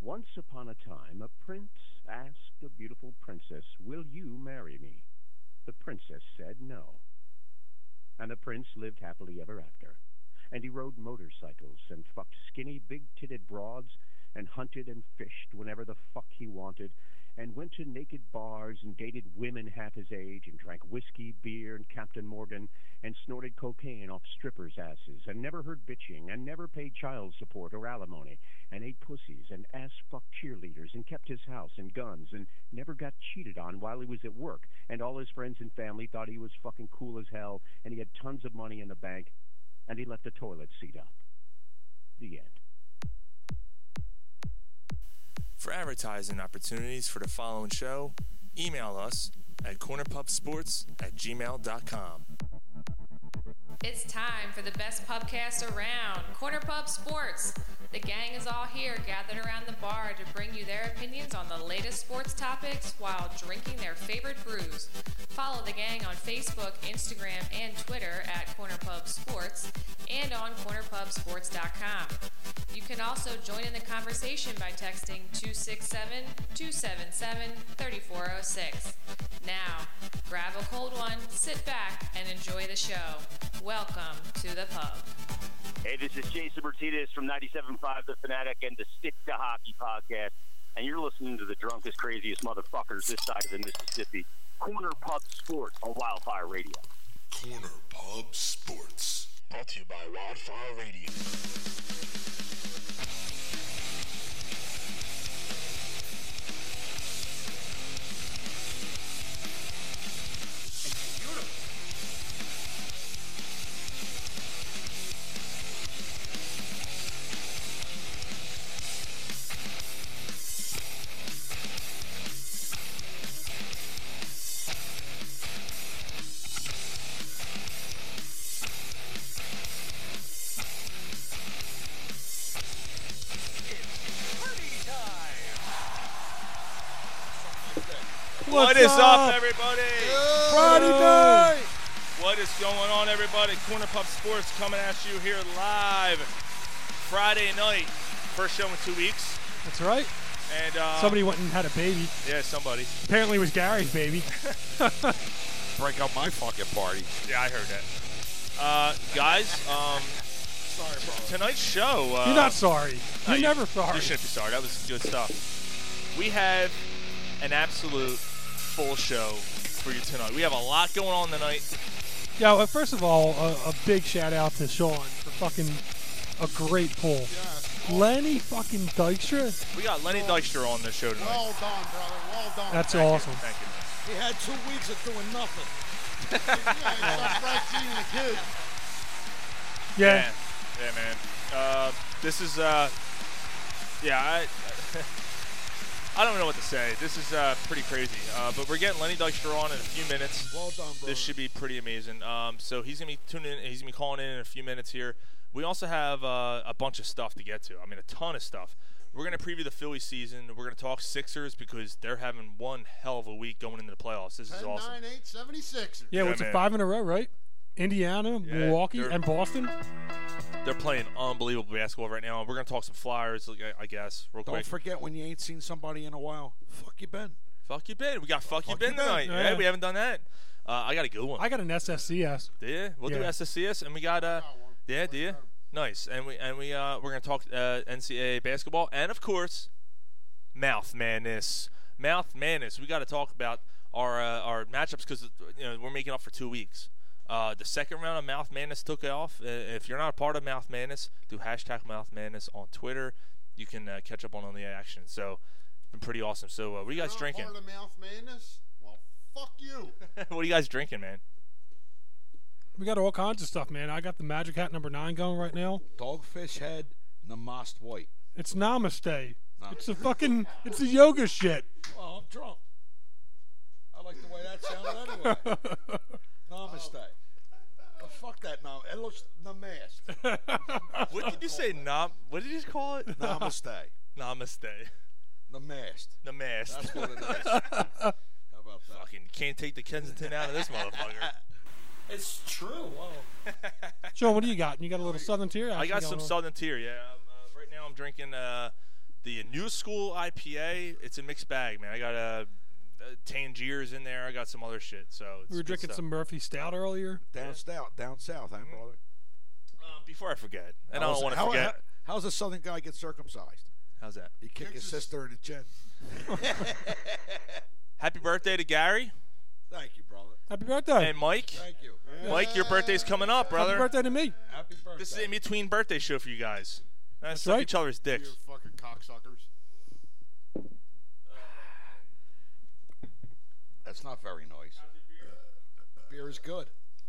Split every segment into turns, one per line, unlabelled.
Once upon a time, a prince asked a beautiful princess, Will you marry me? The princess said no. And the prince lived happily ever after. And he rode motorcycles and fucked skinny, big titted broads and hunted and fished whenever the fuck he wanted and went to naked bars and dated women half his age and drank whiskey, beer, and Captain Morgan and snorted cocaine off strippers' asses and never heard bitching and never paid child support or alimony and ate pussies and ass fucked cheerleaders and kept his house and guns and never got cheated on while he was at work and all his friends and family thought he was fucking cool as hell and he had tons of money in the bank and he let the toilet seat up. The end.
For advertising opportunities for the following show, email us at cornerpubsports at gmail.com.
It's time for the best pubcast around, Corner Pub Sports. The gang is all here gathered around the bar to bring you their opinions on the latest sports topics while drinking their favorite brews. Follow the gang on Facebook, Instagram, and Twitter at Corner Pub Sports and on cornerpubsports.com. You can also join in the conversation by texting 267 277 3406. Now, grab a cold one, sit back, and enjoy the show. Welcome to the pub.
Hey, this is Jason Martinez from 97.5 The Fanatic and the Stick to Hockey podcast. And you're listening to the drunkest, craziest motherfuckers this side of the Mississippi. Corner Pub Sports on Wildfire Radio.
Corner Pub Sports. Brought to you by Wildfire Radio.
What is up, everybody?
Friday night.
What is going on, everybody? Corner Pop Sports coming at you here live Friday night. First show in two weeks,
That's right.
and uh,
Somebody went and had a baby.
yeah, somebody.
Apparently, it was Gary's baby.
break up my fucking party.
Yeah, I heard that. Uh, guys, um, tonight's show. Uh,
You're not sorry.
no,
You're never sorry.
You shouldn't be sorry. That was good stuff. We have an absolute full show for you tonight. We have a lot going on tonight.
Yeah. Well, uh, first of all, a, a big shout out to Sean for fucking a great pull. Lenny fucking Dykstra.
We got Lenny Dykstra on the show tonight.
Well done, brother. Well done.
That's
Thank you,
awesome.
Thank you.
he had two weeks of doing nothing. yeah, he's Frank seeing the kid.
Yeah.
Yeah, yeah, man. Uh, this is, uh, yeah, I, I don't know what to say. This is uh, pretty crazy. Uh, but we're getting Lenny Dykstra on in a few minutes.
Well done, brother.
This should be pretty amazing. Um, so he's gonna be tuning in. He's gonna be calling in in a few minutes here. We also have uh, a bunch of stuff to get to. I mean, a ton of stuff. We're gonna preview the Philly season. We're gonna talk Sixers because they're having one hell of a week going into the playoffs. This is
10,
awesome.
9, 8, 76ers.
Yeah. What's
man.
it? Five in a row, right? Indiana, Milwaukee,
they're-
and Boston.
They're playing unbelievable basketball right now. We're gonna talk some Flyers, I- I guess, real
Don't
quick.
forget when you ain't seen somebody in a while. Fuck you, Ben.
Fuck you, Ben. We got fuck, you, Ben
you, Ben.
tonight. Yeah.
Yeah.
we haven't done that. Uh, I got a good one.
I got an SSCS.
yeah, we'll do
Yeah.
SSCS, and we got uh, yeah, do you? Nice, and we and we uh, we're gonna talk uh, NCAA basketball, and of course, mouth madness, mouth madness. We got to talk about our uh, our matchups because you know we're making up for two weeks. Uh, the second round of Mouth Madness took off. Uh, if you're not a part of Mouth Madness, do hashtag Mouth Madness on Twitter. You can uh, catch up on all the action. So, been pretty awesome. So, uh, what are you guys drinking?
Heart of mouth madness? Well, fuck you.
what are you guys drinking, man?
We got all kinds of stuff, man. I got the Magic Hat number nine going right now.
Dogfish head, Namast white.
It's Namaste. It's a fucking. It's a yoga shit.
Well, Oh, I'm drunk. I like the way that sounded anyway. Namaste. But fuck that nam. It looks namast.
What did you say? Nam? What did you call it?
Namaste.
Namaste.
Namast.
Namaste.
That's what it is. How about that?
Fucking can't take the Kensington out of this motherfucker.
It's true. Whoa.
Sean, what do you got? You got a little Southern tier?
I got some Southern Tier. Yeah. Um, uh, right now I'm drinking uh, the new school IPA. It's a mixed bag, man. I got a. Uh, Tangiers in there. I got some other shit. So it's
we were
good
drinking
stuff.
some Murphy Stout earlier.
Down south, down south, huh, brother?
Uh, before I forget, and I
How's-
don't want to
how-
forget.
how- how's a southern guy get circumcised?
How's that?
He kicked his sister in the chin.
Happy birthday to Gary.
Thank you, brother.
Happy birthday.
And Mike.
Thank you.
Mike, your birthday's coming up, brother.
Happy birthday to me.
Happy birthday.
This is in between birthday show for you guys. That's
right.
each other's
You
dicks.
fucking cocksuckers.
That's not very nice. Beer is good.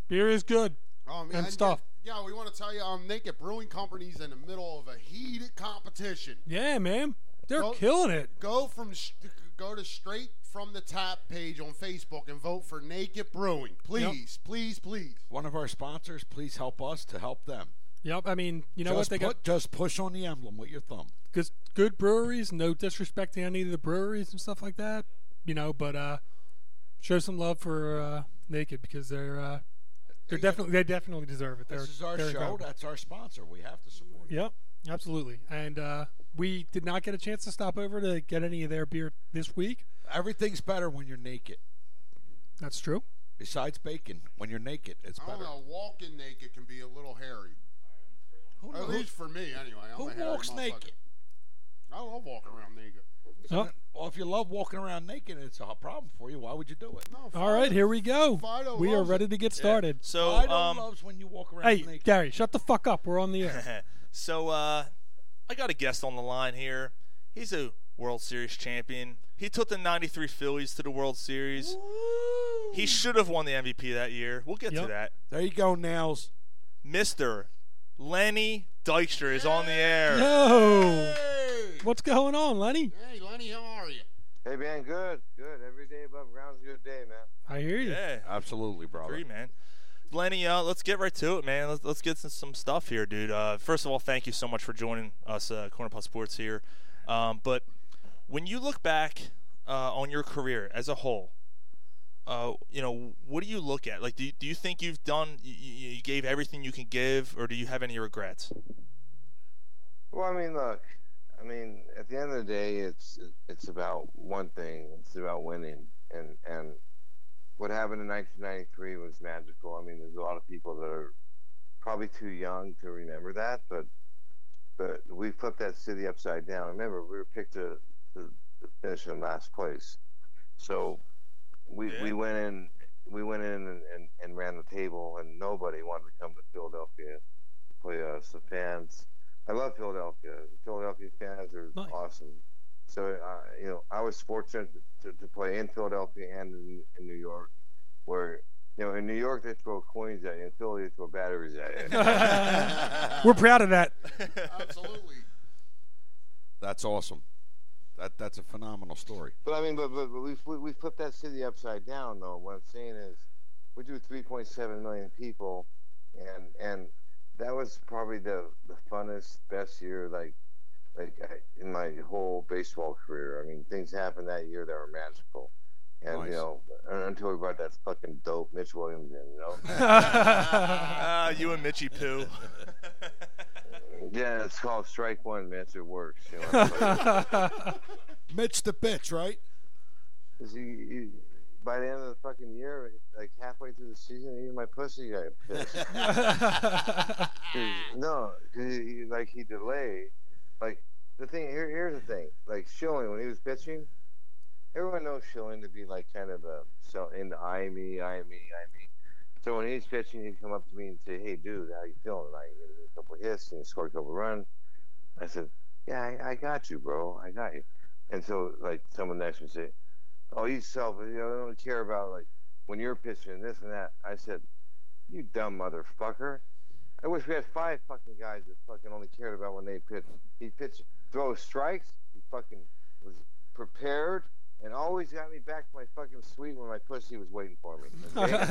Beer is good.
Um,
and stuff.
Yeah, we want to tell you, um, Naked Brewing Company's in the middle of a heated competition.
Yeah, man. They're
Go-
killing it.
Go from sh- go to straight from the tap page on Facebook and vote for Naked Brewing, please, please, please.
One of our sponsors, please help us to help them.
Yep. I mean, you know
just
what they got?
put- Just push on the emblem with your thumb.
Good, good breweries. No disrespect to any of the breweries and stuff like that. You know, but uh, show some love for uh, Naked because they're uh, they're definitely they definitely deserve it. They're,
This is our show.
they're incredible.
That's our sponsor. We have to support. it.
Yep, absolutely. And uh, we did not get a chance to stop over to get any of their beer this week.
Everything's better when you're naked.
That's true.
Besides bacon, when you're naked, it's
I don't
better.
know. Walking naked can be a little hairy.
Who,
At
kn-
least for me, anyway. I'm
who
a hairy
walks
motherfucker.
naked?
I love walking around naked.
Oh,
Well, if you love walking around naked, and it's a problem for you. Why would you do it?
No,
all right, here we go.
Fido
We are
loves
ready to get started.
So,
I don't
um,
loves when you walk around
Hey,
naked.
Gary, shut the fuck up. We're on the air.
so uh, I got a guest on the line here. He's a World Series champion. He took the '93 Phillies to the World Series. He should have won the MVP that year. We'll get to
Yep.
that.
There you go, Nails.
Mister Lenny Dykstra is on the air.
Yo, what's going on, Lenny?
Hey, Lenny, how are you?
Hey man, good, good. Every day above ground's a good day, man.
I hear you.
Yeah.
Absolutely, brother.
Agree, man. Lenny, uh, let's get right to it, man. Let's, let's get some, some stuff here, dude. Uh, first of all, thank you so much for joining us, uh, Corner Pop Sports here. Um, but when you look back uh, on your career as a whole, uh, you know, what do you look at? Like, do you, do you think you've done, you, you you gave everything you can give, or do you have any regrets?
Well, I mean, look, I mean, at the end of the day, it's it's about one thing. It's about winning, and and what happened in 1993 was magical. I mean, there's a lot of people that are probably too young to remember that, but but we flipped that city upside down. Remember, we were picked to, to, to finish in last place, so we we went in. We went in and, and, and ran the table, and nobody wanted to come to Philadelphia to play us. The fans, I love Philadelphia. The Philadelphia fans are
Nice.
awesome. So, uh, you know, I was fortunate to, to play in Philadelphia and in, in New York, where, you know, in New York they throw coins at you, in Philly they throw batteries at you.
We're proud of that.
Absolutely.
That's awesome. That that's a phenomenal story.
But I mean, but, but, but we, we we flipped that city upside down, though. What I'm saying is, we drew 3.7 million people, and and that was probably the the funnest, best year like like I, in my whole baseball career. I mean, things happened that year that were magical, and
Nice.
you know, un- until we brought that fucking dope Mitch Williams in, you know.
Ah, you and Mitchy Poo.
yeah, it's called strike one, Mitch. It works. You know?
Mitch the bitch, right?
'Cause you, you, by the end of the fucking year, like halfway through the season, even my pussy got pissed. Cause, no, because he, like he delayed. Like the thing here, here's the thing. Like Schilling, when he was pitching, everyone knows Schilling to be like kind of a so in the I me, I me, I me. So when he's pitching, he'd come up to me and say, "Hey, dude, how you feeling?" And I give him a couple hits and he scored a couple runs. I said, "Yeah, I, I got you, bro. I got you." And so like someone next to me said, "Oh, you self, you know, I don't care about like when you're pitching and this and that." I said, "You dumb motherfucker." I wish we had five fucking guys that fucking only cared about when they pitched. He pitched, throw strikes. He fucking was prepared and always got me back to my fucking suite when my pussy was waiting for me. okay?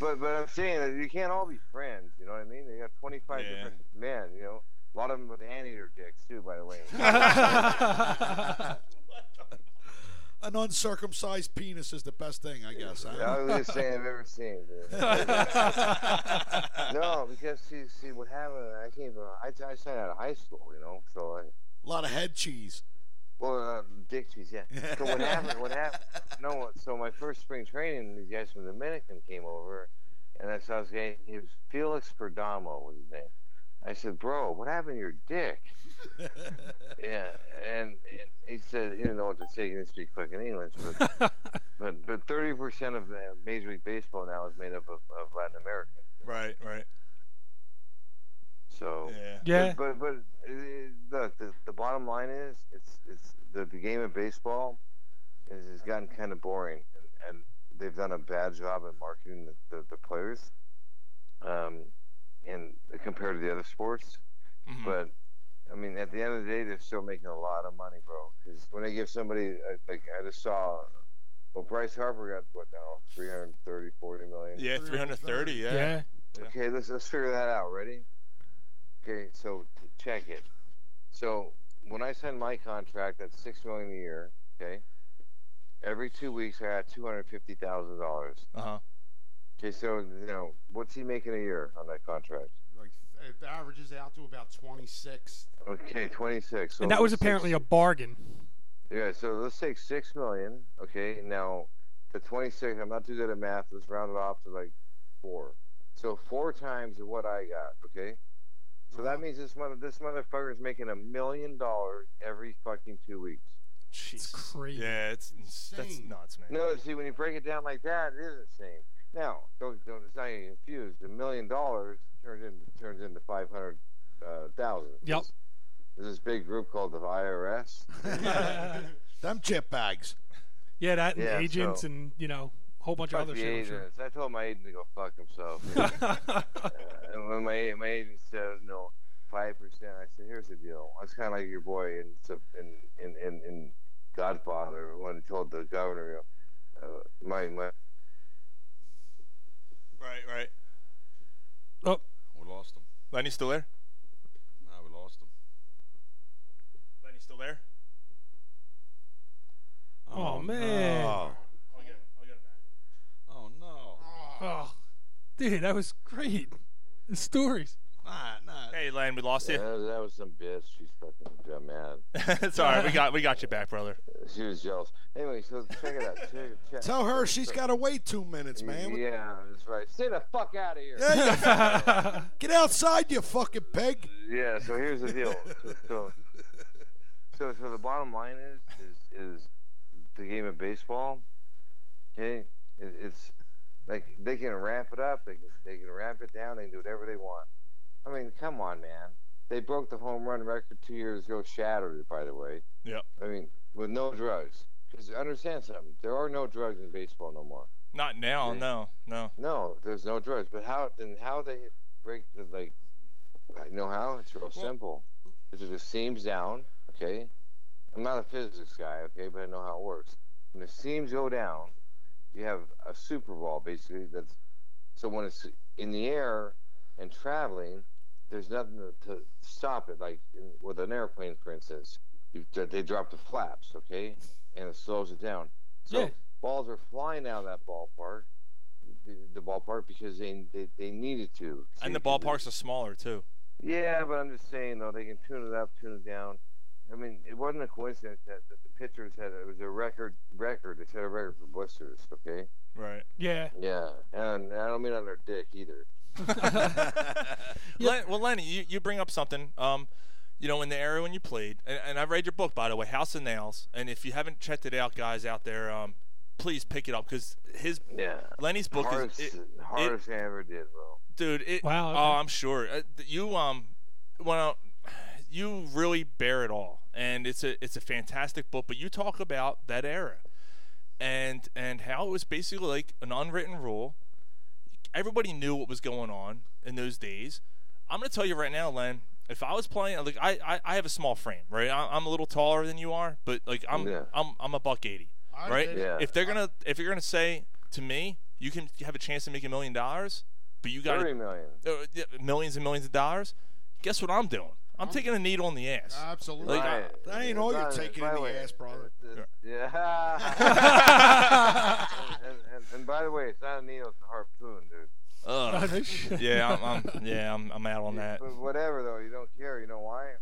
but but I'm saying that you can't all be friends. You know what I mean? They got 25
Yeah.
different men. You know, a lot of them with anteater dicks too, by the way.
an uncircumcised penis is the best thing, I guess. huh?
I was just saying I've ever seen. dude. no, because see, see what happened. I came from I, I started out of high school, you know, so I.
a lot of head cheese.
Well, uh, dick cheese, yeah. So what happened? What happened? No, so my first spring training, these guys from Dominican came over, and I saw this guy. He was Felix Perdomo was his name. I said, "Bro, what happened to your dick?" yeah, and, and he said he didn't know what to say. He didn't speak fucking English, but but but thirty percent of uh, Major League Baseball now is made up of, of Latin America.
Right, right.
So
Yeah.
But but, but uh, look, the, the bottom line is it's it's the, the game of baseball is has gotten kind of boring, and, and they've done a bad job at marketing the, the, the players, um, and compared to the other sports.
Mhm.
But I mean, at the end of the day, they're still making a lot of money, bro. Because when they give somebody uh, like I just saw. Well, Bryce Harper got what now? 330, 40 million.
Yeah, 330, yeah. Yeah.
Okay, let's let's figure that out. Ready? Okay, so t- check it. So when I signed my contract, that's six million a year. Okay. Every two weeks, I got two hundred fifty thousand dollars.
Uh huh.
Okay, so you know what's he making a year on that contract?
Like it averages out to about 26.
Okay, twenty six. So
and that was
let's take-
apparently a bargain.
Yeah, so let's take six million. Okay, now the twenty-six. I'm not too good at math. Let's round it off to like four. So four times what I got. Okay, so that means this mother, this motherfucker is making a million dollars every fucking two weeks.
It's
crazy.
Yeah, it's, it's that's
Insane.
nuts, man.
No, see, when you break it down like that, it is insane. Now, don't don't it's not getting confused. A million dollars turns into turns into five hundred uh, thousand.
Yep.
There's this big group called the IRS.
Them chip bags.
Yeah, that and
Yeah,
agents
so-
and you know a whole bunch
Fuck
of other
the
shit. I'm sure.
agents. I told my agent to go fuck himself. Uh, and when my my agent said no, five percent, I said, "Here's the deal. I was kind of like your boy in some- in in in, in Godfather when he told the governor, uh, my my
Right, right.
Oh,
we lost him. Lenny still there?
Nah, we lost him.
Lenny still there?
Oh, man.
no.
I'll get him. I'll get him back.
Oh no.
Oh, dude, that was great. The stories.
Nah, nah.
Hey, Len, we lost
yeah,
you.
that, was, "Oh, that was some bitch. She's fucking got mad.
It's all right. We got we got you back, brother.
She was jealous. Anyway, so check it out. Check, check.
Tell her she's got to wait two minutes, man.
Yeah, that's right. Stay the fuck out of here.
Get outside, you fucking pig.
yeah. So here's the deal. So, so, so, so the bottom line is, is, is the game of baseball. Okay, it, it's like they can ramp it up, they can they can ramp it down, they can do whatever they want. I mean, come on, man. They broke the home run record two years ago, shattered it, by the way.
Yep.
I mean, with no drugs. Because understand something, there are no drugs in baseball no more.
Not now. No, no.
No, there's no drugs. But how then? How they break the like? I know how. It's real simple. It's just the seams down. Okay, I'm not a physics guy. Okay, but I know how it works. When the seams go down, you have a super ball basically. That's so when it's in the air and traveling, there's nothing to, to stop it. Like in, with an airplane, for instance, you, they drop the flaps. Okay, and it slows it down. So balls are flying out of that ballpark the, the ballpark because they, they they needed to.
And the ballparks are smaller too.
Yeah, but I'm just saying though they can tune it up, tune it down. I mean, it wasn't a coincidence that, that the pitchers had it was a record record. They set a record for blisters. Okay.
Right.
Yeah.
Yeah, and I don't mean on their dick either.
Len, well, Lenny, you, you bring up something. Um, you know, in the era when you played, and, and I've read your book by the way, House of Nails. And if you haven't checked it out, guys out there, um, please pick it up because his
Yeah.
Lenny's book
hardest,
is it- it-
hardest I ever did, bro.
dude. It, wow. Oh, I'm sure Uh, th- you um, well, you really bear it all, and it's a it's a fantastic book. But you talk about that era, and and how it was basically like an unwritten rule. Everybody knew what was going on in those days. I'm gonna tell you right now, Len. If I was playing, like I, I, I have a small frame, right? I, I'm a little taller than you are, but like I'm
Yeah.
I'm I'm a buck eighty,
I
right?
did- Yeah.
If they're gonna if you're gonna say to me, you can have a chance to make a million dollars, but you got
Thirty million.
uh, yeah, millions and millions of dollars. Guess what I'm doing?
I'm taking a needle in the ass.
Absolutely.
Like,
Right.
That ain't all you're
Right.
taking in
By
the
the way,
ass, brother.
Uh.
Yeah. and, and, and by the way, it's not a needle, it's a harpoon, dude.
Ugh. yeah, I'm, I'm yeah, I'm, I'm out on that.
But whatever, though, you don't care. You know why?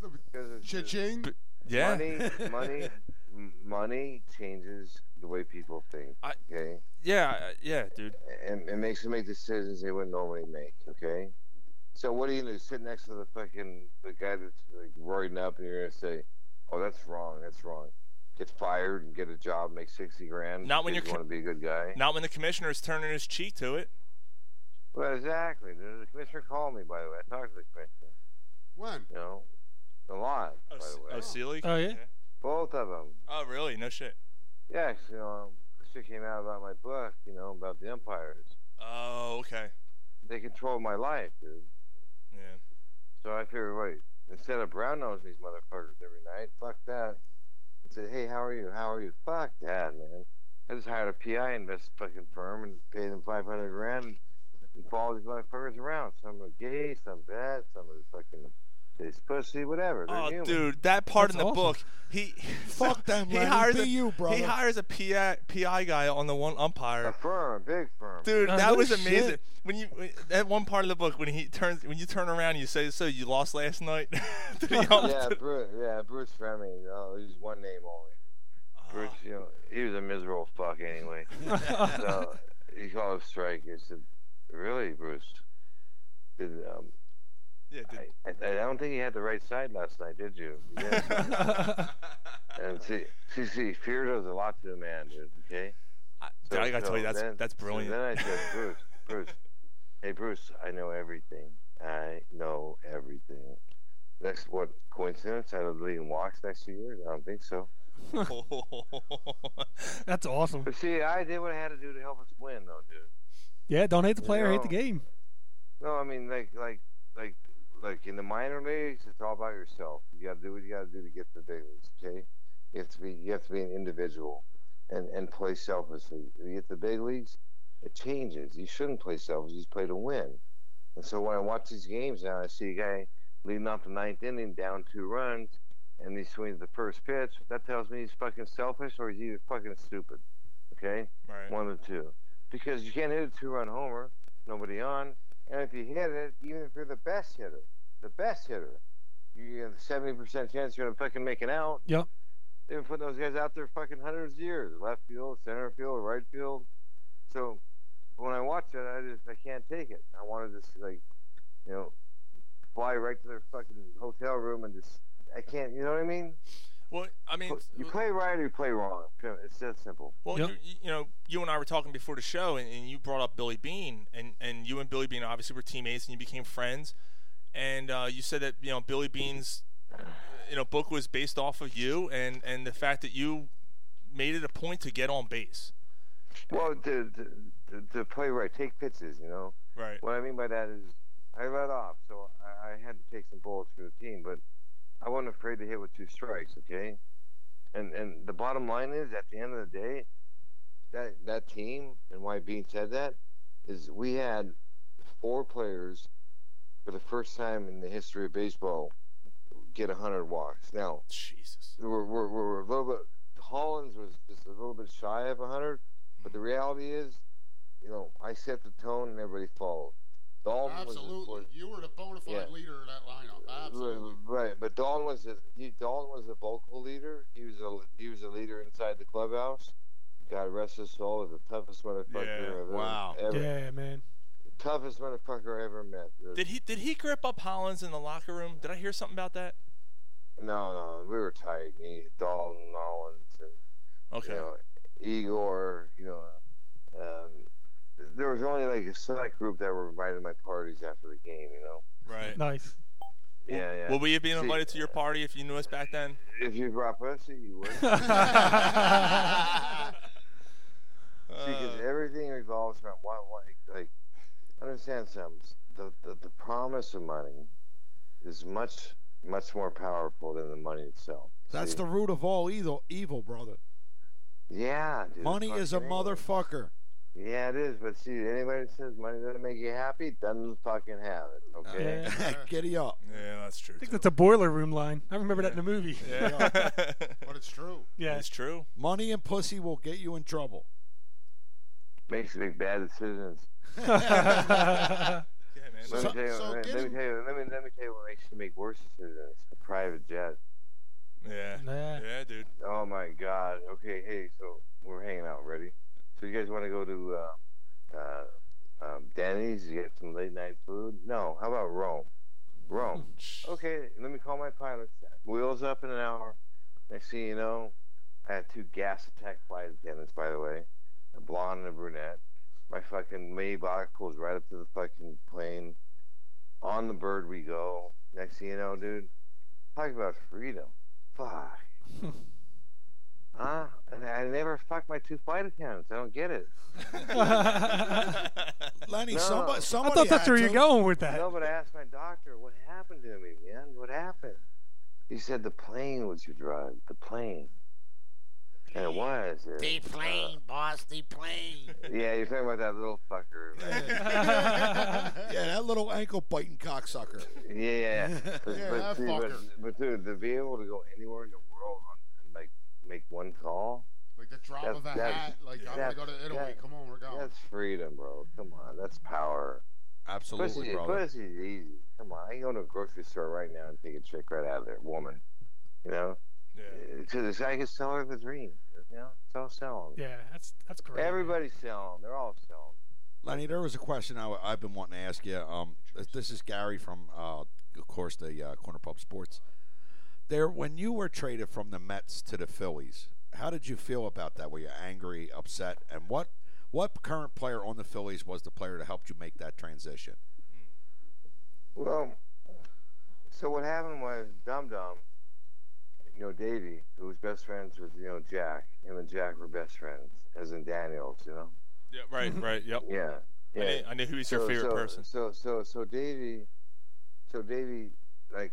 Because it's just-
Cha-ching.
Yeah.
Money, money, m- money changes the way people think. Okay.
Yeah, uh, yeah, dude.
And it makes them make decisions they wouldn't normally make. Okay. So what are you gonna do, sit next to the fucking the guy that's like roiding up, and you're gonna say, "Oh, that's wrong. That's wrong." Get fired and get a job, make sixty grand.
Not when
because
you're
you want to be a good guy.
Not when the commissioner is turning his cheek to it.
Well, exactly. The the commissioner called me, by the way. I talked to the commissioner.
When?
You know, a lot, by the way.
Oh, Sealy? Oh, yeah.
Both of them.
Oh, really? No shit.
Yes, you know, shit came out about my book, you know, about the umpires.
Oh, okay.
They control my life, dude.
Yeah.
So I figured, wait, instead of brown nosing these motherfuckers every night, fuck that. I said, hey, how are you? How are you? Fuck that, man. I just hired a PI invest fucking firm and paid them 500 grand and follow these motherfuckers around. Some are gay, some bad, some are fucking, they's pussy, whatever. They're
Oh,
human.
dude, that part in the book, he
Fuck them,
he
Lenny.
hires
Be
a,
you, brother.
He hires a PI, PI guy on the one umpire. A
firm, big firm.
Dude,
Oh,
that
no
was
shit.
amazing. When you when, that one part of the book when he turns when you turn around and you say so you lost last night. to the ump-
yeah, Bruce, yeah, Bruce Fleming. Oh, he's one name only. Bruce, you know, he was a miserable fuck anyway. so he called a strike. He said, "Really, Bruce? Did, um,
yeah,
did... I, I, I don't think he had the right side last night, did you?" Yeah. and see, see, see, fear does a lot to a man, dude. Okay.
dude, I gotta tell you, that's- that's brilliant.
Then I said, Bruce, Bruce, hey Bruce, I know everything. I know everything. That's what coincidence. I don't lead in walks next two years. I don't think so.
That's awesome.
But see, I did what I had to do to help us win, though, dude.
Yeah, don't hate the player, hate the
No.
game.
No, I mean, like, like, like, like in the minor leagues, it's all about yourself. You got to do what you got to do to get to the big leagues. Okay, you have to be, you have to be an individual, and and play selflessly. When you get to the big leagues, it changes. You shouldn't play selfless. You just play to win. And so when I watch these games now, I see a guy leading off the ninth inning, down two runs, and he swings the first pitch. That tells me he's fucking selfish or he's either fucking stupid. Okay,
Right.
one of the two. Because you can't hit a two-run homer, nobody on, and if you hit it, even if you're the best hitter, the best hitter, you have a seventy percent chance you're gonna fucking make it out.
Yep.
They've been putting those guys out there fucking hundreds of years. Left field, center field, right field. So when I watch it, I just I can't take it. I want to just like, you know, fly right to their fucking hotel room and just I can't. You know what I mean?
Well, I mean,
You play right or you play wrong. It's that simple.
Well, you, you know, you and I were talking before the show, and, and you brought up Billy Bean, and, and you and Billy Bean obviously were teammates, and you became friends, and uh, you said that you know Billy Bean's you know book was based off of you, and and the fact that you made it a point to get on base.
Well, to, to, to play right, take pitches, you know?
Right.
What I mean by that is I let off, so I, I had to take some bullets for the team, but I wasn't afraid to hit with two strikes, okay? And and the bottom line is, at the end of the day, that that team and why Bean said that is we had four players for the first time in the history of baseball get 100 walks. Now,
Jesus,
we're, we're, we're a little bit. Hollins was just a little bit shy of 100, but the reality is, you know, I set the tone and everybody followed. Dalton was,
Absolutely.
was
You were the bona fide
Yeah.
leader of that lineup. Absolutely.
Right, but Don was a, he, Don was a vocal leader. He was a he was a leader inside the clubhouse. God rest his soul, the toughest motherfucker I've ever, ever
Yeah, man.
toughest motherfucker I ever met.
Did he did he grip up Hollins in the locker room? Did I hear something about that?
No, no, we were tight. Me, Dalton, Nollins, and
Okay.
you know, Igor. You know, um, there was only like a select group that were invited to my parties after the game. You know.
Right.
Nice.
Yeah, yeah.
Would we have been
See,
invited to your party if you knew us back then?
If you brought pussy, you would. because everything revolves around why, why, like, understand something. The, the, the promise of money is much, much more powerful than the money itself.
That's
See?
the root of all evil, evil, brother.
Yeah, dude.
Money is a
fucking
motherfucker.
Yeah, it is. But see, anybody that says money doesn't make you happy doesn't fucking have it. Okay.
Giddy up.
Yeah,
that's true.
I think that's a boiler room line. I remember that in the movie.
but it's true.
Yeah.
It's true.
Money and pussy will get you in trouble.
Makes you make bad decisions.
Yeah,
Let, me
So-
tell you,
so
let,
get
me
him-
tell you, let me let me tell you what makes you make worse decisions. A private jet.
Yeah.
Yeah.
Yeah, dude.
Oh my God. Okay, hey, so we're hanging out, ready? So you guys want to go to uh, uh, um, Denny's to get some late night food? No. How about Rome? Rome. okay, let me call my pilot. Wheels up in an hour. Next thing you know, I had two gas attack flight attendants, by the way, a blonde and a brunette. My fucking Maybach pulls right up to the fucking plane. On the bird we go. Next thing you know, dude, talk about freedom. Fuck. Huh? And I never fucked my two flight attendants. I don't get it.
Lenny,
No.
somebody, somebody. had to.
No, but I asked my doctor, what happened to me, man? What happened? He said the plane was your drug. The plane. And it was. It,
The
uh,
plane, boss, the plane.
yeah, you're talking about that little fucker.
yeah, that little ankle biting cocksucker.
Yeah, yeah. yeah. But,
Yeah,
but,
that
see, but,
fucker.
but dude, to be able to go anywhere in the world on, and like make one call,
Like the drop
That-
of a
that-
hat. Like I'm gonna
that-
go to Italy.
that-
Come on, we're going.
that's freedom, bro. Come on, that's power.
Absolutely,
Pussy's-
brother.
pussy's easy. Come on, I can go to a grocery store right now and take a chick right out of there, woman. You know, to this I can sell her the dream. You know, it's all selling.
Yeah, that's that's great.
Everybody's selling. They're all selling.
Lenny, there was a question I, have been wanting to ask you. Um, this- this is Gary from, uh, of course, the uh, Corner Pub Sports. There, when you were traded from the Mets to the Phillies, how did you feel about that? Were you angry, upset, and what? What current player on the Phillies was the player that helped you make that transition?
Well, so what happened was Dum Dum, you know, Davey, who was best friends with, you know, Jack. Him and Jack were best friends, as in Daniels, you know?
Yeah, right, right, yep.
Yeah.
I
yeah.
knew, I knew who was your
So-
favorite
so-
person.
So, so, so Davey, so Davey, like,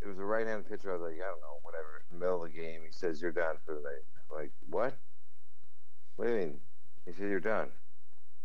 it was a right hand pitcher. I was like, I don't know, whatever. In the middle of the game, he says, You're done for the night. I'm like, what? What do you mean? He said, You're done.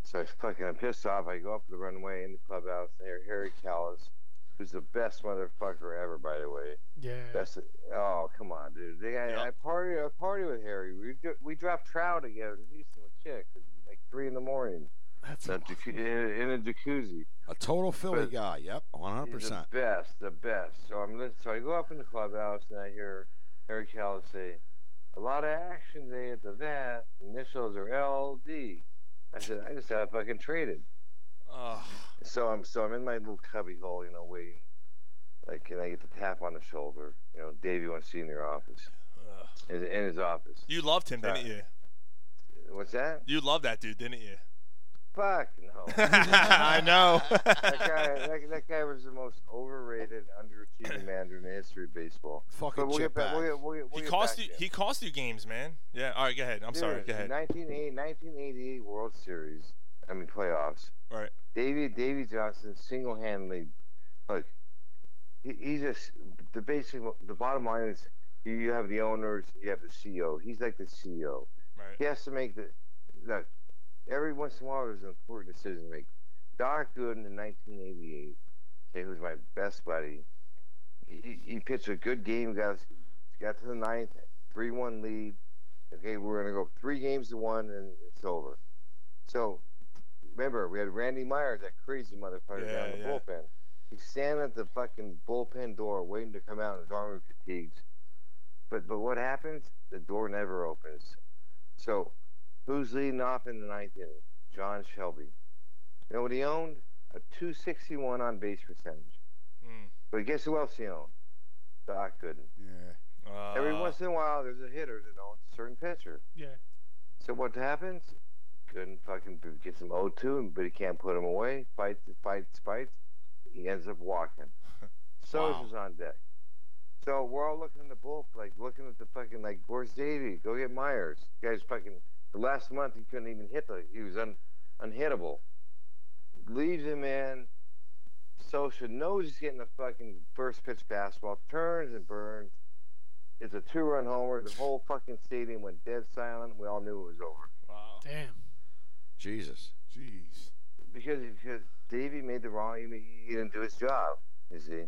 So I fucking I'm pissed off. I go up the runway in the clubhouse. And there, Harry Callis, who's the best motherfucker ever, by the way.
Yeah.
That's oh come on, dude. They, I, I party I party with Harry. We dro- we dropped trout together in Houston with chicks at like three in the morning.
That's
in a, jacu- in, a, in a jacuzzi.
A total Philly
But-
guy. Yep, one hundred
He's
percent.
the best, the best. So I'm lis- so I go up in the clubhouse and I hear Harry Callis say, "A lot of action today at the vet. Initials are LD." I said, "I just got fucking traded."
Oh.
So I'm so I'm in my little cubby hole, you know, waiting. Like, can I get the tap on the shoulder? You know, Davey wants to see you in your office. In, in his office.
You loved him, didn't you?
What's that?
You loved that dude, didn't you?
Fuck
Oh.
no.
I know.
that guy, that, that guy was the most overrated, underachieving manager in the history of baseball.
Fucking
But we'll get
chip
back.
back.
We'll get, we'll get, we'll
he
get
cost
back
you.
there.
He cost you games, man. Yeah. All right, go ahead. I'm sorry.
Dude,
Go ahead.
1980 1988 World Series. I mean playoffs.
Right.
Davy Davy Johnson single-handedly. Look, he, he just the basic. The bottom line is you, you have the owners, you have the CEO. He's like the CEO.
Right.
He has to make the look. Every once in a while, there's an important decision to make. Doc Gooden in 1988, okay, who's my best buddy, he, he pitched a good game. Got us- got to the ninth, three-one lead. Okay, we're gonna go three games to one, and it's over. So remember, we had Randy Myers, that crazy motherfucker down
Yeah,
the
yeah.
bullpen. He's standing at the fucking bullpen door, waiting to come out. His arm is fatigued. But but what happens? The door never opens. So who's leading off in the ninth inning? John Shelby. You know what he owned? A 261 on base percentage.
Hmm.
But guess who else he owned? Doc Gooden.
Yeah. Uh,
Every once in a while, there's a hitter that owns a certain pitcher.
Yeah.
So what happens? Gooden fucking b- gets him 0-2, but he can't put him away. Fights, fights, fights. He ends up walking. Sosa's
Wow.
is on deck. So we're all looking at the bull, like looking at the fucking like where's Davey? Go get Myers. Guys, fucking the last month he couldn't even hit the. He was un, unhittable. Leaves him in. Sosa knows he's getting a fucking first pitch fastball. Turns and burns. It's a two-run homer. The whole fucking stadium went dead silent. We all knew it was over
Wow.
Damn.
Jesus.
Jeez.
because because Davey made the wrong. He, he didn't do his job. You see.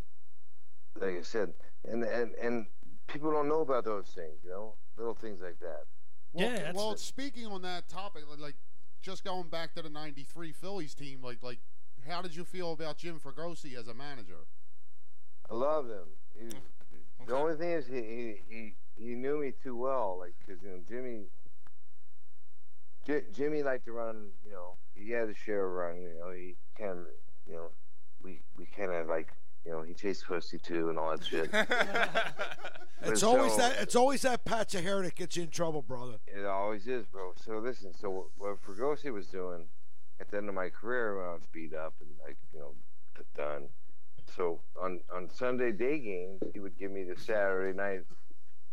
like I said, and and and people don't know about those things, you know, little things like that.
Well, well, speaking on that topic, li- like just going back to the '93 Phillies team, like like how did you feel about Jim Fregosi as a manager?
I love him. He was, The only thing is, he, he he he knew me too well, like because you know Jimmy. J- Jimmy liked to run, you know. He had a share of run, you know. He kind of, you know, we we kind of like, you know, he chased pussy too and all that shit.
It's
But
always
so-
that. It's always that patch of hair that gets you in trouble, brother.
It always is, bro. So listen, so what, what Fregosi was doing at the end of my career when I was beat up and like you know d- done. So on on Sunday day games, he would give me the Saturday night.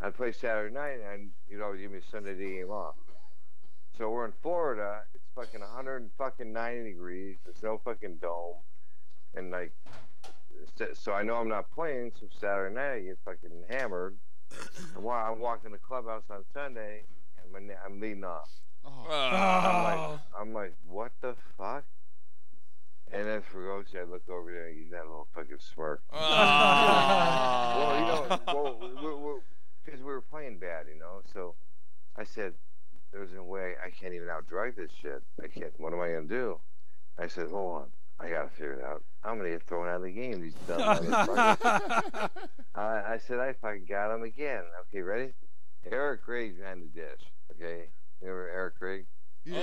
I'd play Saturday night, and he'd always give me a Sunday day game off. So we're in Florida. It's fucking 190 degrees. There's no fucking dome, and like, so- so I know I'm not playing. So Saturday night, I get fucking hammered. And while I'm walking the clubhouse on Sunday, and my, na- I'm leading off.
Oh.
I'm,
Oh.
like, I'm like, what the fuck? And then Fergosi, I look over there, and he's that little fucking smirk.
Oh.
well, you know, well, we're, we're, because we were playing bad, you know. So I said, "There's no way I can't even outdrive this shit. I can't. What am I gonna do?" I said, "Hold on, I gotta figure it out. I'm gonna get thrown out of the game." These dumb motherfuckers. I, I said, "I fucking got him again." Okay, ready? Eric Gregg ran the dish. Okay, remember Eric Gregg?
Oh,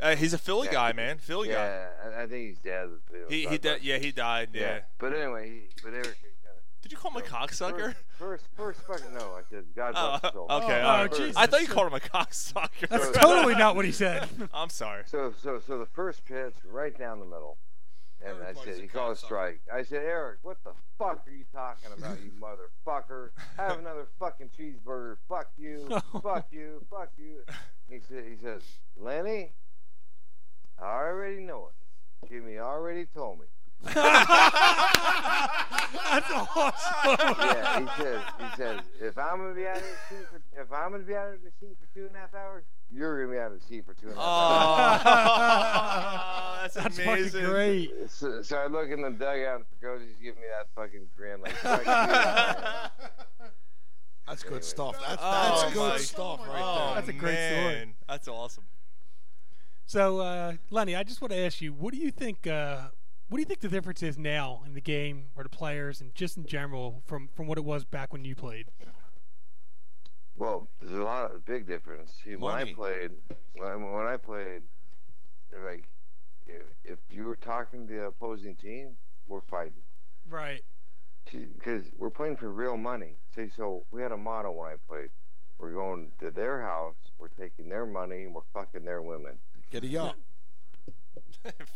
Uh, he's a Philly
Yeah.
guy, man. Philly
yeah, I, I think he's dead.
guy. He, he di- yeah, he died. Yeah.
But anyway, he, but Eric.
Did you call him a cocksucker?
First, first, fucking no. I said, God
Oh,
bless his soul.
okay. all right. I thought you called him a cocksucker. I'm sorry.
So, so, so the first pitch right down the middle, and I said he called a strike. I said, Eric, what the fuck are you talking about, you motherfucker? Have another fucking cheeseburger. Fuck you. fuck you. Fuck you. He said, he says, Lenny, I already know it. Jimmy already told me.
That's awesome.
yeah, he says, he says, if I'm gonna be out of the seat for, if I'm gonna be out of the seat for two and a half hours, you're gonna be out of the seat for two and a half
Oh.
hours.
That's That's fucking amazing. great.
So, so I look in the dugout, and Fergosi's giving me that fucking grin, like. "Fuck you."
That's good
Anyway.
stuff. That's,
Oh,
that's
my-
good stuff right
oh,
there.
That's a great story.
man. That's awesome.
So, uh, Lenny, I just want to ask you, what do you think? Uh, what do you think the difference is now in the game, or the players, and just in general, from from what it was back when you played?
Well, there's a lot of big difference. See, when I
Money.
played, when I, when I played, like if, if you were talking to the opposing team, we're fighting.
Right.
because we're playing for real money. See, so we had a motto when I played. We're going to their house, we're taking their money, and we're fucking their women.
Get a up.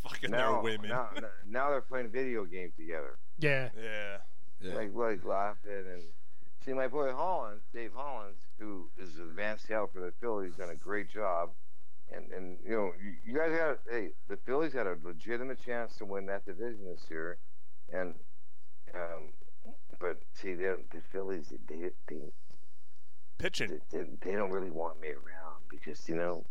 Fucking
now,
their women.
Now, now they're playing video games together.
Yeah.
Yeah.
Like, like laughing and see my boy Hollins, Dave Hollins, who is advanced out for the Phillies, done a great job. And and you know you, you guys got hey the Phillies had a legitimate chance to win that division this year, and um, but see the the Phillies they they
pitching
they, they don't really want me around because you know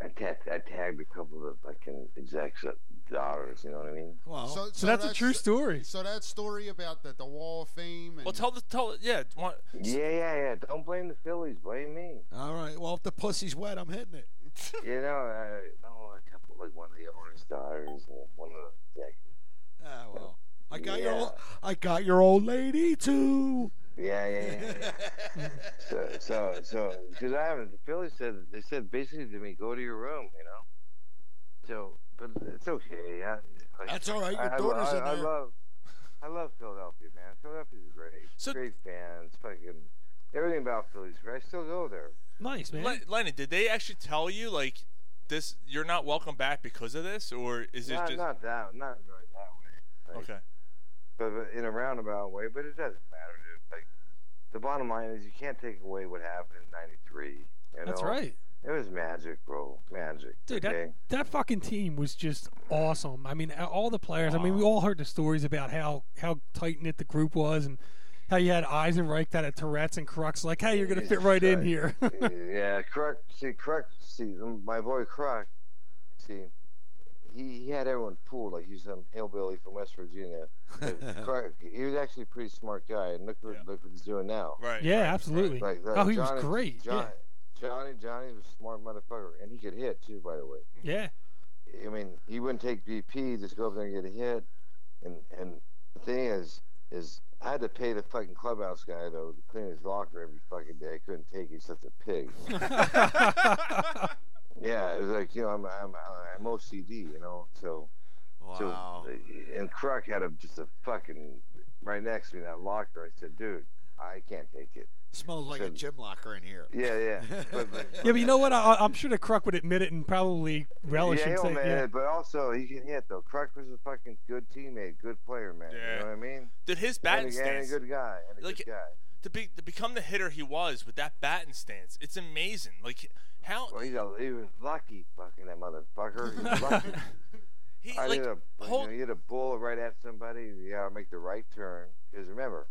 I, I, tagged, I tagged a couple of fucking execs daughters you know what I mean
Oh,
So, that's, a true story.
So that story about the, the Wall of Fame. And
Well, tell the tell. Yeah. Want,
yeah yeah yeah don't blame the Phillies blame me
All right. Well, if the pussy's wet, I'm hitting it.
you know, I know a couple like one of the owner's daughters and one of the yeah.
Ah, well, I got your
Yeah.
old, I got your old lady too.
Yeah, yeah, yeah. yeah. so, so, so, because I haven't. The Phillies said they said basically to me, "Go to your room," you know. So, but it's okay. I, like,
That's all right, your
I, I-
daughter's
I,
in
I
there.
love, I love Philadelphia, man. Philadelphia's great. great fans, fucking everything about Phillies. great. I still go there.
Nice man.
Le- Lenny, did they actually tell you like this? You're not welcome back because of this, or is it
not,
just
not that, not really that way.
okay?
but but in a roundabout way. But it doesn't matter, dude. Like the bottom line is you can't take away what happened in '93. You
That's
know?
right.
It was magic, bro. Magic.
Dude, that,
okay?
that fucking team was just awesome. I mean, a- all the players. I mean, we all heard the stories about how how tight knit the group was, and how you had Eisenreich that had Tourette's and Crux. Like, hey, you're gonna fit right in here.
Uh, um,
yeah, correct. See, correct. See, my boy Croc. See,
he, he had everyone fooled like he's some hillbilly from West Virginia. But Car- he was actually a pretty smart guy, and look what look what he's doing now.
Right.
Yeah, absolutely.
Like, like
oh, he
Johnny-
was great.
Johnny, Johnny, Johnny was a smart motherfucker, and he could hit too. By the way,
yeah.
I mean, he wouldn't take BP, just go up there and get a hit. And and the thing is, is I had to pay the fucking clubhouse guy though to clean his locker every fucking day. I couldn't take it. He's such a pig. yeah, it was like you know I'm I'm I'm OCD, you know. So
Wow.
so and Kruk had a just a fucking right next to me in that locker. I said, dude, I can't take it.
Smells like a
Said-
gym locker in here.
Yeah, yeah. But- but-
Yeah, but you know what? I, I- I'm sure the Kruk would admit it and probably relish
yeah,
and
oh,
say,
man,
yeah.
but also he can hit though. Kruk was a fucking good teammate, good player, man.
Yeah.
You know what I mean?
Dude, his
And
batting
a-
stance.
And a good guy. And a
like,
good guy.
To, be, to become the hitter he was with that batting stance, it's amazing. Like how
Well, he's a, he was lucky, fucking that motherfucker. He was lucky.
he
I
like
did a, you
hold-
know, you hit a bull right at somebody. You gotta make the right turn. Because remember,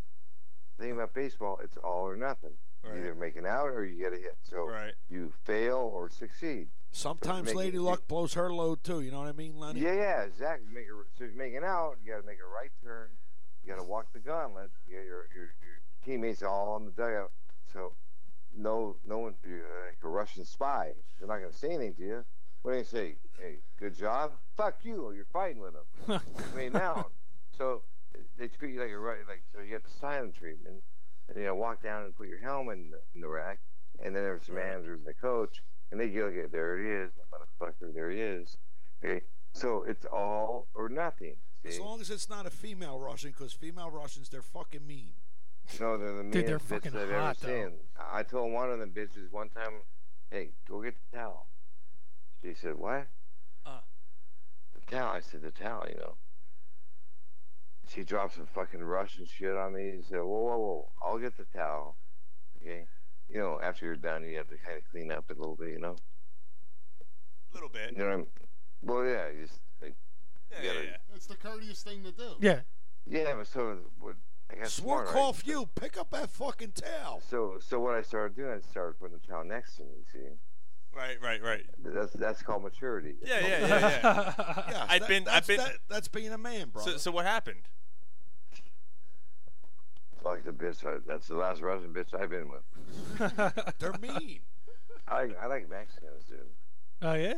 the thing about baseball, it's all or nothing. You either make an out or you get a hit. So you fail or succeed.
Sometimes
Make it-
Lady Luck blows her load too. You know what I mean, Lenny?
Yeah, yeah, exactly. Make a, so you make an out, you got to make a right turn. You got to walk the gauntlet. You got your, your, your teammates all on the dugout. So no, no one you're like a Russian spy. They're not going to say anything to you. What do they say? Hey, good job. Fuck you. You're fighting with them. I mean, now, so they treat you like a Ru- like. So you get the silent treatment, and you know, walk down and put your helmet in the, in the rack, and then there's the manager and the coach, and they go, okay, there it is, motherfucker, there he is. Okay, so it's all or nothing.
As
See?
long as it's not a female Russian, because female Russians they're fucking mean.
No, they're the meanest
Dude, they're
bitches
fucking
I've
hot,
ever
though.
seen. I I told one of them bitches one time, "Hey, go get the towel." She said, "What?"
Uh.
The towel. I said, "The towel." You know. She dropped some fucking Russian shit on me. She said, "Whoa, whoa, whoa! I'll get the towel." Okay. You know, after you're done, you have to kind of clean up a little bit. You know.
a little bit.
You know what I'm? Well, yeah. You just like. you gotta-
It's the courteous thing to do.
Yeah, but so what? I got smarter. I-
Swarkov, you pick up that fucking towel.
So, so what I started doing, I started putting the towel next to me. See.
Right, right, right.
That's that's called maturity.
Yeah, yeah, yeah,
Oh,
yeah.
Yeah,
I've
that-
been, I've
that's-
been.
that- that's being a man, bro.
so, so what happened?
Like the bitch, I, that's the last Russian bitch I've been with.
They're mean.
I I like Mexicans, dude.
Oh yeah,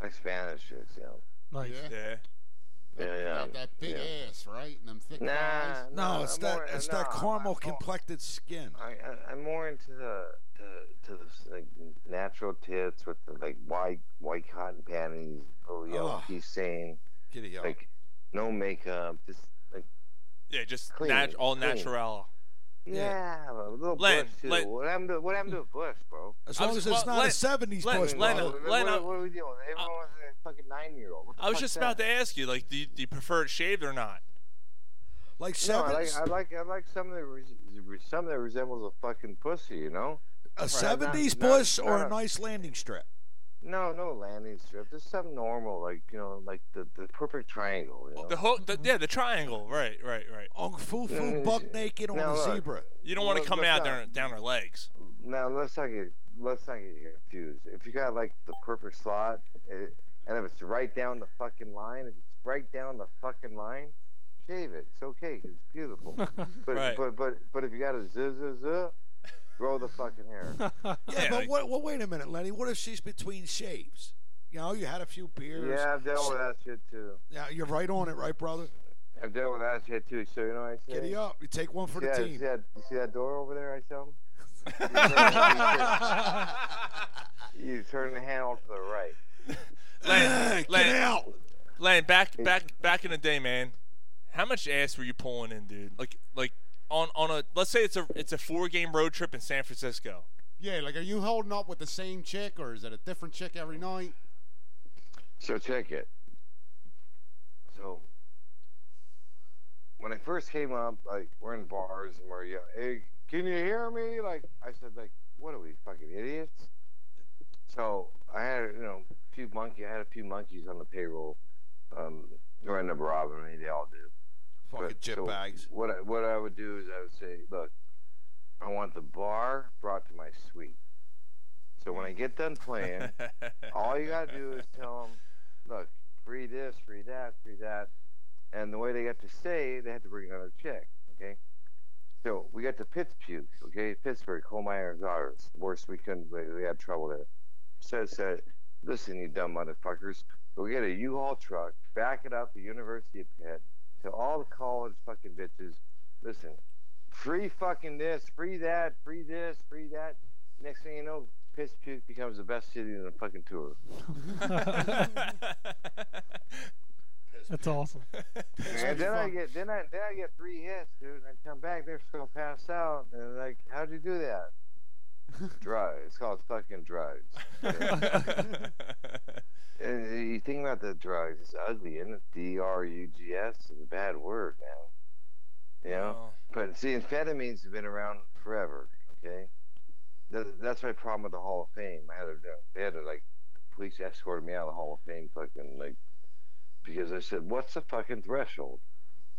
I like Spanish chicks, you know.
nice.
Yeah.
Yeah, yeah.
Got that big
yeah.
ass, right? And them thick
Nah,
thighs.
nah,
No, it's
I'm
that
more-
it's that
nah,
caramel complected skin.
I, I I'm more into the to, to the like, natural tits with the like white white cotton panties, oh, little yellow
Ugh.
peace stain,
Giddy up.
like no makeup, just like
Yeah, just
Clean,
nat- all
clean.
natural.
yeah, a little
Len,
bush too.
Len-
What happened to what happened to a bush, bro?
As
I
long
was-
as it's
well,
not
Len-
a '70s
Len-
push.
Len-
bro.
What,
Len,
what,
I-
what are we doing? Everyone was a fucking nine year old.
I was just about to ask you, like, do you, do you prefer it shaved or not?
Like
No, I
seven,
like I like I like some that res- re- some that resembles a fucking pussy, you know.
a
Right.
'70s
Not- not-
push or
not
a nice landing strip.
No, no landing strip. Just some normal, like you know, like the, the perfect triangle. You know?
The whole, the, yeah, the triangle. Right, right, right.
On
Mm,
fufu, buck naked on
now
a
look.
zebra.
You don't want to
Look-
come
look
out
up.
down, down her legs.
Now let's not get let's not get confused. If you got like the perfect slot, it, and if it's right down the fucking line, if it's right down the fucking line, shave it. It's okay. It's beautiful. But
Right.
but but but if you got a z z z, grow the fucking hair.
Yeah,
Yeah,
but
like-
what, well, wait a minute, Lenny. What if she's between shaves? You know, you had a few beers.
yeah, I've dealt with that shit too.
Yeah, you're right on it, right, brother?
I've dealt with that shit too. So you know what I say?
Giddy up. You take one for the
yeah,
team.
See that, you see that door over there? I tell him. you turn the handle to the right.
Len,
Get
Len,
out.
Len, back, back, back in the day, man. How much ass were you pulling in, dude? Like, like on on a let's say it's a it's a four game road trip in San Francisco.
Yeah, like are you holding up with the same chick or is it a different chick every night?
So check it. So when I first came up, like we're in bars and we're yelling, "Hey, can you hear me?" Like I said, like what are we fucking idiots? So I had you know a few monkey, I had a few monkeys on the payroll. Um, they were in the robbing me. They all do.
Fucking
But-
chip
so
bags.
What I, what I would do is I would say, look, I want the bar brought to my suite. So when I get done playing, all you gotta do is tell them, look,
free this, free that, free that. And the way they got to stay, they had to bring another chick. Okay. So we got to Pittsburgh. Okay, Pittsburgh, coal miners are worse. We couldn't. We, we had trouble there. So I said, "Listen, you dumb motherfuckers. We get a U-Haul truck, back it up the University of Pitt to all the college fucking bitches. Listen, free fucking this, free that, free this, free that. Next thing you know, Pittsburgh becomes the best city in the fucking tour.
That's awesome.
and then I get then I then I get three hits, dude. And I come back, they're still passed out, and they're like, how'd you do that? Drugs. It's called fucking drugs. and you think about the drugs, it's ugly, isn't it? D R U G S is a bad word, man. You know.
Oh,
But see, amphetamines have been around forever. Okay. That, that's my problem with the Hall of Fame. I had to, they had to like, the police escorted me out of the Hall of Fame, fucking like, because I said, what's the fucking threshold?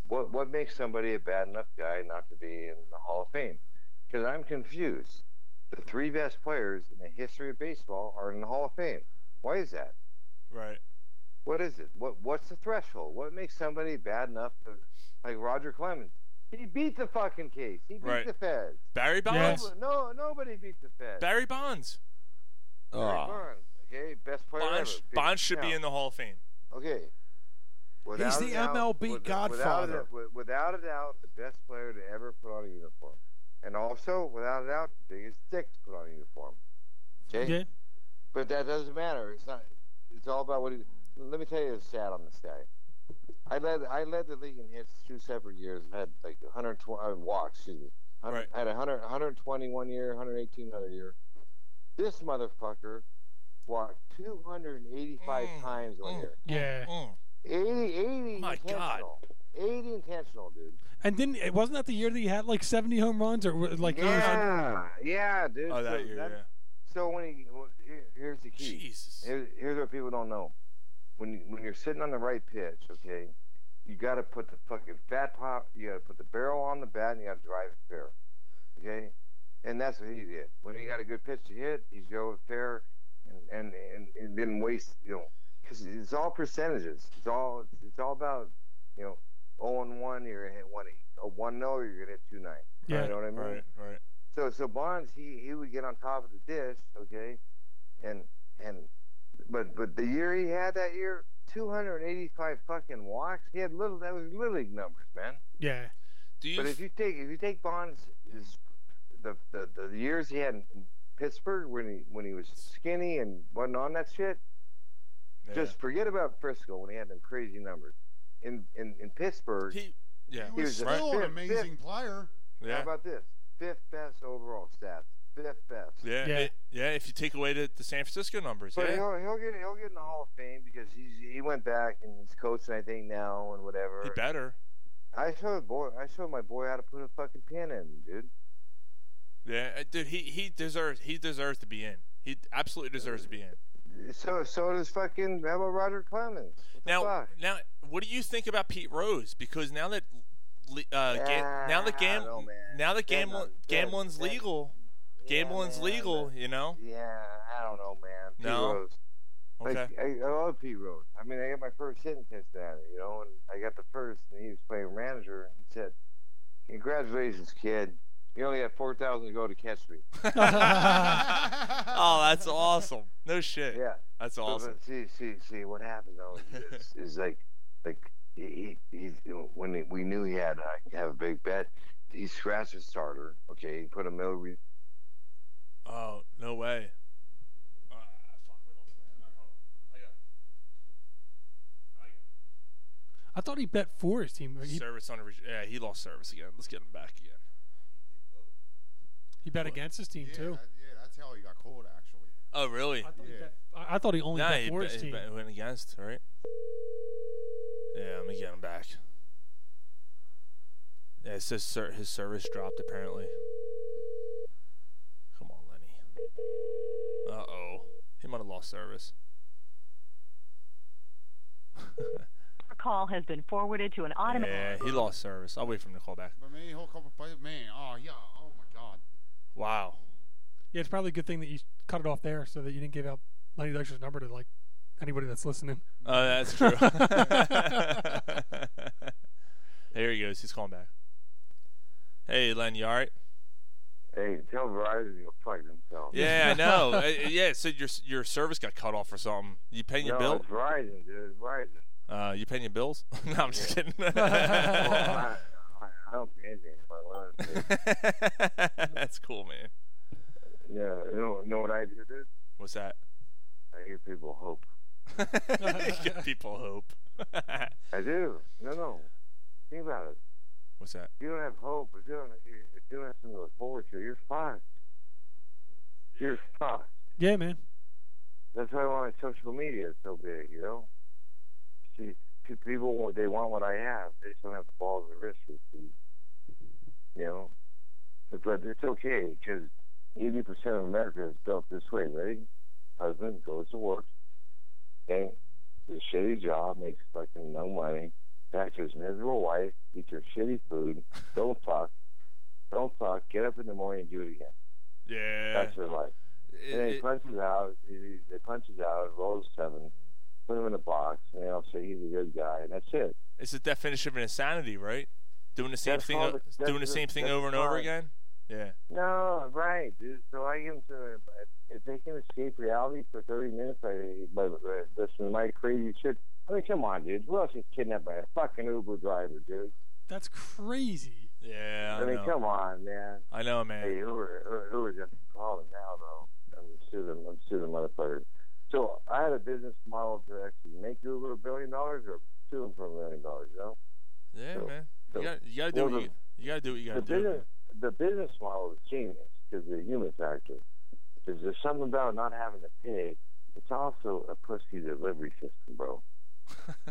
What what makes somebody a bad enough guy not to be in the Hall of Fame? Because I'm confused. The three best players in the history of baseball are in the Hall of Fame. Why is that?
Right.
What is it? What what's the threshold? What makes somebody bad enough? To, like Roger Clemens, he beat the fucking case. He beat
Right.
the feds.
Barry Bonds.
No, nobody beat the feds.
Barry Bonds.
Barry Bonds. Okay, best player
Bonds,
ever.
Bonds should be
Now,
in the Hall of Fame.
Okay.
the
a doubt-
MLB
with-
godfather.
Without a, wi- without a doubt, the best player to ever put on a uniform. And also, without a doubt, the biggest dick to put on a uniform. Okay?
Yeah.
But that doesn't matter. It's not. It's all about what he. Let me tell you a stat on this guy. I led I led the league in hits two separate years. I had like 120 uh, walks. Excuse me. 100 I had 100, 121 year, 118 another year. This motherfucker walked 285 times one year.
Yeah.
80, 80
Mm, My God.
intentional. 80 intentional, dude.
And then it wasn't that the year that he had like 70 home runs or like he was on-
yeah, yeah, dude.
Oh, that
so
year, yeah.
So when he, well, here- here's the key.
Jesus.
here's what people don't know. When you, when you're sitting on the right pitch, okay, you got to put the fucking fat pop. You got to put the barrel on the bat, and you got to drive it fair. Okay, and that's what he did. When he got a good pitch to hit, he drove it fair, and and and, and didn't waste. You know, because it's all percentages. It's all it's all about you know, 0 and one, you're gonna hit one eight. Oh, one no, you're gonna hit two nine.
Yeah.
You know what I mean?
Right, right.
So so Bonds he he would get on top of the dish, okay, and and but but the year he had that year, 285 fucking walks. He had little that was little league numbers, man.
Yeah.
Do you
But if you take if you take Bonds his, the, the the years he had in Pittsburgh when he when he was skinny and wasn't on that shit,
Yeah.
just forget about Frisco when he had them crazy numbers. In in, in Pittsburgh,
He- yeah.
He was
the
still an
fifth-
amazing player.
fifth- How about this? Fifth best overall stats. Fifth best.
Yeah, yeah. yeah, if you take away the, the San Francisco numbers,
But
yeah.
he'll, he'll get he'll get in the Hall of Fame because he's he went back and he's coaching I think now and whatever.
He better.
I showed boy I showed my boy how to put a fucking pin in, dude.
Yeah, uh, dude, he he deserves he deserves to be in. He absolutely deserves to be in.
So so does fucking how about Roger Clemens? What the
Now,
fuck?
now, what do you think about Pete Rose? Because now that le- uh, ga- now that
Ah,
gam-
I don't know, man.
now that
That-
gambling
that-
gambling's
that-
legal,
Yeah,
gambling's
man,
legal.
but-
You know?
Yeah, I don't know, man. Pete
No?
Rose.
Okay.
Like, I, I love Pete Rose. I mean, I got my first hit in Cincinnati, you know, and I got the first, and he was playing manager, and he said, "Congratulations, kid. You only have four thousand to go to catch me."
oh, that's awesome. No shit.
Yeah,
that's
So, but
awesome.
see, see, see, what happened though is, is like, like he, he he's when he, we knew he had uh, have a big bet, he scratched his starter. Okay, he put a middle. Re-
Oh no way. Ah,
I thought he bet for his team. He,
Service on a re- yeah, he lost service again. Let's get him back again.
he bet against his team too.
Yeah, that's how he got caught actually.
Oh really?
I, I thought he only
Nah,
bet
he
for
bet-
his
he
team.
bet- went against, right? Yeah, let me get him back. Yeah, it says ser- his service dropped apparently. Come on, Lenny. Uh oh, he might have lost service.
Your call has been forwarded to an automatic.
Yeah, he lost service. I'll wait for him to call back.
But man, he'll come play. Man, oh yeah, oh my god.
Wow.
Yeah, it's probably a good thing that you cut it off there so that you didn't give out Lenny Dykstra's number to like Anybody that's listening.
Oh, that's true. there he goes. He's calling back. Hey, Len, you all right?
Hey, tell Verizon to go fuck themselves.
Yeah, I know. Uh, yeah, it said your your service got cut off or something. You paying your
no,
bill?
It's Verizon, dude. It's Verizon.
Uh, you paying your bills? no, I'm just kidding.
Well, I, I, I don't pay anything if I want to.
That's cool, man.
Yeah, you know, know what I do, dude?
What's that?
I give people hope.
Give people hope.
I do. No, no. Think about it.
What's that?
If you don't have hope. If you don't, if you don't have something to look forward to, you're fucked. You're fucked.
Yeah, man.
That's why I why social media is so big, you know? See, pe- people, they want what I have. They just don't have the balls and wrists to see. You know? But, but it's okay, because 80% of America is built this way, right? Husband goes to work, okay? Does a shitty job, makes fucking no money, back to his miserable wife, eat your shitty food, don't fuck, don't fuck, get up in the morning and do it again.
Yeah.
That's their life. and then
It-
he
it-
punches out, he, they punches out, rolls seven, put him in a box, and they all say he's a good guy, and that's it.
it's the definition of insanity, right? Doing the same
That's
thing,
all
o-
the- that's
doing the
the-
same thing
that's
over and over
fine.
again. Yeah.
No, right, dude. So I give them to, if they can escape reality for 30 minutes by, by, by listening to my crazy shit, I mean, come on, dude. Who else is kidnapped by a fucking Uber driver, dude?
That's crazy.
Yeah.
I mean,
know.
come on, man.
I know, man.
Hey, Uber, Uber just calling now, though. I'm sue them. I'm sue the motherfucker. So I had a business model to actually make Uber a billion dollars or sue them for a million dollars. You know,
Yeah,
So-
man.
so-
You got you got to do
well,
what you, you got to do what you got
the
to do.
business the business model is genius because the human factor. Because there's something about not having to pay. It's also a pussy delivery system, bro.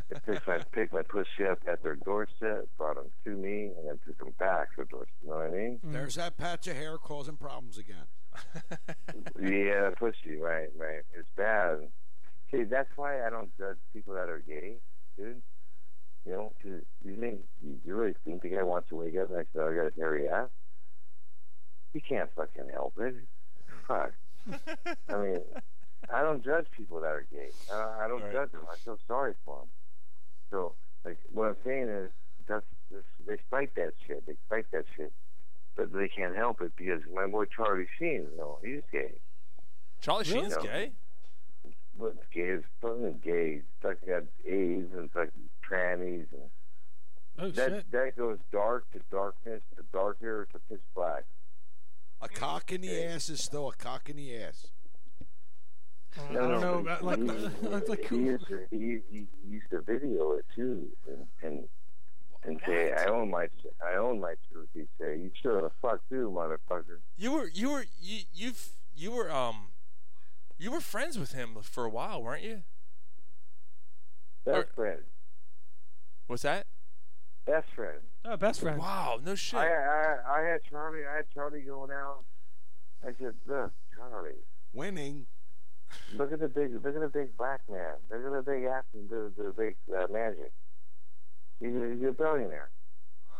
it picks my pick my pussy up at their doorstep, brought them to me, and then took them back to their doorstep. You know what I mean?
There's that patch of hair causing problems again.
Yeah, pussy, right, right. It's bad. See, that's why I don't judge people that are gay, dude. You know, 'cause you think you you really think the guy wants to wake up next to I got a hairy ass? You can't fucking help it. Fuck. I mean, I don't judge people that are gay. I, I don't
Right.
judge them. I feel sorry for them. So, like, what I'm saying is, that's, that's they fight that shit. They fight that shit, but they can't help it because my boy Charlie Sheen, you know, he's gay.
Charlie
Really?
Sheen's
No.
gay.
But gay is fucking gay. Fucking got AIDS and fucking trannies and
Oh,
that
shit.
that goes dark to darkness to darker to pitch black.
A cock in the ass is still a cock in the ass.
I don't know about like,
he,
the- like
he,
who-
used to, he, he he used to video it too and and, and say I own my I own my truth. He say you should have fucked too, motherfucker.
You were you were you you've you were um you were friends with him for a while, weren't you?
Best friend,
What's that?
best friend.
oh, best friend.
Wow, no shit.
I, I I had Charlie. I had Charlie going out. I said, look, Charlie.
Winning.
Look at the big, look at the big black man. Look at the big acting, the, the big uh, magic. He's a, he's a billionaire.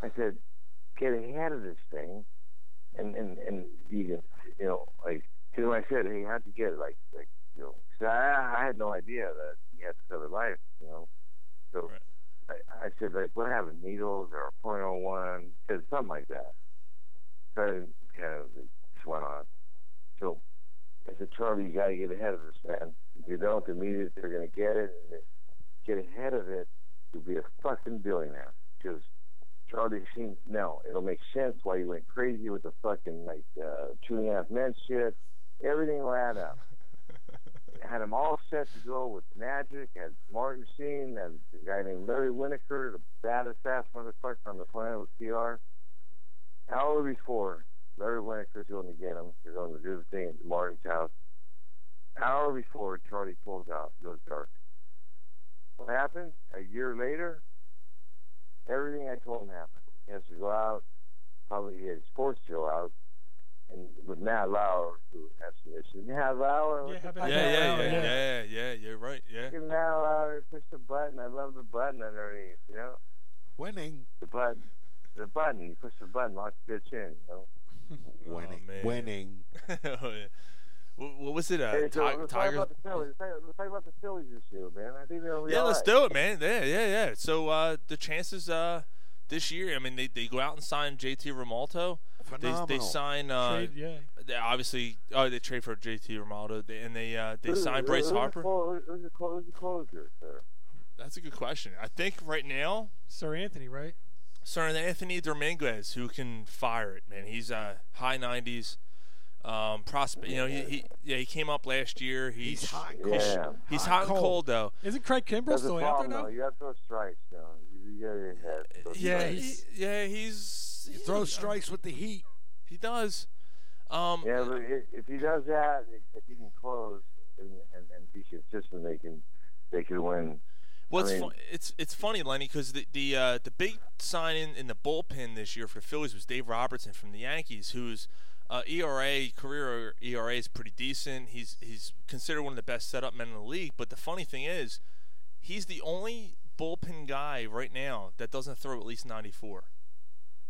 I said, get ahead of this thing, and and and you can, you know, like, because I said, hey, how'd you get it? like, like, you know, 'cause I I had no idea that he had this other life, you know. So I, I said, like, what happened? Needles or a point oh one, said something like that. So I kind of like, just went on. So I said, Charlie, you got to get ahead of this, man. If you don't, the media, they're going to get it. And get ahead of it, you'll be a fucking billionaire. Because Charlie Sheen, now, it'll make sense why you went crazy with the fucking, like, uh, two and a half men shit. Everything will add up. had him all set to go with Magic, had Martin Sheen, had a guy named Larry Winokur, the baddest ass motherfucker on the planet with PR. Hour before, Larry Winokur's going to get him. He's going to do the thing at Martin's house. Hour before, Charlie pulls out, goes dark. What happened? A year later, everything I told him happened. He has to go out. Probably he had a sports show out. And with Matt Lauer, who has some issues. Matt Lauer, what the
yeah,
fuck?
Oh,
yeah, yeah, yeah, yeah, yeah, You're right. Yeah.
Fucking now I push the button. I love the button underneath, you know?
Winning.
The button. The button. You push the button, lock the bitch in, you know?
Winning.
Winning.
oh, yeah. What what was it? Uh,
Hey, so
Ti- Tigers.
let's Talk about the Phillies. Let's talk- let's talk about the Phillies this year, man. I think they'll be
Yeah,
all
let's
right.
do it, man. Yeah, yeah, yeah. So uh, the chances uh, this year, I mean, they, they go out and sign JT Romalto. They, they
Phenomenal.
sign. Uh,
Trade, yeah.
They obviously, oh, they trade for JT Romalto, they- and they uh, they
Who-
sign
who-
Bryce
who's the
Harper.
clo- who's, the clo- who's the closer there?
That's a good question. I think right now,
Sir Anthony, right?
Sir Anthony Dominguez, who can fire it, man. He's uh, high nineties um, prospect. You know, he, he yeah he came up last year. He's, he's hot.
cold. Yeah.
He's
Hot
hot and
cold.
cold though.
Isn't Craig Kimbrell
That's
still
a
out there
problem,
now?
though. You have those strikes, though. You, you gotta have those
Yeah,
strikes.
he's, yeah, he's he
uh,
throws strikes with the heat. He does. Um,
yeah, but if, if he does that, if he can close and, and, and be consistent, they can they can win.
Well,
I
it's,
mean,
fu- it's it's funny, Lenny, because the the uh, the big sign in, in the bullpen this year for the Phillies was Dave Robertson from the Yankees, whose uh, ERA career ERA is pretty decent. He's he's considered one of the best setup men in the league. But the funny thing is, he's the only bullpen guy right now that doesn't throw at least 94,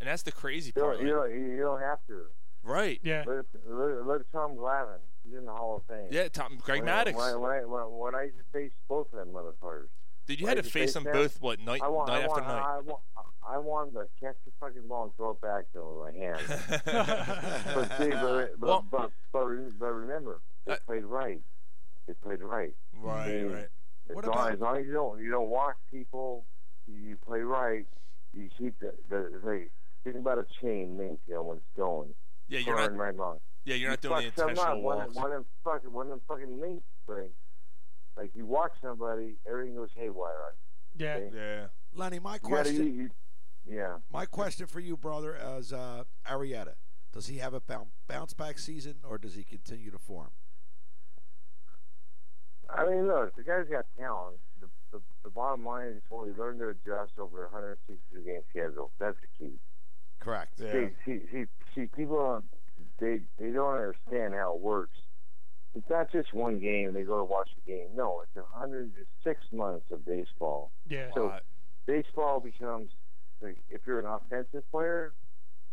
and that's the crazy
you,
part.
don't, you,
like-
don't, you don't have to.
right?
Look, look, look at Tom Glavine. He's in the Hall of Fame.
Yeah, Tom Greg
When-
Maddox.
When, when, I- when, when I used to face both of them motherfuckers.
Dude, you
When
had
I
to
used
face them
them,
both, what, night-
I want,
night
I
after
want,
night?
I, want, I wanted to catch the fucking ball and throw it back to my hand. but see, but, but,
Well-
but, but, re- but remember, they played right. They played right.
Right,
I mean,
right.
As,
What
long,
about-
as long as you don't you don't walk people, you, you play right. You keep the the. the Think about a chain link, you know, when it's going.
Yeah, you're not-
Going right along.
Yeah, you're not doing the
fuck something
intentional
up, one,
walks.
One of them fucking, one of them fucking links breaks. Like you walk somebody, everything goes haywire.
Yeah.
Yeah.
Lenny, my
You gotta-
question.
you- you- yeah.
My question for you, brother, is uh, Arietta. Does he have a boun- bounce back season, or does he continue to form?
I mean, look, the guy's got talent. The, the, the bottom line is when we learn to adjust over a 162 game schedule. That's the key.
Correct.
See, see, see, see, people don't- they they don't understand how it works. It's not just one game. They go to watch a game. No, it's 106 months of baseball.
Yeah.
So baseball becomes like if you're an offensive player,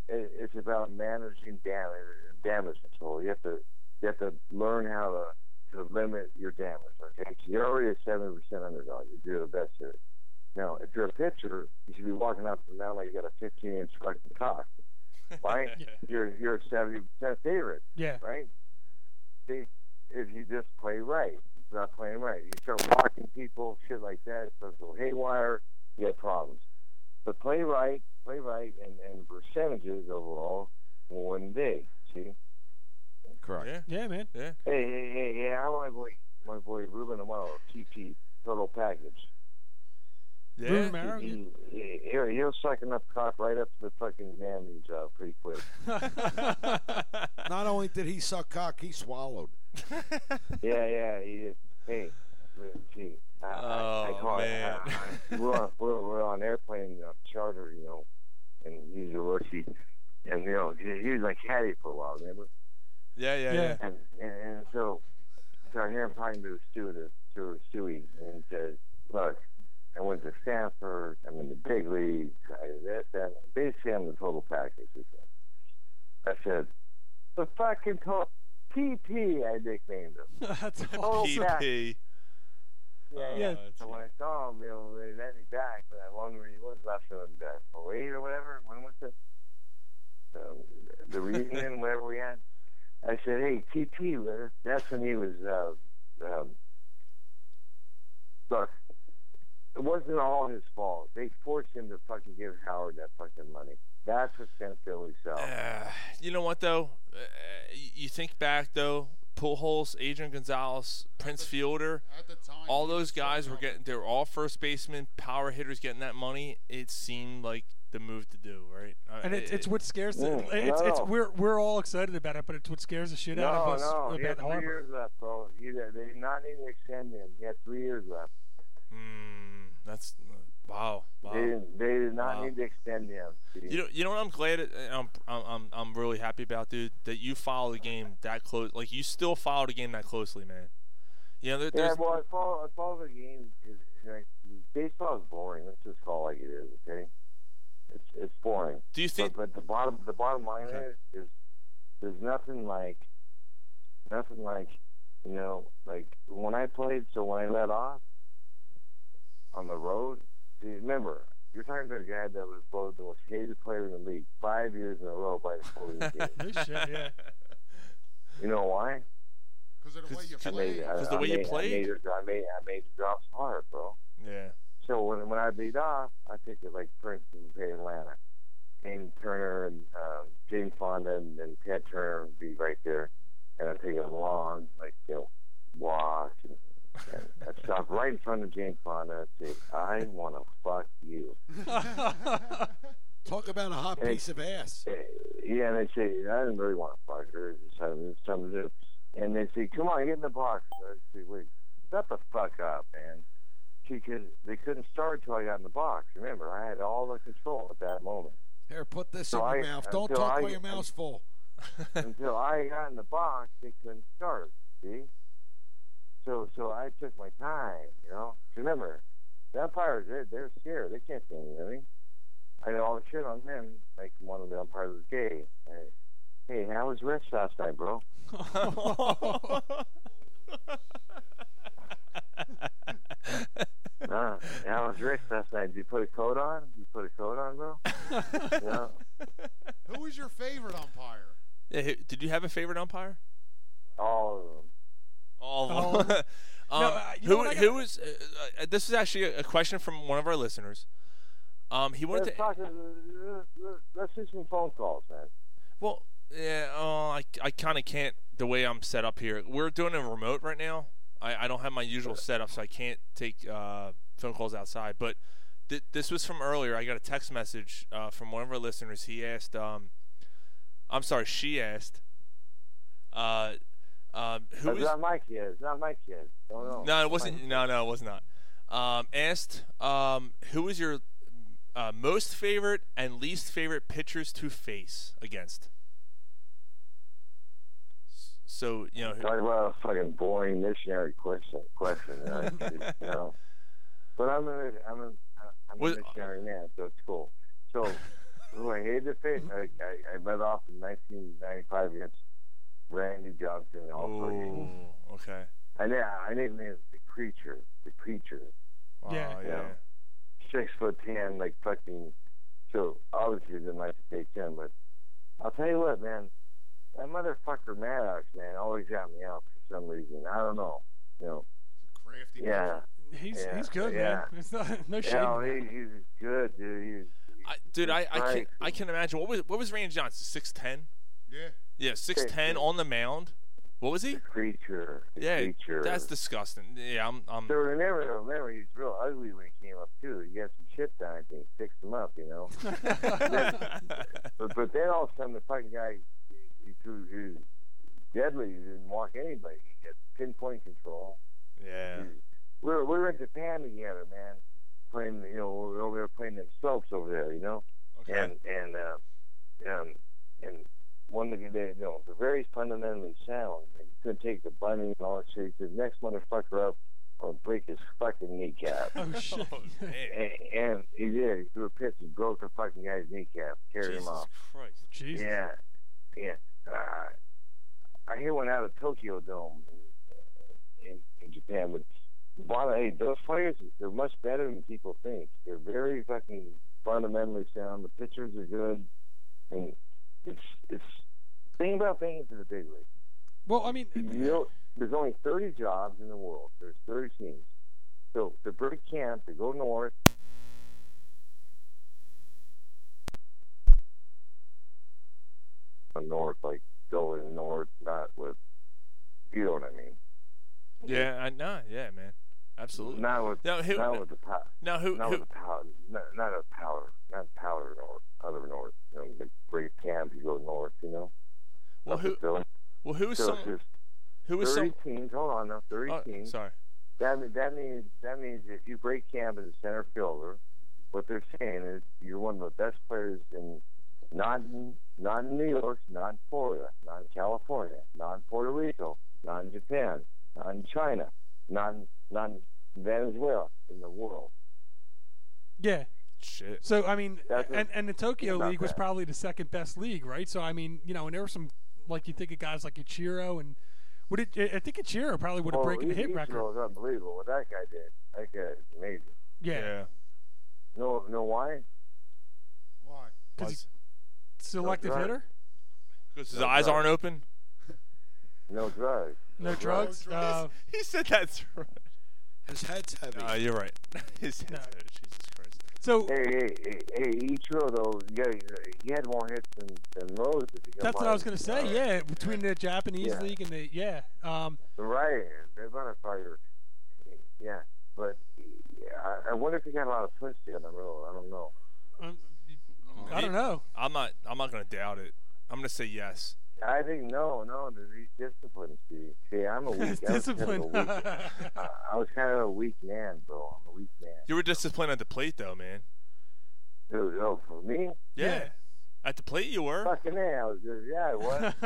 it, it's about managing damage damage control. You have to you have to learn how to, to limit your damage. Okay, 'Cause you're already a seven percent underdog. You're the best at it. Now, if you're a pitcher, you should be walking out the mound like you got a 15 inch fucking cock, right? You're you're a 70 percent favorite,
Yeah.
right? See, if you just play right, it's not playing right. You start walking people, shit like that, it starts to go haywire. You have problems. But play right, play right, and, and percentages overall will win big. See?
Correct.
Yeah.
Yeah, man.
Yeah.
Hey, hey, hey, hey, how my boy, my boy Ruben Amaro, TP, total package.
Yeah.
Ruben Amaro?
He, he, he'll- he'll suck enough cock right up to the fucking nanny job uh, pretty quick.
Not only did he suck cock, he swallowed.
yeah, yeah, he is. Hey, gee, I, I, I
Oh,
call
man.
it. I, I, we're, on, we're, we're on airplane uh, charter, you know, and he's a rookie. And, you know, he, he was like caddy for a while, remember?
Yeah, yeah, yeah.
And, and, and so, so I hear him talking to the stewardess, to Stewie, and he says, "Look, I went to Stanford. I'm in the big leagues. I, that, that. Basically, I'm the total package." He said. I said, "The fucking to- PP." I nicknamed him.
That's
Total
PP.
package. Oh, Yeah,
Yeah.
yeah. So when I saw him, you know, they let me back, but I wondered he was left in that away or whatever. When was it? Um, the reunion, whatever we had. I said, "Hey, TP, Litter." That's when he was. Uh, um, look, it wasn't all his fault. They forced him to fucking give Howard that fucking money. That's what sent Philly south.
Uh, you know what though? Uh, y- you think back though, Pujols, Adrian Gonzalez, Prince Fielder, all those guys were getting. They were all first basemen, power hitters getting that money. It seemed like the move to do, right? Uh,
And it's,
it-
it's what scares the,
Mm,
it's, it's
no.
we're we're all excited about it, but it's what scares the shit out of us
No, no, he had
about
three
Harper.
years left, bro. He, they did not need to extend him. He had three years left.
Mm, that's wow, wow.
They, didn't- they did not
Oh. Wow.
need to extend him.
You know, you know what I'm glad it- I'm, I'm I'm I'm really happy about, dude. That you follow the game that close. Like you still follow the game that closely, man. You know, there,
yeah,
there's
well, I follow, I follow the game. Is, like, baseball is boring. Let's just call it like it is, okay? It's it's boring.
Do you
think? But, but the bottom the bottom line
Okay.
is, is there's nothing like nothing like, you know, like when I played. So when I let off on the road, see, remember you're talking to a guy that was voted the most hated player in the league five years in a row by the police.
This shit, yeah.
You know why?
Because of the way you
I
played.
made, I,
Because
I made, I made, the- I made, I made the drops hard, bro.
Yeah.
So when when I beat off, I think it like for instance in Atlanta, James Turner and um, James Fonda and, and Ted Turner would be right there, and I take a long like you know walk and, and I stop right in front of James Fonda and say, "I want to fuck you."
Talk about a hot
Hey.
piece of ass.
Yeah, and they say, "I didn't really want to fuck her, just something, something to do." And they say, "Come on, get in the box." I say, "Wait, shut the fuck up, man." She could, they couldn't start till I got in the box. Remember, I had all the control at that moment.
Here, put this
So
in your
I-
mouth. Don't
until
talk
I-
while your mouth's full.
until I got in the box, they couldn't start. See, so so I took my time. You know, 'Cause remember, vampires they're, they're scared. They can't do anything. I know all the shit on them. Like one of the umpires was gay. I- hey, how was Rich last night, bro? Uh, how was Rich last night? Did you put a coat on? Did you put a coat on, bro? you know?
Who was your favorite umpire?
Yeah, hey, did you have a favorite umpire?
All of them.
All
All
of
of
them.
'em.
um,
Oh. No, uh, you know
who
what I got-
who is? Uh, uh, this is actually a, a question from one of our listeners. Um, he wanted
Let's,
to.
talk, let's, uh, let's do some phone calls, man.
Well, yeah, oh, I, I kind of can't the way I'm set up here. We're doing a remote right now. I, I don't have my usual setup, so I can't take uh, phone calls outside. But th- this was from earlier. I got a text message uh, from one of our listeners. He asked, um, I'm sorry, she asked, uh, um, who
it's
is.
not my kid. It's not my kid. Don't know.
No, it wasn't. No, no, it was not. Um, asked, um, who is your uh, most favorite and least favorite pitchers to face against? S- So you know, who-
Talk about a fucking boring missionary question. Question, right? you know. But I'm a I'm a I'm a
Was-
missionary man, so it's cool. So, who I hated to face, I, I, I led off in 1995 against Randy Johnson. and all three.
Ooh, okay.
I na- I named him the creature, the creature.
Wow, Oh, yeah.
You know, six foot ten, like fucking. So obviously didn't like to take him, but I'll tell you what, man, that motherfucker Maddox, man, always got me out for some reason. I don't know. You know.
Crafty.
Yeah.
He's
yeah,
he's good,
yeah.
man. It's not, no shit.
Yeah, he, he's good, dude.
I, dude, I, I can
Right.
I can imagine what was what was Randy Johnson six ten?
Yeah.
Yeah, six ten on the mound. What was he?
creature. The
yeah,
creature.
that's disgusting. Yeah, I'm I'm.
So remember, remember, he's real ugly when he came up too. He had some shit done, I think, fixed him up, you know. but, but then all of a sudden, the fucking guy, he, he threw, he was deadly. He didn't walk anybody. He had pinpoint control.
Yeah.
We were, we were in Japan together, man. Playing, you know, we were over there playing them slopes over there, you know. And and uh, um, and one of the they, you know, they're very fundamentally sound. Like, you couldn't take the bunny and all that shit. He said, next motherfucker up, I'll break his fucking kneecap.
Oh shit.
And, and he did. He threw a pitch and broke the fucking guy's kneecap, carried
Jesus
him off.
Christ.
Jesus.
Yeah, yeah. Uh, I hear one out of Tokyo Dome in, in, in Japan. But Bada, hey, those players, they're much better than people think. They're very fucking fundamentally sound. The pitchers are good, and it's it's think about things in the big league.
Well, I mean,
You know, there's only 30 jobs in the world. There's 30 teams. So to break camp, to go north. North, like going north, not with, you know what I mean.
Yeah, I know. Yeah, man, absolutely.
Not with,
now, who,
not with the power.
now who-
Not
who-
with the power. Not, not a power. Not power north. Other north. You know, the great camp. You go north. You know.
Well,
Up
who-
to Philly.
well, who is
so
some-
It's just
who is
30
some-
teams. Hold on, now. Thirty
Oh,
teams.
sorry.
That me- that means that means if you break camp as a center fielder, what they're saying is you're one of the best players in not not in New York, not in Florida, not in California, not in Puerto Rico, not in Japan, not in China, not in, not in Venezuela, in the world.
Yeah.
Shit.
So I mean,
That's
and
it.
and the Tokyo
About
League was
that.
probably the second best league, right? So I mean, you know, and there were some like you think of guys like Ichiro and Would it? I- I think Ichiro probably would have
Well,
broken the
he-
hit
he
record.
was unbelievable what that guy did. That guy is amazing.
Yeah,
No, no, why?
Why?
because selective
No drug.
hitter.
Because his
No
eyes
drug.
aren't open.
No drugs.
No drugs. Uh,
he said that's right.
His head's heavy.
Uh, you're right. his head's heavy. Jesus Christ.
So
hey, hey, hey, hey Ichiro though, yeah, he had more hits than than Rose. if you
That's what I
combine
was gonna
them.
say. Yeah, between the Japanese
Yeah.
league and the yeah. Um,
Right, they're gonna fire. Yeah, but yeah, I, I wonder if he got a lot of pussy on the road. I don't know.
um, I don't know.
I'm not. I'm not gonna doubt it. I'm gonna say yes.
I think no, no, he's disciplined. See, see, I'm a weak. I was kind of a
Disciplined.
weak- I I was kind of a weak man, bro. I'm a weak man.
You were disciplined at the plate, though, man.
Dude, oh, for me,
Yeah. At the plate, you were.
fucking A, I was just yeah, I was.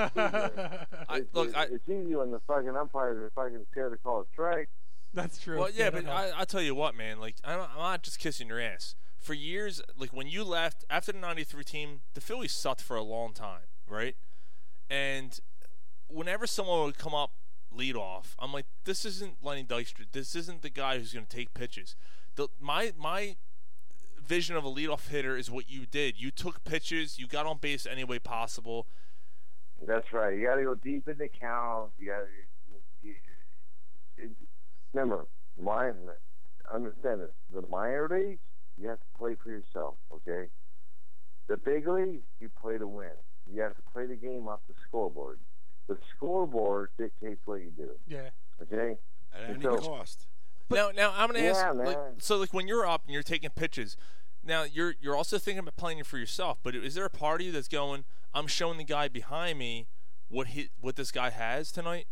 I,
It's-
look,
it's,
I,
it's easy when the fucking umpires are fucking scared to call a strike.
That's true.
Well, yeah,
no,
but
no.
I, I'll tell you what, man. Like, I'm, I'm not just kissing your ass. For years, like when you left after the '93 team, the Phillies sucked for a long time, right? And whenever someone would come up lead off, I'm like, this isn't Lenny Dykstra. This isn't the guy who's going to take pitches. The, my my vision of a leadoff hitter is what you did. You took pitches. You got on base any way possible.
That's right. You got to go deep in the count. You got to remember, minor. Understand this: the minor leagues, you have to play for yourself. Okay. The big leagues, you play to win. You have to play the game off the scoreboard. The scoreboard dictates what you do.
Yeah.
Okay.
At
And
any
so-
cost.
now, now I'm gonna ask.
Yeah,
like,
man.
so, like when you're up and you're taking pitches, now you're you're also thinking about playing it for yourself. But is there a part of you that's going, I'm showing the guy behind me what he what this guy has tonight?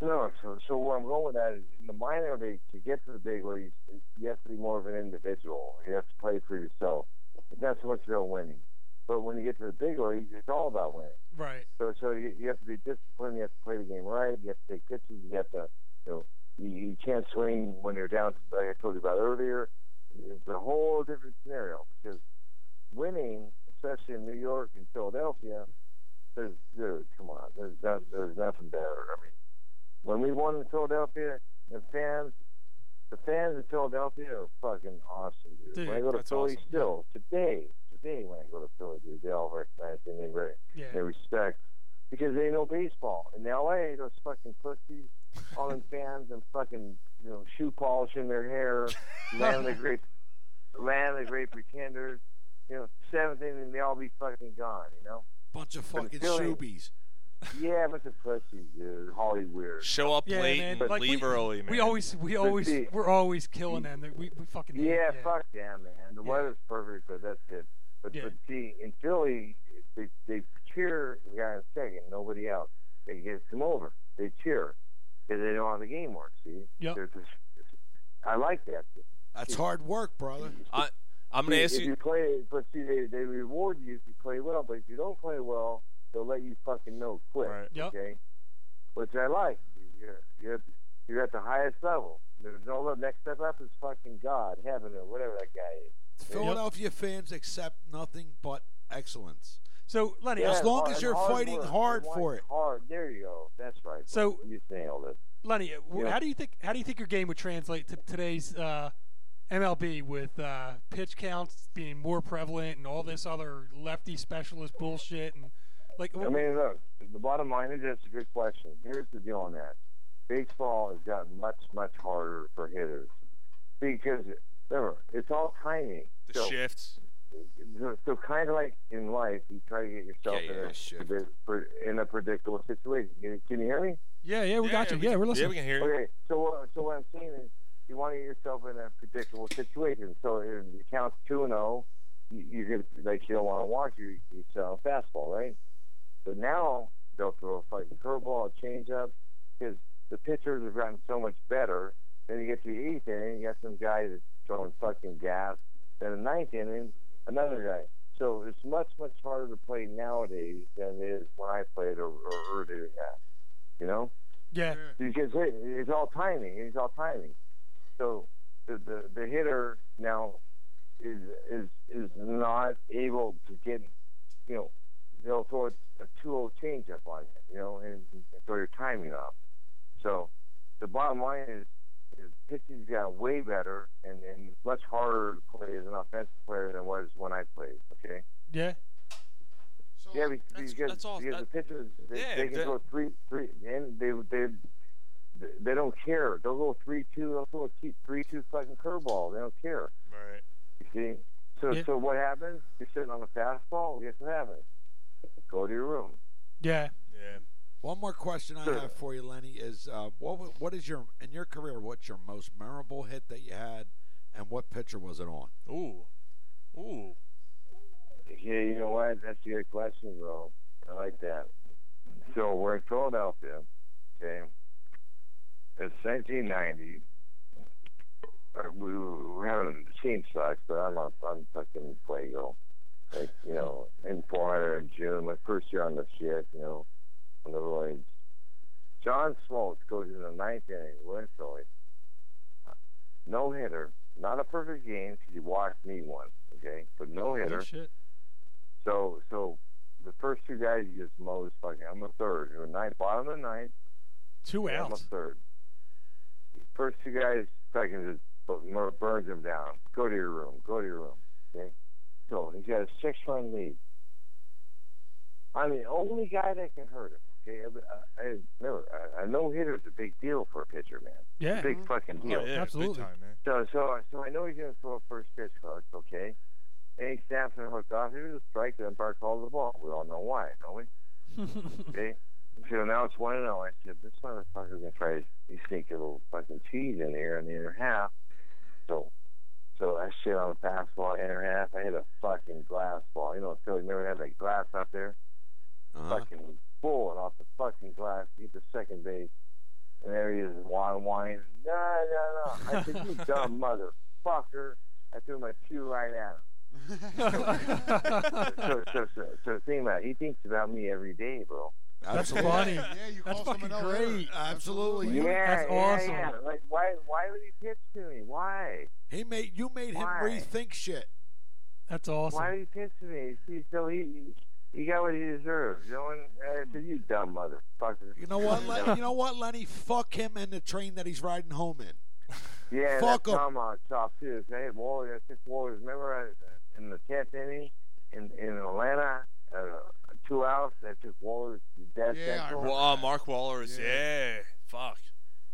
No, so so where I'm going with that is in the minor leagues to get to the big leagues, you have to be more of an individual. You have to play for yourself. It's not so much about winning, but when you get to the big leagues, it's all about winning.
Right.
So so you, you have to be disciplined. You have to play the game right. You have to take pitches. You have to you know you, you can't swing when you're down. Like I told you about earlier, it's a whole different scenario because winning, especially in New York and Philadelphia, there's dude, come on, there's no, there's nothing better. I mean, when we won in Philadelphia, the fans. The fans in Philadelphia are fucking awesome, dude.
Dude,
when I go to
that's
Philly,
awesome.
still today, today when I go to Philly, dude, they all recognize me. They, re-
Yeah.
they respect because they know baseball. In L.A., those fucking pussies, all them fans and fucking you know shoe polish in their hair, land of the great, land of the great pretenders. You know, seventh inning, they all be fucking gone. You know,
Bunch of
But
fucking
Philly-
shoobies.
Yeah, but the pussies, dude, Holly weird.
Show up
Yeah,
late
man.
and
Like,
leave
we-
early, man.
We always, we
But
always,
see-
we're always killing them. They- We, we fucking hate
Yeah,
it.
fuck them, man. The
Yeah.
weather's perfect, but that's it. But,
Yeah.
but see, in Philly, they, they cheer the guy in second, nobody else. They get him over. They cheer because they know how the game works. See,
Yep.
They're just- I like that.
That's hard work, brother.
I, I'm gonna
See,
ask
if
you.
play, but see, they, they reward you if you play well. But if you don't play well, they'll let you fucking know quick.
Right.
Yep.
Okay. Which I like. You're, you're, you're at the highest level. There's no level. next step up is fucking God, heaven, or whatever that guy is.
Philadelphia fans accept nothing but excellence.
So Lenny,
Yeah,
as long
hard-
as you're
hard
fighting
work.
hard
Right,
for it.
Hard. There you go. That's right.
So-
you nailed it.
Lenny, uh, wh-
Yeah.
how do you think how do you think your game would translate to today's uh, MLB with uh, pitch counts being more prevalent and all this other lefty specialist bullshit and like
I mean, look. The bottom line is that's a good question. Here's the deal on that. Baseball has gotten much, much harder for hitters because remember it's all timing.
The
so,
shifts.
so, kind of like in life, you try to get yourself
Yeah,
in,
yeah,
a,
shift.
predi- pre- in a predictable situation. Can you hear me?
yeah, yeah, we got you.
we
yeah,
can-
we're listening.
Yeah, we can hear you.
Okay, so what, so what I'm saying is, you want to get yourself in a predictable situation. So if it counts two and zero, you, you're gonna like you don't want to walk. You you sell a fastball, right? But now they'll throw a fucking curveball, a changeup, because the pitchers have gotten so much better. Then you get to the eighth inning, you got some guy that's throwing fucking gas. Then the ninth inning, another guy. So it's much much harder to play nowadays than it is when I played or, or earlier than that. You know.
Yeah,
Because it- it's all timing. It's all timing. So the the, the hitter now is is is not able to get you know they'll throw a 2 0 change change up on you, you know, and, and throw your timing off. So the bottom line is, is pitching's got way better and, and much harder to play as an offensive player than it was when I played. Okay.
Yeah.
yeah, because, because, because the pitchers they,
Yeah,
they can
that-
throw three three and they they they don't care. They'll go three two. They'll throw a cheap three two fucking curveball. They don't care.
Right.
You see. So
Yeah.
so what happens? You're sitting on a fastball. Guess what happens? Go to your room.
Yeah.
Yeah.
One more question I
Sure.
have for you, Lenny, is uh, what wa- what is your in your career? What's your most memorable hit that you had, and what pitcher was it on?
Ooh, ooh. Oh,
Yeah, you know what? That's a good question, bro. I like that. So we're in Philadelphia. Okay, it's 1990. Uh, We were having the team sucks, but I'm a, I'm fucking fuego. Like you know, in Florida in June, my first year on the shit, you know, on the roids. John Smoltz goes in the ninth inning, wins Philly. No hitter, not a perfect game because he walked me once, okay, but no hitter.
shit.
So so the first two guys you just mowed fucking I'm a third. You're ninth bottom of the ninth.
Two
and I'm a
outs.
third. First two guys fucking just bu- mur- burns him down. Go to your room. Go to your room. Okay? So he's got a six run lead. I'm the only guy that can hurt him. Okay, I, I, I remember a, a no hitter is a big deal for a pitcher, man. It's a
Yeah.
big fucking deal.
Absolutely.
So, so, so I know he's gonna throw a first pitch hook, okay? And he snaps and hooked off. Here's a strike. The umpire calls the ball. We all know why, don't we? Okay. So now it's one and zero. I said, this motherfucker's gonna try to sneak a little fucking cheese in here in the inner half. So, so I shit on a fastball inner half. I hit a fucking glass ball. You know, Philly never had that glass up there. Fucking bullet off the fucking glass. Get to second base. And there he is, wine, wine. No, no, no. I said, you dumb motherfucker. I threw my shoe right at him so, so, so, so think about it. He thinks about me every day, bro.
That's funny. That's fucking great.
Absolutely.
Yeah,
That's
yeah,
awesome.
yeah. Like, why, why would he pitch to me? Why?
He made you made him
Why?
rethink shit.
That's awesome.
Why would he pitch to me? See, so he, he got what he deserved. You know, and I said, you dumb motherfucker.
You know what? Len, you know what, Lenny? Fuck him and the train that he's riding home in.
Yeah,
Fuck
that's
'em.
I'm on top too. They had Warriors. I think Warriors. Remember I, in the tenth inning in in Atlanta, uh, two outs. That took Warriors to death. central.
Well, uh, Mark Waller is yeah. Fuck.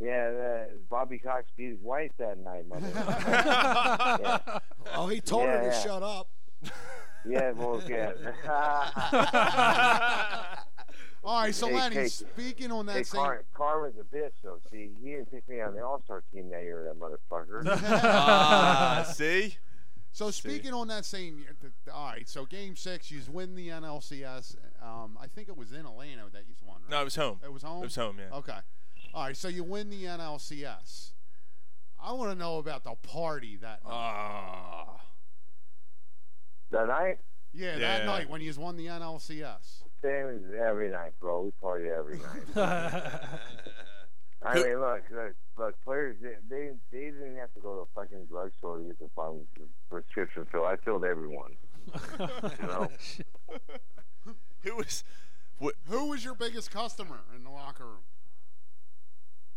Yeah, that, Bobby Cox beat his wife that night, mother.
Oh, he told her to
Yeah.
shut up.
Yeah, well, yeah.
All right, so
Hey,
Lenny,
hey,
speaking on that
Hey,
same.
Car- Carmen's a bitch, though. See, he didn't pick me on the All Star team that year, that motherfucker.
Uh, see?
So speaking on that same year, th- th- all right. So game six, you win the NLCS. Um, I think it was in Atlanta that you won. Right?
No, it was home.
It was home.
It was home, yeah.
Okay. All right. So you win the NLCS. I want to know about the party
Uh,
that night.
Ah.
that night,
yeah,
Yeah.
that night when you won the NLCS.
same as every night, bro. We party every night. I mean, look, look, look players, they, they, they didn't have to go to a fucking drugstore to get the fucking prescription filled. I filled everyone. you know?
Who was? What?
Who was your biggest customer in the locker room?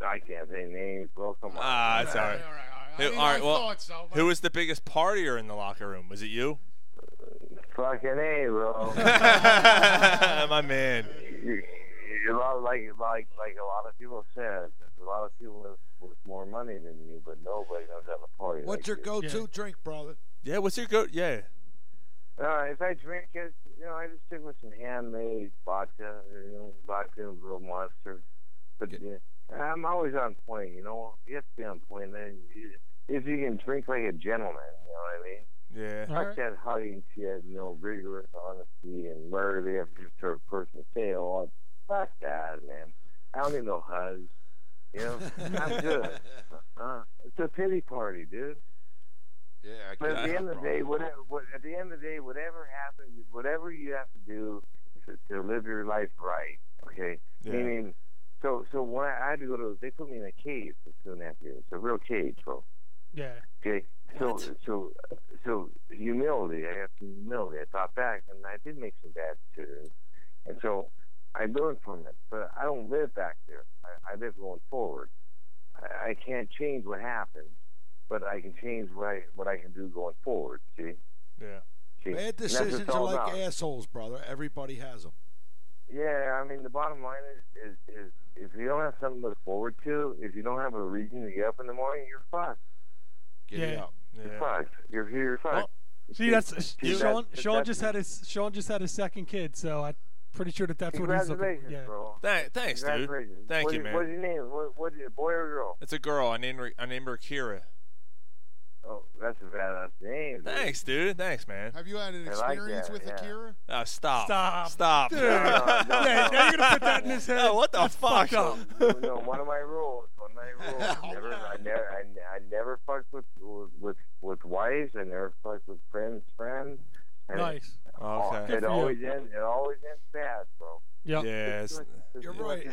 I can't say names, bro. Come on.
Ah, it's all right.
I
Who-
mean, I
well,
thought so, but-
who was the biggest partier in the locker room? Was it you?
Fucking A, bro.
My man.
You- you- a lot like like like a lot of people said, a lot of people with, with more money than you, but nobody knows how to party.
What's
like
your
you.
go-to drink, brother?
Yeah. What's your go? Yeah.
Uh, if I drink it, you know, I just stick with some handmade vodka, you know, vodka and real monster. But yeah, I'm always on point, you know. You have to be on point. Man. You- If you can drink like a gentleman, you know what I mean?
Yeah.
Fuck that hugging shit, you know, rigorous honesty and murder they have to serve person's tail. Fuck that, man. I don't need no hugs. You know, I'm good. Uh, it's a pity party, dude.
Yeah, I
But at
can't-
the end of the day, whatever, what, at the end of the day, whatever happens, whatever you have to do to, to live your life right, okay?
Yeah.
Meaning, so so when I, I had to go to, they put me in a cage for two and a half years. It's a real cage, bro.
Yeah.
Okay, so so so humility. I have some humility. I thought back, and I did make some bad decisions, and so I I learned from it, but I don't live back there. I, I live going forward. I, I can't change what happened, but I can change what I, what I can do going forward. See?
Yeah.
See?
Bad
And that's what it's
decisions are
all
like
about.
assholes, brother. Everybody has them.
Yeah, I mean, the bottom line is, is, is if you don't have something to look forward to, if you don't have a reason to get up in the morning, you're fucked.
Yeah.
You're fucked. You're, you're fucked.
See, that's
See,
Sean.
that's-
Sean
that's-
just had his Sean just had his second kid, so I'm pretty sure that that's what he's looking.
Congratulations,
Yeah.
bro.
Thank- thanks, dude.
Congratulations.
Thank
What
you,
is-
man.
What's your name? What, what is it, boy or girl?
It's a girl. I named her, I named her Kira.
Oh, that's a badass name. dude.
Thanks, dude. Thanks, man.
Have you had an
I like
experience
that,
with
yeah.
Akira?
Uh, stop.
Stop.
Stop.
Dude. Yeah, now you're gonna put that in his head.
Oh, what the
That's
fuck?
fucked up.
No, no, one of my rules. One of my rules. I never, I never, I, I never fucked with with with wives. I never fucked with friends' friends. And
Nice.
Oh,
Okay.
It always ends. It always ends bad, bro.
Yep.
Yeah, it's-
You're right.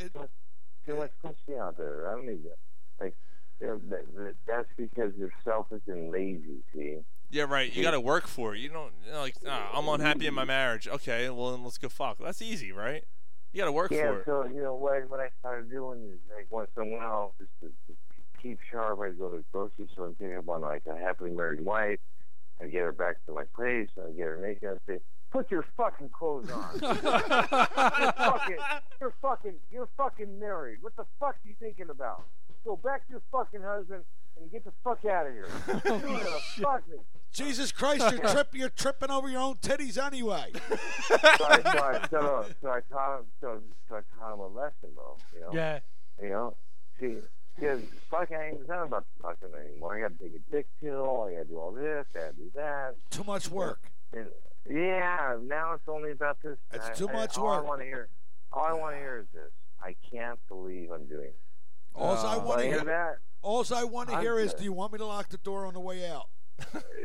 Too much pussy out there. I don't need that. Like, you know, that, that, that's because you're selfish and lazy. See.
Yeah, right. You got to work for it. You don't you know, like. "Ah, I'm unhappy in my marriage. Okay, well then let's go fuck. That's easy, right? You got to work
yeah,
for it.
so you know what? What I started doing is like once in a while, just to, to keep sharp, I'd go to the grocery store and pick up on like a happily married wife. I get her back to my place. I get her naked. I say, "Put your fucking clothes on. you're, fucking, you're fucking, you're fucking married. What the fuck are you thinking about? Go back to your fucking husband and get the fuck out of here. You're gonna fuck me."
Jesus Christ, you're, trip, you're tripping over your own titties anyway.
so, I, so, I, so, no, so I taught him. So, so I taught him a lesson, though. You know.
Yeah.
You know. See, because fuck, I ain't not about fucking anymore. I got to take a dick pill. I got to do all this. I got to do that.
Too much work.
And, yeah. Now it's only about this.
It's
I-
too
I-
much
all
work.
I want to hear. All I want to hear is this. I can't believe I'm doing. it.
All I
Uh,
want to
hear
hear,
that?
all I want to
I'm
hear is,
good.
do you want me to lock the door on the way out?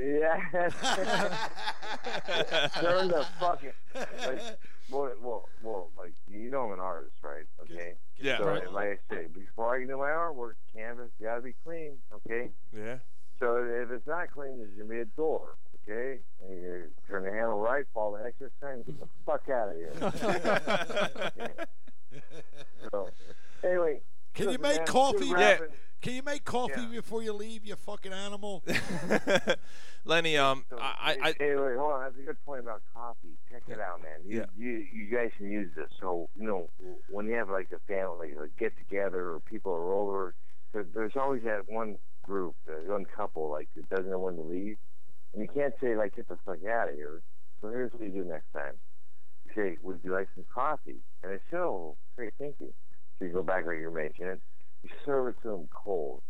Yeah. Turn the fucking. Like, well, well, well, like you know, I'm an artist, right? Okay.
Yeah.
So,
Right.
like I say, before I can do my artwork, canvas gotta be clean. Okay.
Yeah.
So if it's not clean, there's gonna be a door. Okay. And you turn the handle right, fall the extra sign, get the fuck out of here. so, anyway.
Can you
listen,
make
man,
coffee?
good rapping.
Can you make coffee before you leave, you fucking animal?
Lenny, um, I, I, I
Hey, wait, hold on. That's a good point about coffee. Check it out, man. You,
Yeah.
you, you guys can use this. So, you know, when you have like a family, like get together, or people are over, there, there's always that one group, that one couple, like that doesn't know when to leave. And you can't say like, get the fuck out of here. So here's what you do next time. You say, would you like some coffee? And they say, oh, great, thank you. So you go back where you're making it. You serve it to them cold.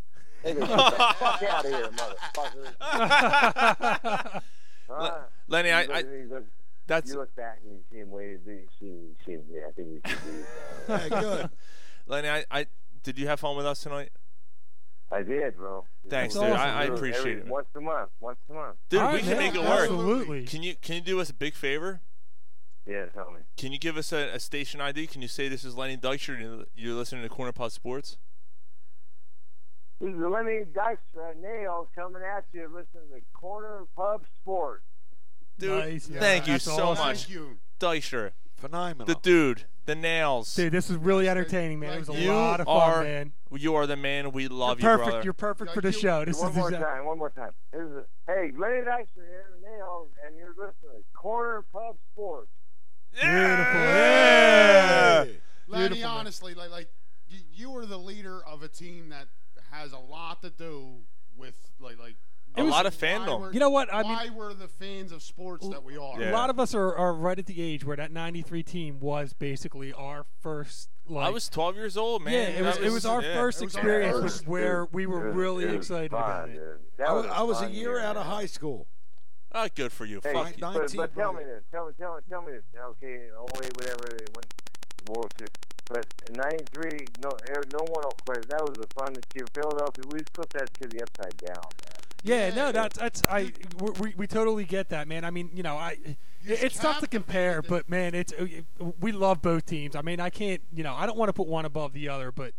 They go, "Get the fuck out of here, motherfucker. Huh?
Lenny, I-
You look-
I-
you look-
that's-
you look back and you see him waiting. You see, you see him. Yeah, I think we should do that.
good.
Lenny, I, I, did you have fun with us tonight?
I did, bro.
Thanks,
That's
dude.
awesome,
I, I
dude.
appreciate
Every-
it. man.
Once a month. Once a month.
Dude,
All
we
right,
can
man.
make it work.
Absolutely.
Can you can you do us a big favor?
Yeah, tell me.
Can you give us a, a station ID? Can you say this is Lenny Dykstra and you- you're listening to Corner Pod Sports?
This is Lenny Dykstra and Nail coming at you. Listen to Corner Pub Sports.
Dude,
Nice, man.
thank you
That's
so
awesome.
much.
Thank you.
Dykstra.
Phenomenal.
The dude, the nails.
Dude, this was really entertaining, man. It was a
you
lot of
are,
fun, man.
You are the man. We love
perfect.
you, brother.
You're perfect for the show. This
one
is
more
exact-
time. One more time. This is hey, Lenny Dykstra here and Nail, and you're listening to Corner Pub Sports.
beautiful.
Yeah.
Lenny,
Beautiful, man.
honestly, like, like you, you are the leader of a team that has a lot to do with like like
A lot of
why
fandom.
we're-
You know what, I mean-
why we're the fans of sports that we are.
A lot of us are, are right at the age where that '93 team was basically our first. Like,
I was 12 years old, man.
Yeah, it was,
That
it was our
yeah.
first experience
first,
with where
dude.
we were
Dude,
really
dude,
excited
fine,
about it.
dude. That
I was, I was a
fun
year out of
man.
high school.
Ah, good for you.
Hey,
Fuck you.
but, but tell me this. Tell me, tell me, tell me this. Okay, only whatever they went World Series. But in '93, no, there- no one will quit. That was the funnest year. Philadelphia, we flipped that to the upside down.
Yeah, no, that's that's I we- we, we totally get that, man. I mean, you know, I it- it's tough to compare, but man, it's uh, we love both teams. I mean, I can't, you know, I don't want to put one above the other, but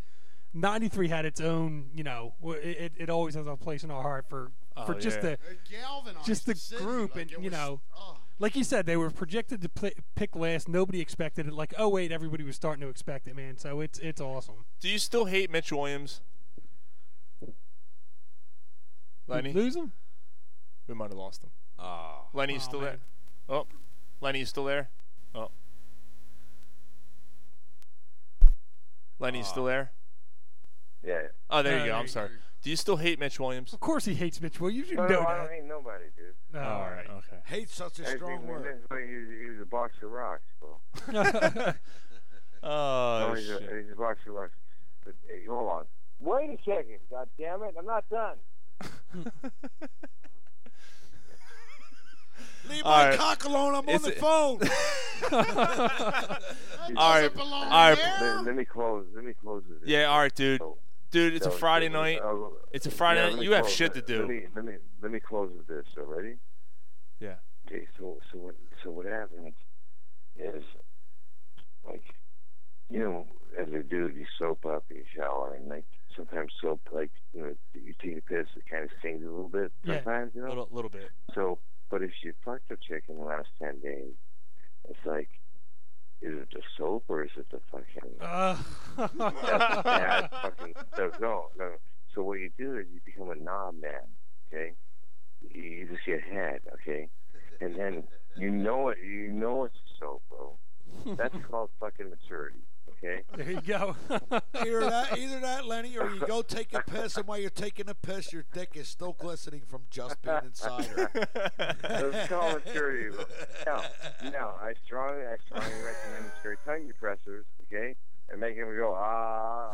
'93 had its own, you know, w- it, it- it always has a place in our heart for
Oh,
for just
yeah.
the just the group and you know, like you said, they were projected to pl- pick last. Nobody expected it. Like, oh wait, everybody was starting to expect it, man. So it's it's awesome.
Do you still hate Mitch Williams? Lenny,
lose him?
We might have lost him.
Ah.
Oh, Lenny, you
Aw,
still
man.
there? Oh, Lenny, you still there? Oh, Lenny, you
Ah.
still there?
Yeah.
Oh, there you
Yeah,
go.
there
I'm
you
sorry. Do you still hate Mitch Williams?
Of course, he hates Mitch Williams. You
No,
know
no, I don't
that.
hate nobody, dude.
Oh, all right.
Okay.
Hate's such a
Everything
strong
we
word.
did, but He, he was a box of rocks, bro.
Oh,
No, he's, a,
shit.
he's a box of rocks. But hey, hold on. Wait a second. God damn it. I'm not done.
Leave
All
my
right.
cock alone. I'm
It's
on the
a-
phone.
All right. All right.
Let, let me close. Let me close this.
Yeah, all right, dude. Dude, it's a
So,
Friday
so,
night.
uh,
It's a Friday
yeah,
night.
let me
You have
close
shit to
it.
do.
Let me, let me let me close with this. So ready?
Yeah.
Okay. So so what so what happens is like you know as a dude you soap up you shower and like sometimes soap like you know you take a piss it kind of stings a little bit
Yeah.
sometimes you know
Little, little bit.
so, but if you fucked a chick in the last 10 days, it's like, is it the soap or is it the fucking.
Uh.
yeah, fucking so, no, no. So, what you do is you become a knob man, okay? You, you just get head, okay? And then you know it, you know it's a soap, bro. That's called fucking maturity, okay?
There you go.
Either that, either that, Lenny, or you go take a piss, and while you're taking a piss, your dick is still glistening from just being inside her.
It's called maturity. bro. No, no, I strongly, I strongly recommend maturity tongue depressors, okay? And make them go, ah.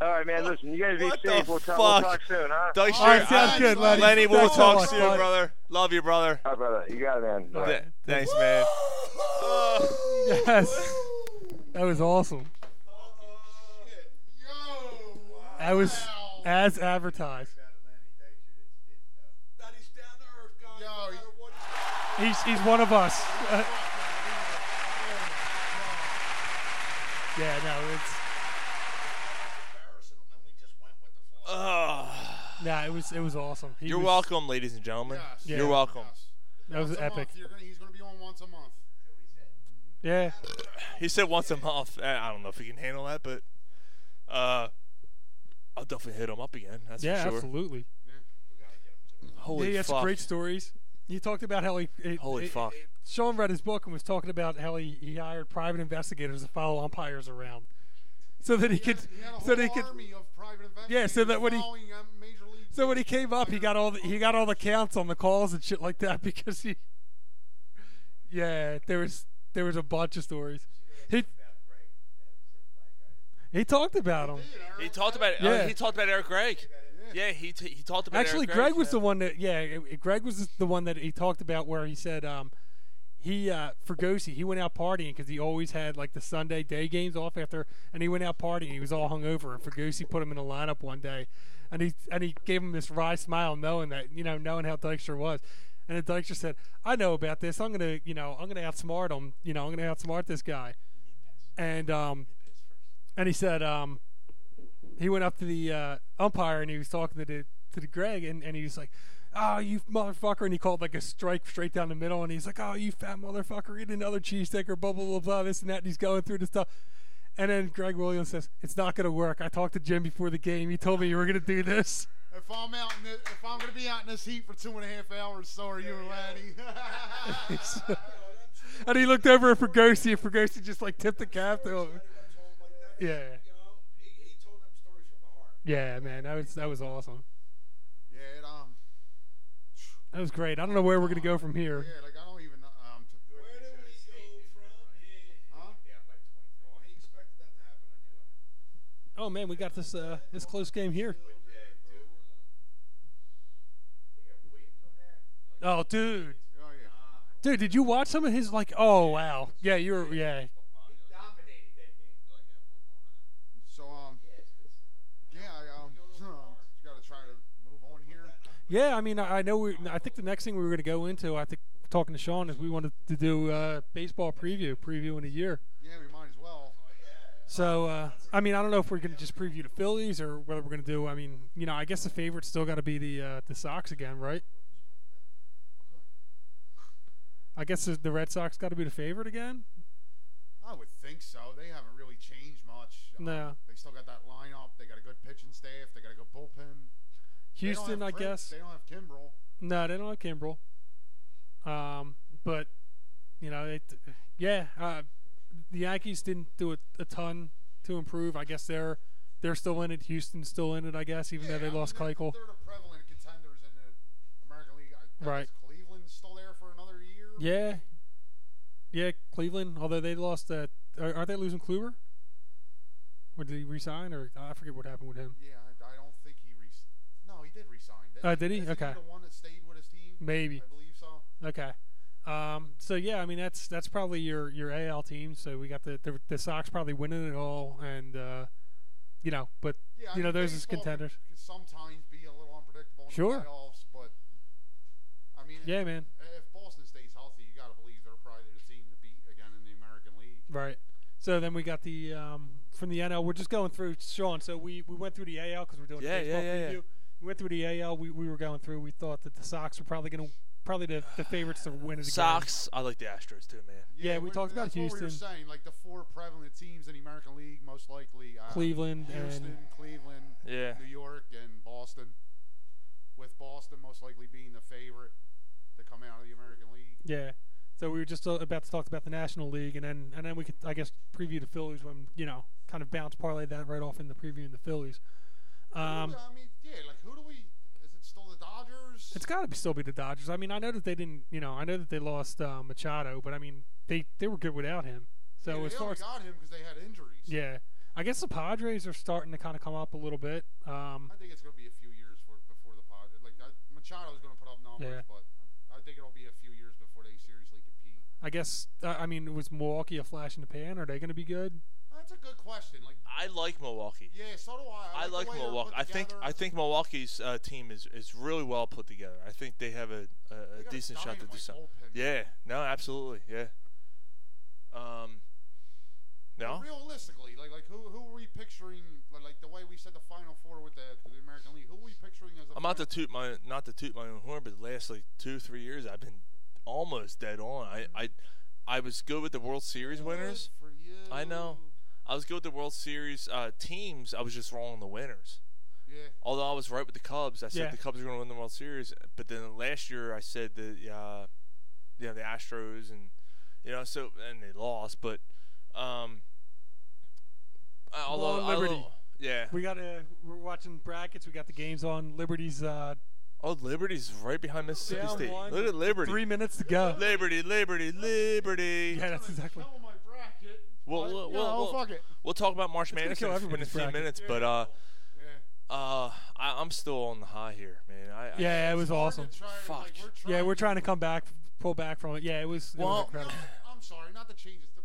All right, man, listen, you guys be
What
safe.
the
We'll, talk- we'll
fuck?
talk soon, huh?
Thanks,
All right,
Sher-
sounds good, Lenny.
Lenny, we'll
Thanks a
talk
lot,
soon,
bud.
brother. Love you, brother.
All right, brother. You got it, man. All right.
Th- Thanks, man.
yes, that was awesome. That was as advertised. He's he's one of us. yeah, no, it's
Ugh.
nah, it was it was awesome. He
You're
was-
welcome, ladies and gentlemen.
Yes.
You're
Yeah.
welcome.
That was
Once a
epic.
month. You're gonna, he's going to be on once a month.
Yeah.
He said once a month. Uh, I don't know if he can handle that, but uh, I'll definitely hit him up again. That's
yeah,
for sure.
absolutely.
Holy
yeah, he has some
fuck.
great stories. You talked about how he. it-
Holy
it-
fuck.
it- Sean read his book and was talking about how he, he hired private investigators to follow umpires around, so that he, could, so that he could. yeah, so that when he. So when he came up, he got all the, he got all the counts on the calls and shit like that because he. Yeah, there was there was a bunch of stories. He. He talked about him.
He talked about
Yeah.
uh, he talked about Eric Gregg. Yeah, he t- he talked about
Actually,
Eric
Greg, was the one that yeah, it- it- Greg was the one that he talked about where he said um, he uh, for Gosi he went out partying because he always had like the Sunday day games off after, and he went out partying. He was all hungover, and Fergusi put him in a lineup one day, and he and he gave him this wry smile, knowing that you know knowing how Dykstra was. And then Dykstra said, "I know about this. I'm gonna, you know, I'm gonna outsmart him. You know, I'm gonna outsmart this guy." And um, and he said, um, he went up to the uh, umpire and he was talking to the to the Greg and, and he was like, "Oh, you motherfucker!" And he called like a strike straight down the middle and he's like, "Oh, you fat motherfucker! Eat another cheesesteak or blah blah blah blah this and that." And he's going through the stuff. And then Greg Williams says, "It's not going to work. I talked to Jim before the game. He told me you were going to do this."
If I'm out, in the, if I'm going to be out in this heat for two and a half hours, so are you, laddie.
and he looked over at Fergosi, and Fergosi just like tipped the cap to him. Yeah. Yeah, man, that was that was awesome.
yeah, it, um,
That was great. I don't know where we're gonna go from here.
yeah, like I don't even. know, Um, t-
Oh man, we got this uh, this close game here. Oh dude,
oh yeah.
dude, did you watch some of his like? Oh wow, yeah, you were yeah.
So um, yeah, I, um, got to try to move on here.
Yeah, I mean, I I know. We, I think the next thing we were going to go into, I think, talking to Sean, is we wanted to do uh, baseball preview, preview in a year.
Yeah, we might as well.
So uh, I mean, I don't know if we're going to just preview the Phillies or whether we're going to do. I mean, you know, I guess the favorite's still got to be the uh, the Sox again, right? I guess the- the Red Sox got to be the favorite again.
I would think so. They haven't really changed much. Um,
No.
They still got that lineup. They got a good pitching staff. They got a good bullpen. They don't
Houston,
have
I
Prince.
guess.
They don't have Kimbrel.
No, they don't have Kimbrel. Um, but you know, it, yeah, uh, the Yankees didn't do a, a ton to improve. I guess they're they're still in it. Houston's still in it, I guess, even though they lost Keuchel.
They're the prevalent contenders in the American League. I guess
Right.
Cleveland's still there for another year.
Yeah, yeah, Cleveland. Although they lost that, are, are they losing Kluber? Or did he resign? Or I forget what happened with him.
Yeah, I, I don't think he re. No, he did resign. didn't
Uh, did he?
Isn't
Okay.
the one that stayed with his team.
Maybe.
I believe so.
Okay. Um, so yeah, I mean that's that's probably your your AL team. So we got the the, the Sox probably winning it all, and uh, you know, but
Yeah, I
you know
mean,
those is
baseball
contenders.
Can, can sometimes be a little unpredictable in
Sure.
the playoffs, but I mean,
Yeah,
if,
man.
If Boston stays healthy, you got to believe they're probably the team to beat again in the American League.
Right. So then we got the um, from the NL. We're just going through Sean. So we, we went through the AL because we're doing
Yeah,
a baseball
yeah, yeah,
preview.
yeah.
We went through the AL. We, we were going through. We thought that the Sox were probably going to probably the, the favorites to win it again.
Sox. I like the Astros too, man.
Yeah, we
we're-
talked about
that's What we
Houston.
were saying like the four prevalent teams in the American League, most likely uh,
Cleveland and-
Houston, Cleveland,
Yeah.
New York, and Boston. With Boston most likely being the favorite to come out of the American League.
Yeah. So we were just uh, about to talk about the National League, and then and then we could I guess preview the Phillies when you know kind of bounce parlay that right off in the preview in the Phillies. Um,
Who do- I mean, yeah, like who do we? Is it still the Dodgers?
It's got to be still be the Dodgers. I mean, I know that they didn't, you know, I know that they lost uh, Machado, but I mean, they they were good without him. So
yeah,
as
they
far
only
as
got him because they had injuries.
yeah, I guess the Padres are starting to kind of come up a little bit. Um,
I think it's going to be a few years for, before the Padres. Like I, Machado's going to put up numbers,
Yeah.
but I think it'll be a few years before they seriously compete.
I guess uh, I mean, was Milwaukee a flash in the pan? Are they going to be good?
That's a good question. Like
I like Milwaukee.
yeah, so do I.
I
the
like
way they're
Milwaukee.
put
I think
together.
I think Milwaukee's uh, team is, is really well put together. I think they have a, a, a decent shot to do something. Yeah. No. Absolutely. Yeah. Um. No.
Realistically, like like who who are we picturing? Like, like the way we said the Final Four with the, the American League. Who are we picturing as? the
I'm not to
final-
toot my not to toot my own horn, but the last like two three years I've been almost dead on. I I, I was good with the World Series winners. I know. I was good with the World Series uh, teams. I was just wrong on the winners.
Yeah.
Although I was right with the Cubs, I said
Yeah.
the Cubs were going to win the World Series. But then last year I said the uh, you know the Astros and you know so and they lost. But um, I- although
Long Liberty.
although- yeah,
We got a we're watching brackets. We got the games on. Liberty's uh,
oh Liberty's right behind Mississippi
down
State.
one.
Look at Liberty.
Three minutes to go.
Liberty, Liberty, Liberty.
Yeah, that's exactly.
We'll,
But,
we'll,
you know,
we'll,
fuck it.
we'll talk about Marsh
It's gonna
Madness in, a-
kill
in a
everybody's
few
bracket.
minutes, but uh, uh, I, I'm still on the high here, man. I, I-
Yeah, it was awesome.
Fuck.
yeah, we're trying to come back, pull back from it. Yeah, it was, it was
Well-
incredible.
I'm sorry, not the changes, the,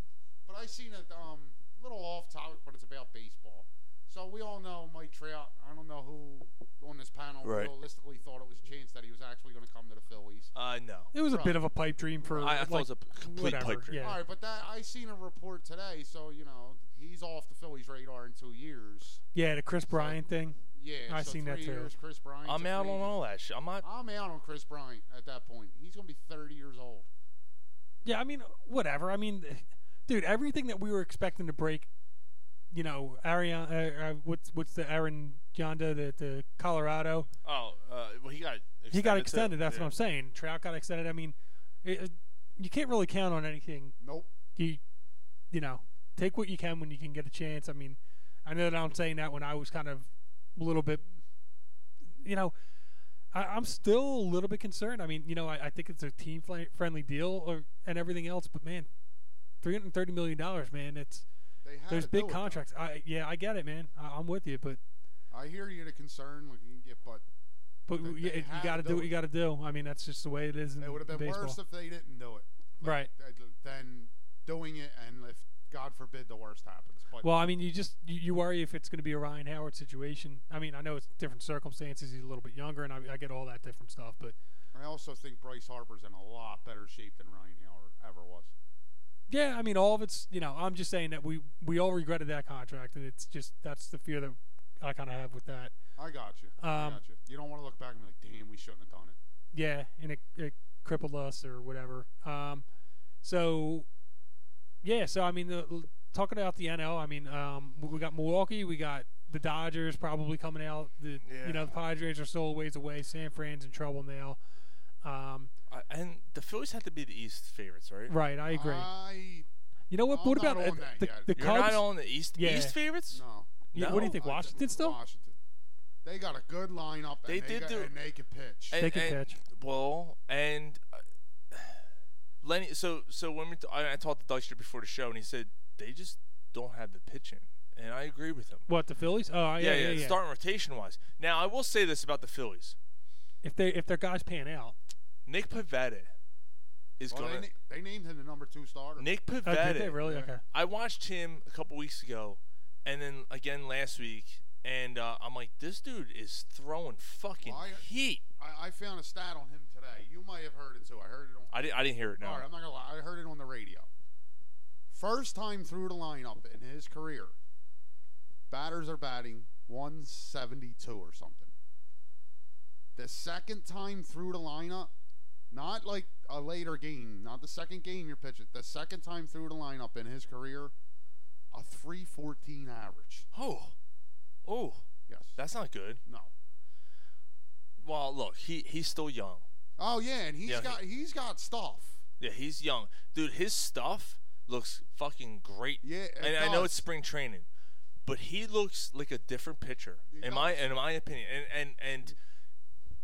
but I seen a um, little off topic, but it's about baseball. So we all know Mike Trout. I don't know who on this panel
Right.
realistically thought it was a chance that he was actually going to come to the Phillies.
Uh, no.
It was a
Right.
bit of a pipe dream for.
I- I
like,
thought it was a p- complete
whatever,
pipe dream.
Yeah.
All right, but that I seen a report today, so you know he's off the Phillies radar in two years.
yeah, the Chris Bryant thing.
Yeah,
I
so
seen that
three
too.
years, Chris Bryant.
I'm out on all that shit. I'm not.
I'm out on Chris Bryant at that point. He's going to be 30 years old.
Yeah, I mean, whatever. I mean, dude, everything that we were expecting to break, you know, Arian, uh, uh, what's what's the Aaron Yonda, the the Colorado,
Oh, uh, well, he got extended.
he got
too.
extended. That's
Yeah.
what I'm saying. Trout got extended. I mean, it, it- you can't really count on anything.
Nope.
You, you know, take what you can when you can get a chance. I mean, I know that I'm saying that when I was kind of a little bit, you know, I, I'm still a little bit concerned. I mean, you know, I, I think it's a team fli- friendly deal or and everything else, but man, 330 million dollars, man, it's
They had
there's
to do
big
it, though.
contracts. I yeah, I get it, man. I, I'm with you, but
I hear you the concern, like, you get, but
but
They-
you,
they had
you
to
got to
do
do what you
it.
got to do. I mean, that's just the way it is in
it would have been
baseball.
worse if they didn't do it.
Right.
th- Than doing it, and if God forbid the worst happens. But
Well, I mean, you just you, you worry if it's going to be a Ryan Howard situation. I mean, I know it's different circumstances. He's a little bit younger, and I, I get all that different stuff. But
I also think Bryce Harper's in a lot better shape than Ryan Howard ever was.
Yeah, I mean, all of it's you know. I'm just saying that we we all regretted that contract, and it's just that's the fear that I kind of have with that.
I got you. I
Um,
got you. You don't want to look back and be like, damn, we shouldn't have done it.
Yeah, and it, it crippled us or whatever. Um, so yeah, so I mean, the, talking about the NL, I mean, um, we got Milwaukee, we got the Dodgers probably coming out. The
Yeah.
you know the Padres are still a ways away. San Fran's in trouble now. Um,
I, and the Phillies had to be the East favorites, right?
right, I agree.
I
you know what?
Uh, I'm
what about
not
uh,
on that
the,
yet.
the
You're
Cubs?
not on the East
Yeah.
East favorites?
No.
Yeah,
No.
What do you think? Washington still?
Washington. They got a good lineup. And
They
they,
did
got,
do-
and they can pitch.
And- and- Well, and uh, Lenny. So so when we t- I, I talked to Dykstra before the show, and he said they just don't have the pitching, and I agree with him.
What the Phillies? Oh yeah, yeah. yeah.
Starting rotation wise. Now I will say this about the Phillies:
if they if their guys pan out,
Nick Pavetta is
Well,
going.
they,
to
na- they named him the number two starter.
Nick
Oh, did
Pavetta.
they really? Okay.
I watched him a couple weeks ago, and then again last week, and uh, I'm like, this dude is throwing fucking
Well, I-
heat.
I, I found a stat on him today. You might have heard it too. I heard it on.
I, di- I didn't hear it. No.
All right, I'm not gonna lie. I heard it on the radio. First time through the lineup in his career, batters are batting 172 or something. The second time through the lineup, not like a later game, not the second game you're pitching. The second time through the lineup in his career, a 314 average.
Oh, oh,
yes.
That's not good.
No.
Well, look, he he's still young.
Oh yeah, and he's
Yeah, he-
got he's got stuff.
Yeah, he's young, dude. His stuff looks fucking great.
Yeah, it
and I know
does.
it's spring training, but he looks like a different pitcher
He
in my in my opinion. And and and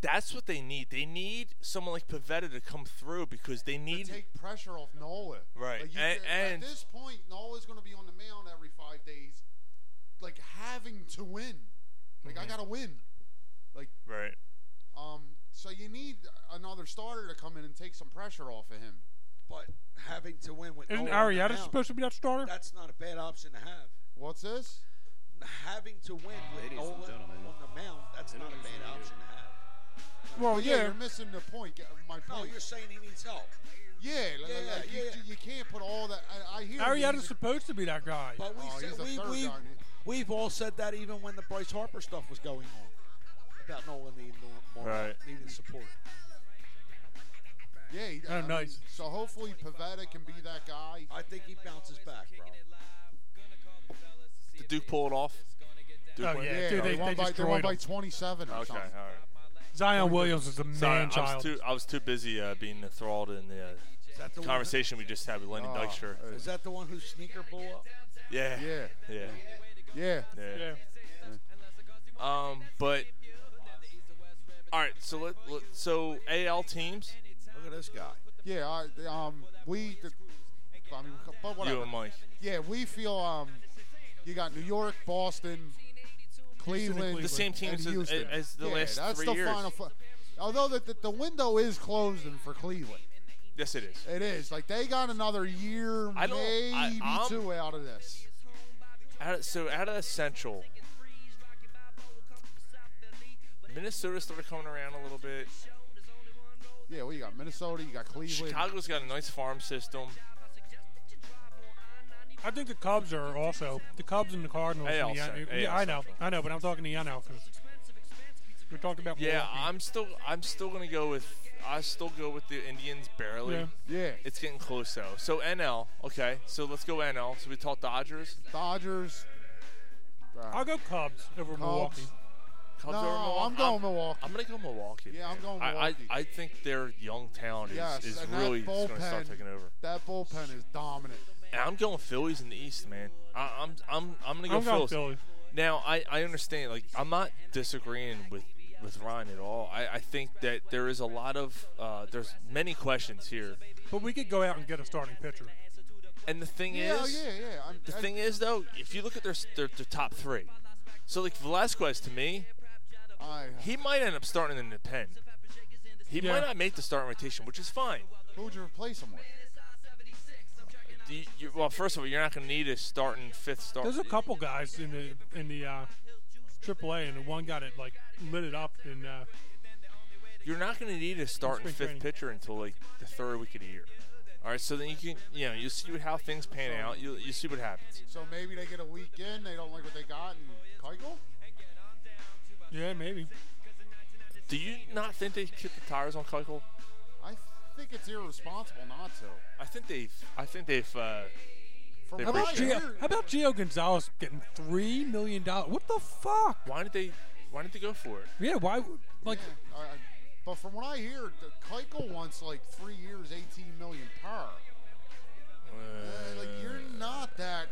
that's what they need. They need someone like Pavetta to come through because they need
Take pressure off Nola.
right.
Like, you-
and, and
at this point, Nola's going to be on the mound every five days, like having to win. Like I
Mhm.
got to win. Like
right.
um, so you need another starter to come in and take some pressure off of him.
But having to win with
Isn't
no one
Arrieta
down,
supposed to be that starter?
That's not a bad option to have.
What's this?
Having to win with
Ladies and
Nolan
gentlemen,
on the mound, that's not a bad option to have.
Well, yeah, you're missing the point. Get- My point.
Oh, No, you're saying he needs help.
yeah, like,
Yeah,
like, you,
yeah.
you can't put all that. I, I hear. you.
Arietta's supposed to be that guy.
But we
Oh,
said,
he's the
we,
third
we've,
guy.
we've all said that even when the Bryce Harper stuff was going on about Nolan needing more,
Right.
needing support.
Yeah. He,
Oh,
I mean,
nice.
so hopefully Pavetta can be that guy.
I think he bounces back, bro.
Did Duke pull it off? Duke went-
Oh, dude, they, won
they
by,
destroyed
won by
him.
27 or
Okay, all
something.
right.
Zion Williams is a man
Sorry, I
child.
was too I was too busy uh, being enthralled in the, uh,
that the one-
conversation we just had with Lenny
Oh,
Dykstra.
uh,
Is that the one whose sneaker blew up?
Yeah.
Yeah.
Yeah.
Yeah.
Yeah. Um, but all right. So let, let so AL teams.
Look at this guy.
Yeah, I, um, we. The, I mean, but whatever.
You um, and Mike.
Yeah, we feel um, you got New York, Boston, Cleveland,
The same teams
and
as-
Houston.
as the
yeah,
last
that's
three
the
years.
final. fi- Although the, the the window is closing for Cleveland,
Yes, it is.
it is like they got another year,
I don't-
maybe
I- I'm-
two out of this.
Out of, so out of the Central, Minnesota started coming around a little bit.
Yeah, well, you got Minnesota, you got Cleveland.
Chicago's got a nice farm system.
I think the Cubs are also the Cubs and the Cardinals.
AL
and the-
South,
yeah,
AL
I know, I know, but I'm talking to you now because we're talking about
Yeah,
Milwaukee.
I'm still I'm still gonna go with I still go with the Indians barely.
Yeah.
Yeah.
It's getting close though. So NL, okay. So let's go NL. So we talked Dodgers.
Dodgers. uh,
I'll go Cubs over
Cubs.
Milwaukee.
Cubs
No,
over Milwaukee.
I'm going Milwaukee.
I'm gonna go Milwaukee.
Yeah, I'm
man.
going
I, I,
Milwaukee.
I think their young talent is,
yes,
is
and
really
that
going
bullpen,
to start taking over.
That bullpen is dominant.
And I'm going Phillies in the East, man. I, I'm I'm I'm gonna go
I'm going
Phillies.
Phillies.
Now I, I understand. Like I'm not disagreeing with with Ryan at all. I, I think that there is a lot of uh, there's many questions here.
But we could go out and get a starting pitcher.
And the thing
Yeah,
is,
yeah, yeah. I'm,
The
I-
thing is, though, if you look at their, their their top three, so like Velasquez to me,
I,
he might end up starting in the pen. He
Yeah.
might not make the starting rotation, which is fine.
who would you replace him with?
Do you- you- well, first of all, you're not going to need a starting fifth starter.
There's a couple guys in the in the uh, AAA, and the one got it like lit it up. And uh,
You're not going to need a starting
spring
fifth
training.
pitcher until like the third week of the year. All right, so then you can, you know, you see what- how things pan out. You, you see what happens.
So maybe they get a week in, they don't like what they got, and Keuchel?
Yeah, maybe.
Do you not think they kicked the tires on Keuchel?
I think it's irresponsible not to.
I think they've, I think they've. Uh,
From
they've
How about,
reached
Gio,
out.
how about Gio Gonzalez getting three million dollars? What the fuck?
Why did they? Why did they go for it?
Yeah, why? Like,
Yeah, I- I- but from what I hear, the Keuchel wants like three years, eighteen million per. Uh, like you're not that.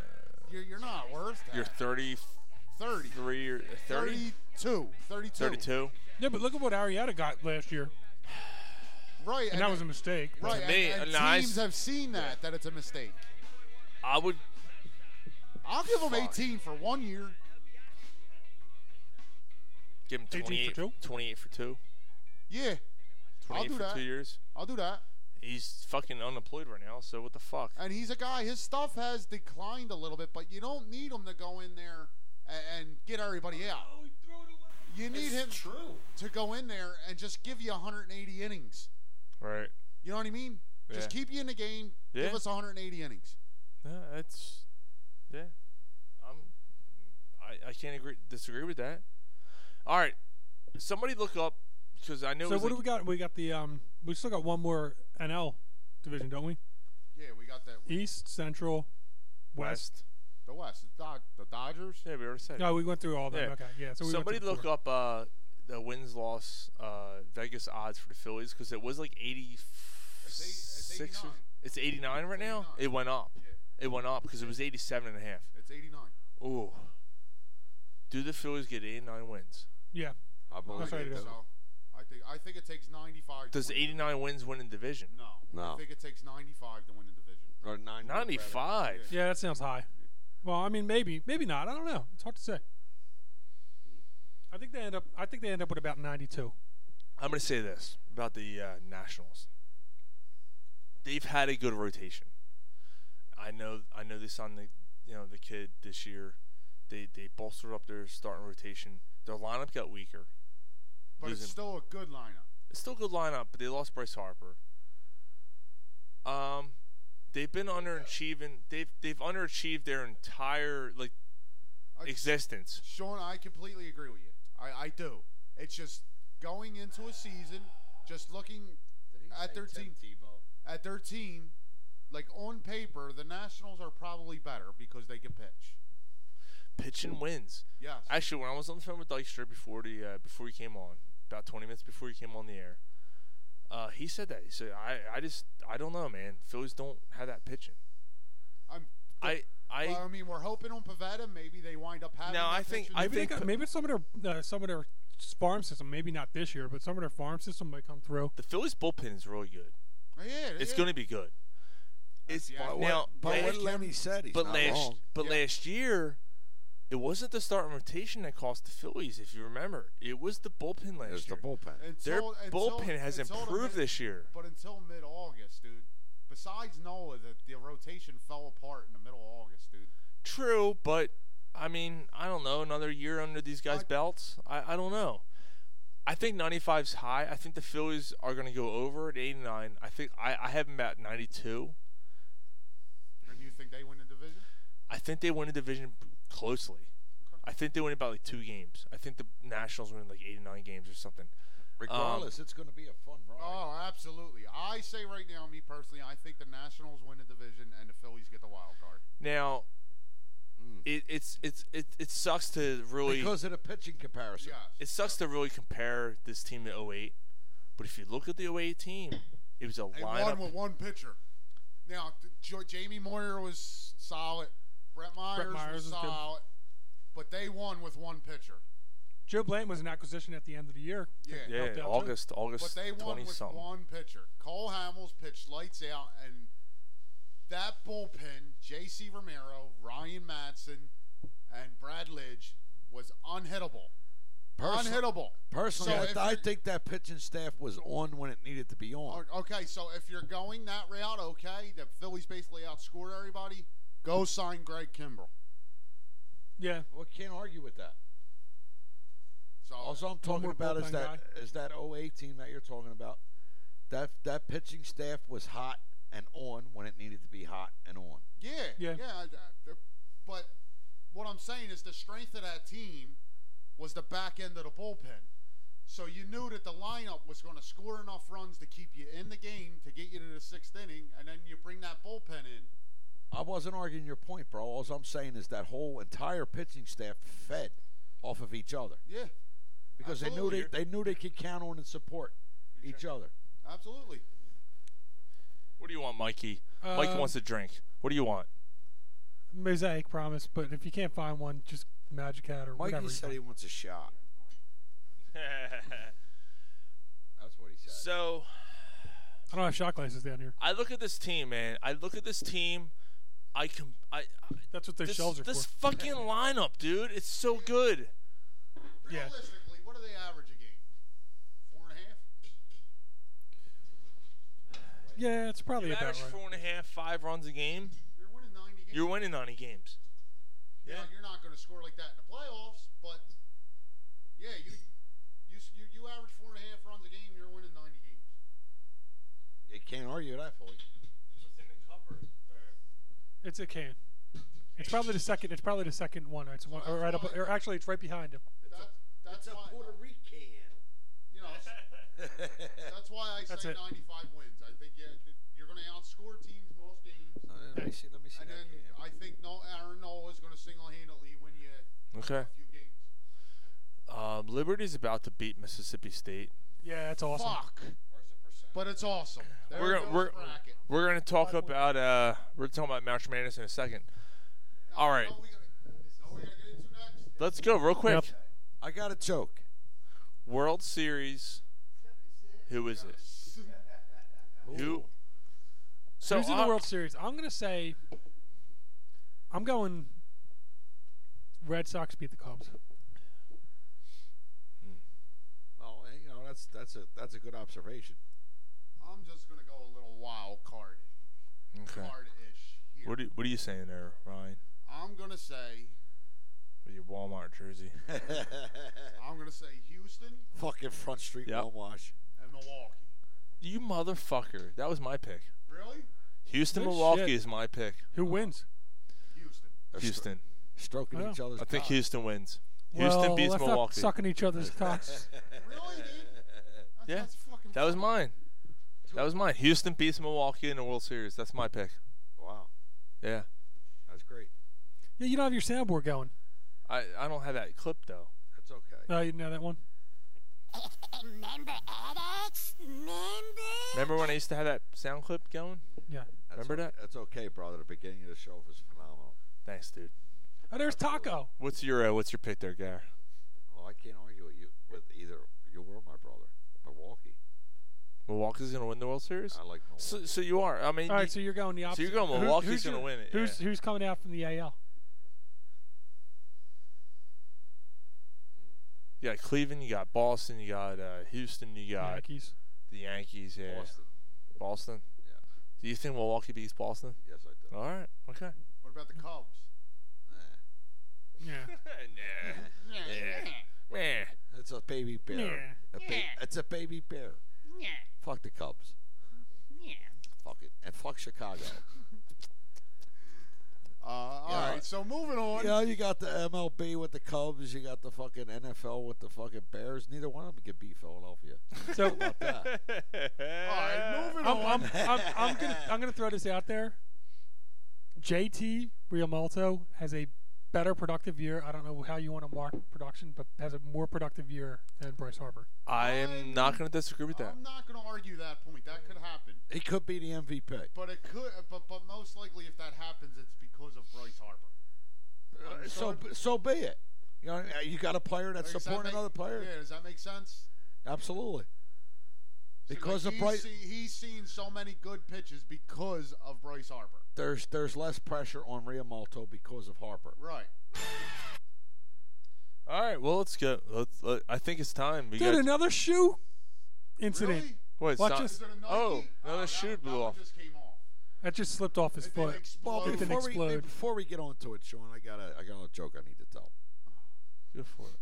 You're, you're not worth that.
You're 30,
30.
3 or 30?
32. 32.
32.
yeah, but look at what Arietta got last year,
Right.
and that was a mistake.
Right.
To
And,
me,
and
no, I
teams
s-
have seen that that it's a mistake.
I would.
I'll give them
Fuck.
18 for one year.
Give him
18 for
28
two?
28 for two.
Yeah. I'll
28
do
for
that.
two years.
I'll do that.
He's fucking unemployed right now, so what the fuck?
And he's a guy. His stuff has declined a little bit, but you don't need him to go in there and, and get everybody out.
Oh,
You need him to go in there and just give you 180 innings.
Right.
You know what I mean? Just
Yeah.
keep you in the game. Give
Yeah.
us 180 innings.
Yeah, that's. Yeah. I'm. I, I can't agree disagree with that. All right. Somebody look up because I know.
So what do we got? We got the um. We still got one more NL division, don't we?
Yeah, we got that.
East, Central, West.
The West, the, Dod- the Dodgers.
Yeah, we already said.
No, we went through all of them.
Yeah.
Okay, yeah. So we went
somebody
through
look
four.
up uh, the wins loss uh, Vegas odds for the Phillies because it was like eighty six. or- It's eighty nine right now. It went up. It went up because it was eighty seven and a half.
It's 89.
Ooh. Do the Phillies get eighty nine wins?
Yeah.
I
I
believe
think
it.
so. I think I think it takes 95.
Does
to win.
eighty nine wins win in division?
No. I
No.
think it takes 95 to win the division.
Or nine.
Ninety five.
Yeah, that sounds high. Well, I mean, maybe, maybe not. I don't know. It's hard to say. I think they end up. I think they end up with about ninety-two.
I'm going to say this about the uh, Nationals. They've had a good rotation. I know. I know they signed the you know the kid this year. They they bolstered up their starting rotation. Their lineup got weaker.
But
Losing-
it's still a good lineup.
it's still a good lineup, but they lost Bryce Harper. Um, they've been underachieving. They've they've underachieved their entire like
I-
existence.
Sean, I completely agree with you. I, I do. It's just going into a season, just looking at their team, at their team, like on paper, the Nationals are probably better because they can pitch.
Pitching wins.
Yes.
Actually, when I was on the phone with Dykstra before the uh, before he came on, about 20 minutes before he came on the air, uh, he said that. He said, "I I just I don't know, man. Phillies don't have that pitching.
I'm.
I I
well, I mean, we're hoping on Pavetta. Maybe they wind up having.
No,
that
I think-
pitcher.
I
Maybe,
think-
they got, maybe some of their uh, some of their farm system. Maybe not this year, but some of their farm system might come through.
the Phillies bullpen is really good.
Yeah,
It's
yeah.
going to be good. It's
the
But
idea.
what,
now,
but what
last-
Lenny said, he's
but
not
last
wrong.
but last year, it wasn't the starting rotation that cost the Phillies. If you remember, it was the bullpen last
It's the
year.
bullpen.
Their
Until- until-
bullpen has
until the
improved
mid-
this year.
But until mid August, dude. Besides Nola, the, the rotation fell apart in the middle of August, dude.
True, but I mean, I don't know. Another year under these guys'
I-
belts. I, I don't know. I think 95's high. I think the Phillies are going to go over at 89. I think I, I have them at 92.
And you think they win the division?
I think they win the division b- closely. I think they win about like two games. I think the Nationals win like 89 games or something. Um,
Regardless, it's going to be a fun ride.
Oh, absolutely. I say right now, me personally, I think the Nationals win the division and the Phillies get the wild card.
Now,
Hmm.
it, it's it's it, it sucks to really
because of the pitching comparison.
Yes.
it sucks to really compare this team to 08. But if you look at the 08 team, it was a
They
lineup.
won with one pitcher. Now, th- Jo- Jamie Moyer was solid. Brett Myers,
Myers
was
was good.
solid. But they won with one pitcher.
Joe Blanton was an acquisition at the end of the year.
Yeah.
Helped
yeah,
out, too.
August
But
August
they won
20
with
something.
one pitcher. Cole Hamels pitched lights out, and that bullpen, J.C. Romero, Ryan Matson, and Brad Lidge, was unhittable.
Person-
unhittable.
Personally,
So
I,
if
I
you're-
think that pitching staff was on when it needed to be on.
O- Okay, so if you're going that route, okay, the Phillies basically outscored everybody. Go sign Greg Kimbrell.
Yeah.
Well, can't argue with that.
So
All I'm talking
more
about is
bullpen
that is that 08 team that you're talking about. That that pitching staff was hot
and on when it needed to be hot and on.
Yeah, yeah. yeah I, I- but what I'm saying is the strength of that team was the back end of the bullpen. So you knew that the lineup was going to score enough runs to keep you in the game to get you to the sixth inning, and then you bring that bullpen in.
I wasn't arguing your point, bro. All I'm saying is that whole entire pitching staff fed off of each other
Yeah,
because they knew they, they knew they could count on and support each other.
absolutely.
What do you want, Mikey? Mike
Um,
wants a drink. What do you want?
Mosaic promise, but if you can't find one, just Magic Hat or
Mikey
whatever.
said he wants a shot. That's what he said.
so
I don't have shot glasses down here.
I look at this team, man. I look at this team. I com- I, I
That's what their
this,
shells are
This
for.
fucking lineup, dude. It's so good.
Yeah.
Realistically, what do they average a game? Four and a half.
Yeah, it's probably
you
about
average
right.
four and a half, five runs a game.
You're winning 90 games.
You're winning 90 games.
Yeah. Now, you're not going to score like that in the playoffs, but yeah, you you you, you average four and a half runs a game. You're winning 90 games.
You can't argue that, fully.
It's a can. It's probably the second. It's probably the second one. It's one, or right up. Or actually, it's right behind him.
That's a Puerto Rican. You know, that's why I
That's
say
it.
95 wins. I think yeah, th- you're going to outscore teams most games.
let me see. Let me see.
And then I think no, Aaron Nola is going to single-handedly win you a
Okay.
few games.
Um, Liberty's about to beat Mississippi State.
Yeah, it's awesome.
Fuck. But it's awesome. There
we're
goes
gonna,
the
we're,
bracket.
we're gonna talk about uh we're talking about March Madness in a second. All right. Let's go real quick.
Yep. I got a joke.
World Series. Who is it? Who? So
Who's in
uh,
the World Series? I'm gonna say. I'm going. Red Sox beat the Cubs.
Well, Oh, you know that's that's a that's a good observation.
I'm just going to go a little wild card,
Okay.
card-ish here.
What are, you- what are you saying there, Ryan?
I'm going to say
With your Walmart jersey.
I'm going to say Houston
Fucking Front Street
Yep.
Wash.
and Milwaukee.
You motherfucker. That was my pick.
Really?
Houston,
Good
Milwaukee
shit.
is my pick.
Who wins?
Houston.
Houston.
Stroking
Yeah.
each other's.
I think
cock.
Houston wins. Houston
well,
beats
let's
Milwaukee.
Not sucking each other's cocks.
Really, dude? That's,
Yeah.
That's fucking
That was mine. That was mine. Houston beats Milwaukee in the World Series. That's my pick.
Wow,
Yeah.
that's great.
yeah, you don't have your soundboard going.
I, I don't have that clip though.
That's okay.
No, you didn't have that one.
Remember Alex? Remember?
Remember when I used to have that sound clip going?
Yeah.
That's
Remember
o-
that?
That's okay, brother. The beginning of the show was phenomenal.
Thanks, dude.
Oh, there's Taco.
What's your uh, what's your pick there, Gar?
Well, Oh, I can't argue with you with either you or my brother. Milwaukee.
Milwaukee's gonna win the World Series.
I like Milwaukee.
So, so you are. I mean,
All
you-
right, so you're going the
so
opposite.
you're going
Who-
Milwaukee's
who's
gonna
your-
win it,
Who's
yeah.
who's coming out from the AL?
you got Cleveland, you got Boston, you got uh, Houston, you got
Yankees.
the Yankees, yeah.
Boston.
Boston.
Yeah.
Do you think Milwaukee beats Boston?
Yes, I do.
All right. Okay.
What about the Cubs?
Eh.
Yeah.
nah. Nah. Nah.
It's a baby bear.
Yeah.
A ba- It's a baby bear. Fuck the Cubs. Fuck it. And fuck Chicago.
Uh, all
Yeah.
right, so moving on.
you know, you got the MLB with the Cubs. You got the fucking NFL with the fucking Bears. Neither one of them can beat Philadelphia.
So
Fuck that.
All right, moving
I'm,
on.
I'm, I'm, I'm gonna I'm gonna throw this out there. JT Realmalto has a better productive year. I don't know how you want to mark production, but has a more productive year than Bryce Harper.
I am not gonna disagree with that.
I'm not going to argue that point. That could happen,
He could be the MVP.
but it could. But but most likely, if that happens, it's because of Bryce Harper. I'm
Uh, So
sorry.
so be it. You know, you got a player that's
Does that
supporting
make-
another player.
Yeah, does that make sense?
Absolutely.
So,
Because of
like, he's
Bryce,
seen- he's seen so many good pitches because of Bryce Harper.
there's there's less pressure on Riamalto because of Harper.
Right.
All right. Well, let's go. Let's. Let, I think it's time. We
Dude,
got.
another shoe incident.
Really?
Wait, it's
watch
not-
this.
Is it a Nike?
Oh,
no,
another
that,
shoe
that
blew
one
off.
just came off.
That just slipped off his
It
foot.
didn't
Well,
explode.
It didn't
before we,
explode.
before we get on to it, Sean, I got a I got a joke I need to tell.
Good for it.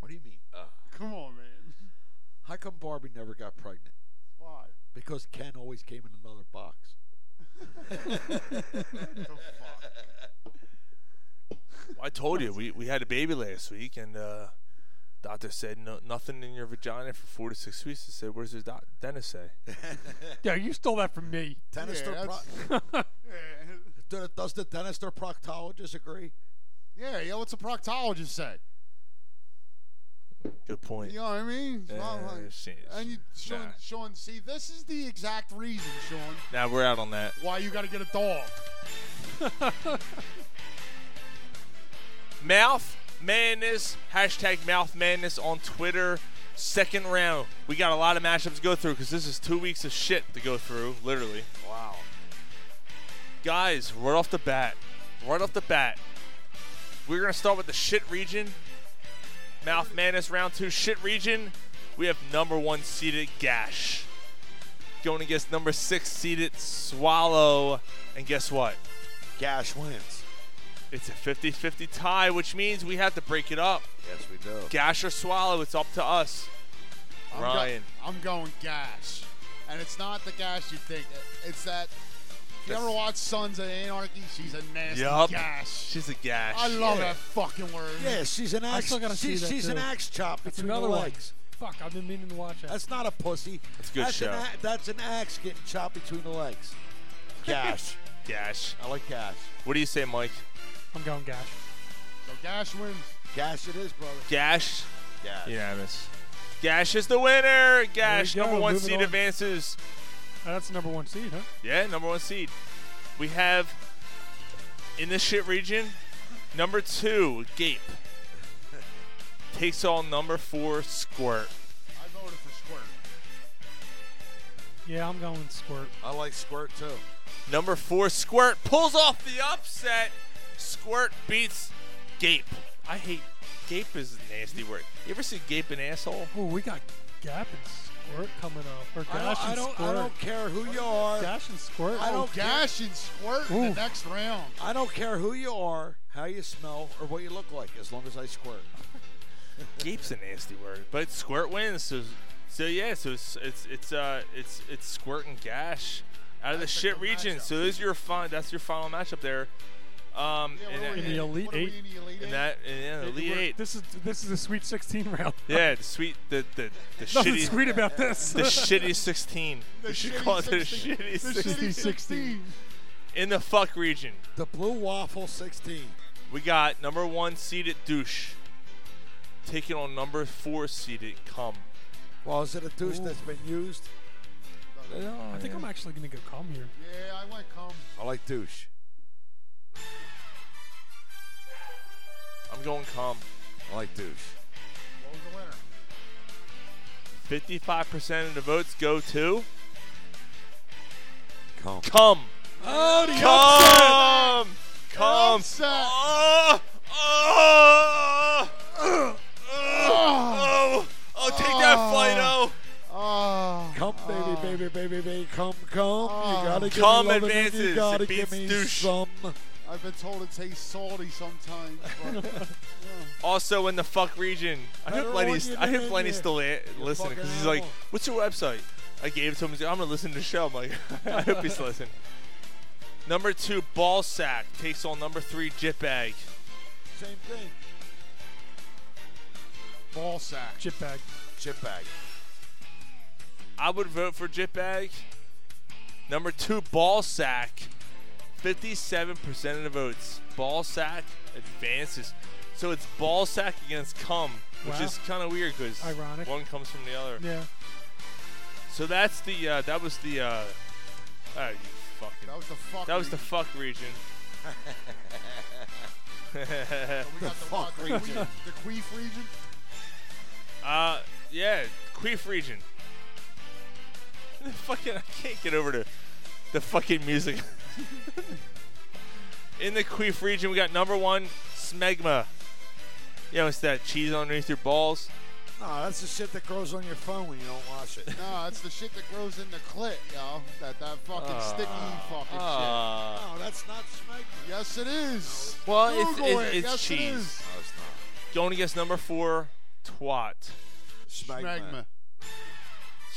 What do you mean?
Come on, man.
How come Barbie never got pregnant?
Why?
Because Ken always came in another box.
I told you we, we had a baby last week, and uh, doctor said no, nothing in your vagina for four to six weeks. I said, "Where's his doc- dentist say?"
yeah, you stole that from me.
Dentist
Yeah,
or pro- Do- does the dentist or proctologist agree?
Yeah, yeah. What's a proctologist say?
Good point.
You know what I mean?
Yeah,
Well, like-
it's- it's-
and you, Sean,
nah.
Sean, see, this is the exact reason, Sean,
Now we're out on that.
why you got to get a dog.
Mouth Madness, hashtag Mouth Madness on Twitter. Second round. We got a lot of matchups to go through because this is two weeks of shit to go through, literally. Wow. Guys, right off the bat, right off the bat, we're going to start with the shit region. Mouth Madness round two, shit region. We have number one seeded Gash going against number six seeded Swallow. And guess what?
Gash wins.
It's a 50 50 tie, which means we have to break it up.
Yes, we do.
Gash or swallow, it's up to us.
I'm go-
Ryan.
I'm going gash. And it's not the gash you think. It's that. If you ever watch Sons of Anarchy, she's a nasty
Yup.
gash.
She's a gash.
I love
Yeah.
that fucking word.
Yeah, she's an
I
axe.
still gotta see
she's
that,
she's an
too.
axe chop
That's
between the
another one.
legs.
Fuck, I've been meaning to watch that.
That's not a pussy.
That's a good
that's An
show.
a- that's an axe getting chopped between the legs. Gash.
Gash.
I like gash.
What do you say, Mike?
I'm going Gash.
So gash wins.
Gash it is, brother.
Gash.
Gash.
Unanimous. Gash is the winner. Gash,
go,
number one
moving
seed
on.
advances.
Uh, that's the number one seed, huh?
Yeah, number one seed. We have in this shit region, number two, Gape. Takes on number four, Squirt.
I voted for Squirt.
Yeah, I'm going Squirt.
I like squirt too.
Number four, Squirt pulls off the upset. Squirt beats Gape. I hate Gape is a nasty word. You ever see Gape an asshole?
Oh, we got Gap and Squirt coming up. Or Gash
I don't, I
and
don't,
Squirt.
I don't care who you are.
Gash and Squirt. Oh,
I don't care.
Oh, Gash and Squirt in the
Ooh.
next round.
I don't care who you are, how you smell, or what you look like, as long as I squirt.
Gape's a nasty word, but Squirt wins. So, so yeah, so it's it's it's uh it's it's Squirt and Gash out of the
That's a
shit
good
region.
matchup.
So those are your fun. That's your final matchup there. Um,
Yeah,
and
what are
that-
we
in the Elite
what are we
Eight.
in the Elite
and
Eight?
that and yeah, the Elite
We're-
Eight.
This is this is a Sweet 16 round.
Yeah, the sweet the the the
Nothing
shitty
sweet about this.
the shitty sixteen.
The
we should
shitty
call it the
16.
shitty
The shitty
16.
16.
In the fuck region,
The blue waffle 16.
we got number one seeded douche taking on number four seeded cum.
Well, is it a douche that's been used?
I think I'm actually gonna go calm here.
Yeah, I went come.
I like douche.
I'm going cum.
I like douche.
What was the winner?
55% of the votes go to
Come.
cum.
Oh,
Cum. Cum.
Upset.
Oh, oh, oh, oh, oh, take that flight, oh.
Oh,
Come, baby, baby, baby, baby, come, come.
Oh.
you gotta give
Come
me lovin' and
advances.
You gotta
It beats
give me
douche.
some.
I've been told it tastes salty sometimes. But,
Also in the fuck region, I
I
hope
don't
Lenny's.
want you
I
to
hope
be
Lenny's
here.
still li-
You
listening
fucking
because he's like,
animal.
"What's your website?" I gave it to him. He's like, "I'm gonna listen to the show." I'm like, I hope he's listening. Number two, Ballsack takes on number three, Jitbag.
Same thing.
ball sack.
Chip bag.
Chip bag.
I would vote for Jitbag. Number two, Ballsack. 57% of the votes. Ballsack advances. So it's Ballsack against Cum, which
Wow.
is kind of weird because
Ironic.
one comes from the other.
Yeah.
So that's the uh, that was the uh, oh, you fucking
That was the fuck.
that was the
region.
fuck region.
So we got the
fuck
fuck region. The queef region.
uh, yeah, queef region. The fucking I can't get over to the fucking music. In the queef region, we got number one smegma. You know, it's that cheese underneath your balls.
No, that's the shit that grows on your phone when you don't wash it.
No, it's the shit that grows in the clit, yo. That that fucking
Ah.
sticky fucking
Ah.
No, that's not smegma.
shit. Yes, it is.
Well, it's-
Google
it's-
it.
it's
yes, It
cheese.
is.
No, it's
Going against number four, twat.
not. Smegma.
Magma.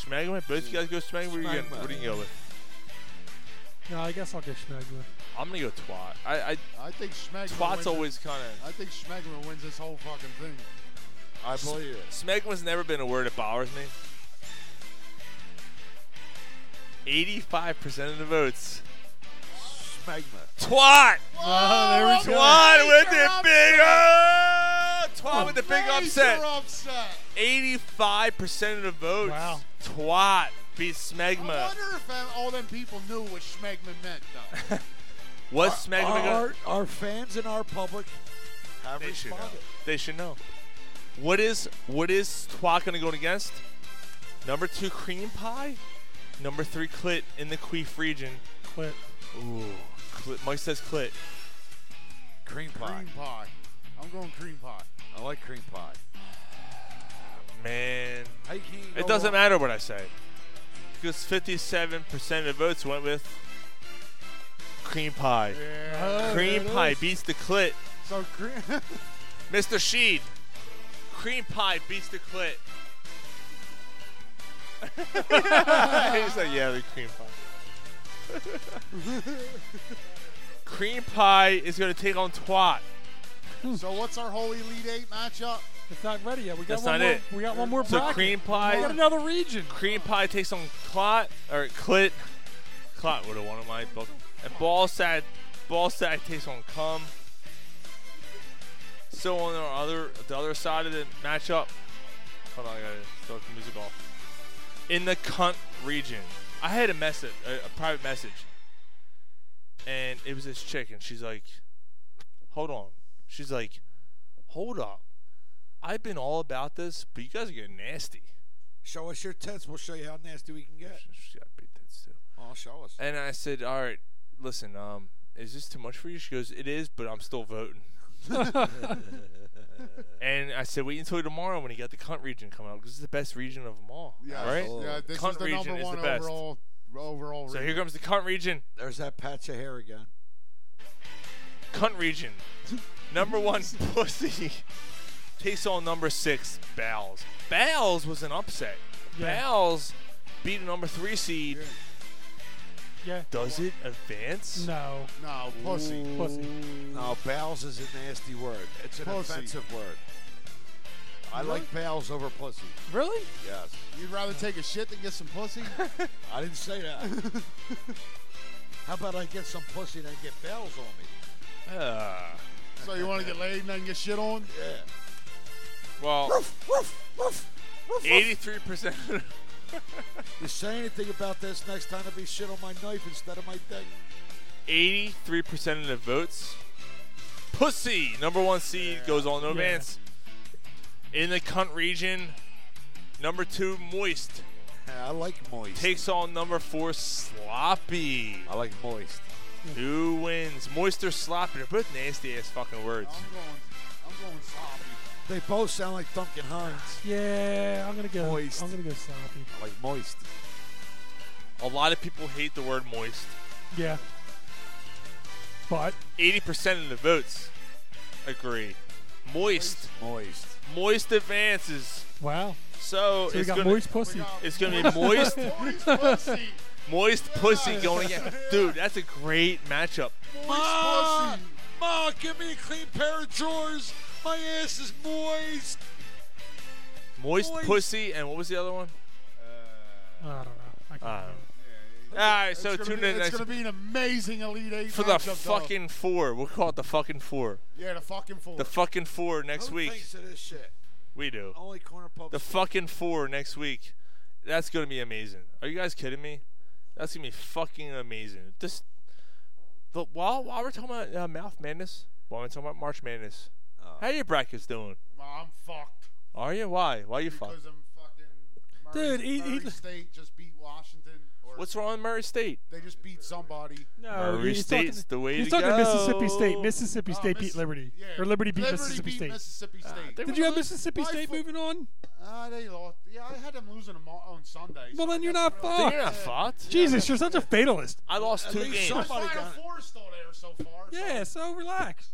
Smegma? Both you guys go smegma? What are you gonna-
Smegma.
what are you going to go with?
No, I guess I'll get Schmegler.
I'm gonna go twat. I I,
I think Schmegler.
twat's
wins-
always kind of.
I think Schmegler wins this whole fucking thing.
I
believe
it. Smegma's never been a word that bothers me. Eighty-five percent of the votes.
Smegma.
Twat.
Oh, there we go.
Twat with the
Major upset.
big. Oh, twat with the big
Major
upset.
upset.
Eighty-five percent of the votes. Wow. Twat beats
I
Smegma.
wonder if uh, all them people knew what Schmegman meant, though.
Was
Our,
Smegma going?
our, our fans in our public have
They should know.
responded.
They should know. What is what is twat going to go against? Number two, cream pie. Number three, clit in the queef region.
Clit.
Ooh, clit. Mike says clit.
Cream pie.
cream pie. I'm going cream pie.
I like cream pie.
Man,
How you can't
it
go
doesn't
wrong?
matter what I say because 57% of the votes went with cream pie.
Yeah. Oh, there
cream
it
pie
is.
beats the clit.
So cream.
Mr. Sheed, cream pie beats the clit. He's like, yeah, the cream pie. cream pie is going to take on twat.
so what's our whole Elite Eight matchup?
It's not ready yet. We
That's not it. so cream pie.
another region.
Cream pie takes on clot or clit. Clot would have won in my book. And ball sack, ball sack takes on cum. So on the other the other side of the matchup. Hold on, I gotta start the music off. In the cunt region, I had a message, a, a private message, and it was this chick, and she's like, "Hold on," she's like, "Hold up." I've been all about this, but you guys are getting nasty.
Show us your tits. We'll show you how nasty we can get.
She's got big tits too.
Oh, show us.
And I said, "All right, listen. Um, is this too much for you?" She goes, "It is, but I'm still voting." and I said, "Wait until tomorrow when you got the cunt region coming out because it's the best region of them all,
Yeah,
right?
yeah, this
cunt
is the
region
number
is
one
the best."
overall. Overall.
So here
region.
comes the cunt region.
There's that patch of hair again.
Cunt region. Number one, pussy. Takes on number six, Bowles. Bowles was an upset.
Yeah.
Bowles beat a number three seed.
Yeah.
Does it advance?
No.
No, pussy.
Pussy.
No, bowels is a nasty word. It's an
Pussy.
offensive word. I
Really?
like bowels over pussy.
Really?
Yes.
You'd rather take a shit than get some pussy?
I didn't say that. How about I get some pussy and then get bells on me?
Uh,
so you want to get laid and then get shit on?
Yeah.
Well, eighty-three percent.
You say anything about this next time it'll be shit on my knife instead of my dick.
Eighty-three percent of the votes. Pussy, number one seed, goes on no
Yeah.
advance. In the cunt region, number two, moist.
I like moist.
Takes on number four, sloppy.
Oh.
I like moist.
Who wins? Moist or sloppy? They're both nasty ass fucking words.
I'm going. I'm going sloppy.
They both sound like Duncan Hines.
Yeah, I'm gonna go.
Moist.
I'm gonna go sloppy.
I like moist. Oh.
A lot of people hate the word moist.
Yeah. But
Eighty percent of the votes agree. Moist.
Moist.
Moist advances.
wow.
So,
So we
it's
got
gonna,
moist pussy.
It's gonna be moist,
Moist pussy.
moist pussy going again. Dude, that's a great matchup.
Ma! Ma, give me a clean pair of drawers. My ass is moist.
Moist
Moist.
pussy, and what was the other one?
I don't know. I can't
Uh,
Yeah,
all
yeah.
right,
It's
so
gonna
tune
be,
in
It's
next
gonna be an amazing Elite Eight
for the
matchup, though.
fucking four. We'll call it the fucking four.
Yeah, the fucking four.
The fucking four next
Who
week.
thinks of this shit?
We do.
Only corner pub.
The fucking four next week. That's gonna be amazing. Are you guys kidding me? That's gonna be fucking amazing. This, the while while we're talking about uh, mouth madness, while we're talking about March Madness,
Uh.
how your brackets doing?
I'm fucked.
Are you? Why? Why you fucked?
Because I'm fucking. Murray,
Dude, he- he-
Murray State just beat Washington. Or
What's wrong with Murray State?
They just beat somebody.
No,
Murray
he's
State's
talking,
the way
he's
to
talking Mississippi State.
go.
Mississippi
Oh,
State
Miss-
beat Liberty,
yeah.
or Liberty beat
Liberty
Mississippi
beat
State.
Mississippi
Ah,
State.
they
Did you have
Well,
Mississippi
my
State
fo-
moving on?
Uh, they lost. Yeah, I had them losing them all on Sunday. so
Well, then
I
you're
guess
not
we're all-
fucked.
You're not fucked.
Jesus, you're such a fatalist.
I lost two
least
games.
some-
Final
Somebody got it.
four still there so far. so-
Yeah, so relax.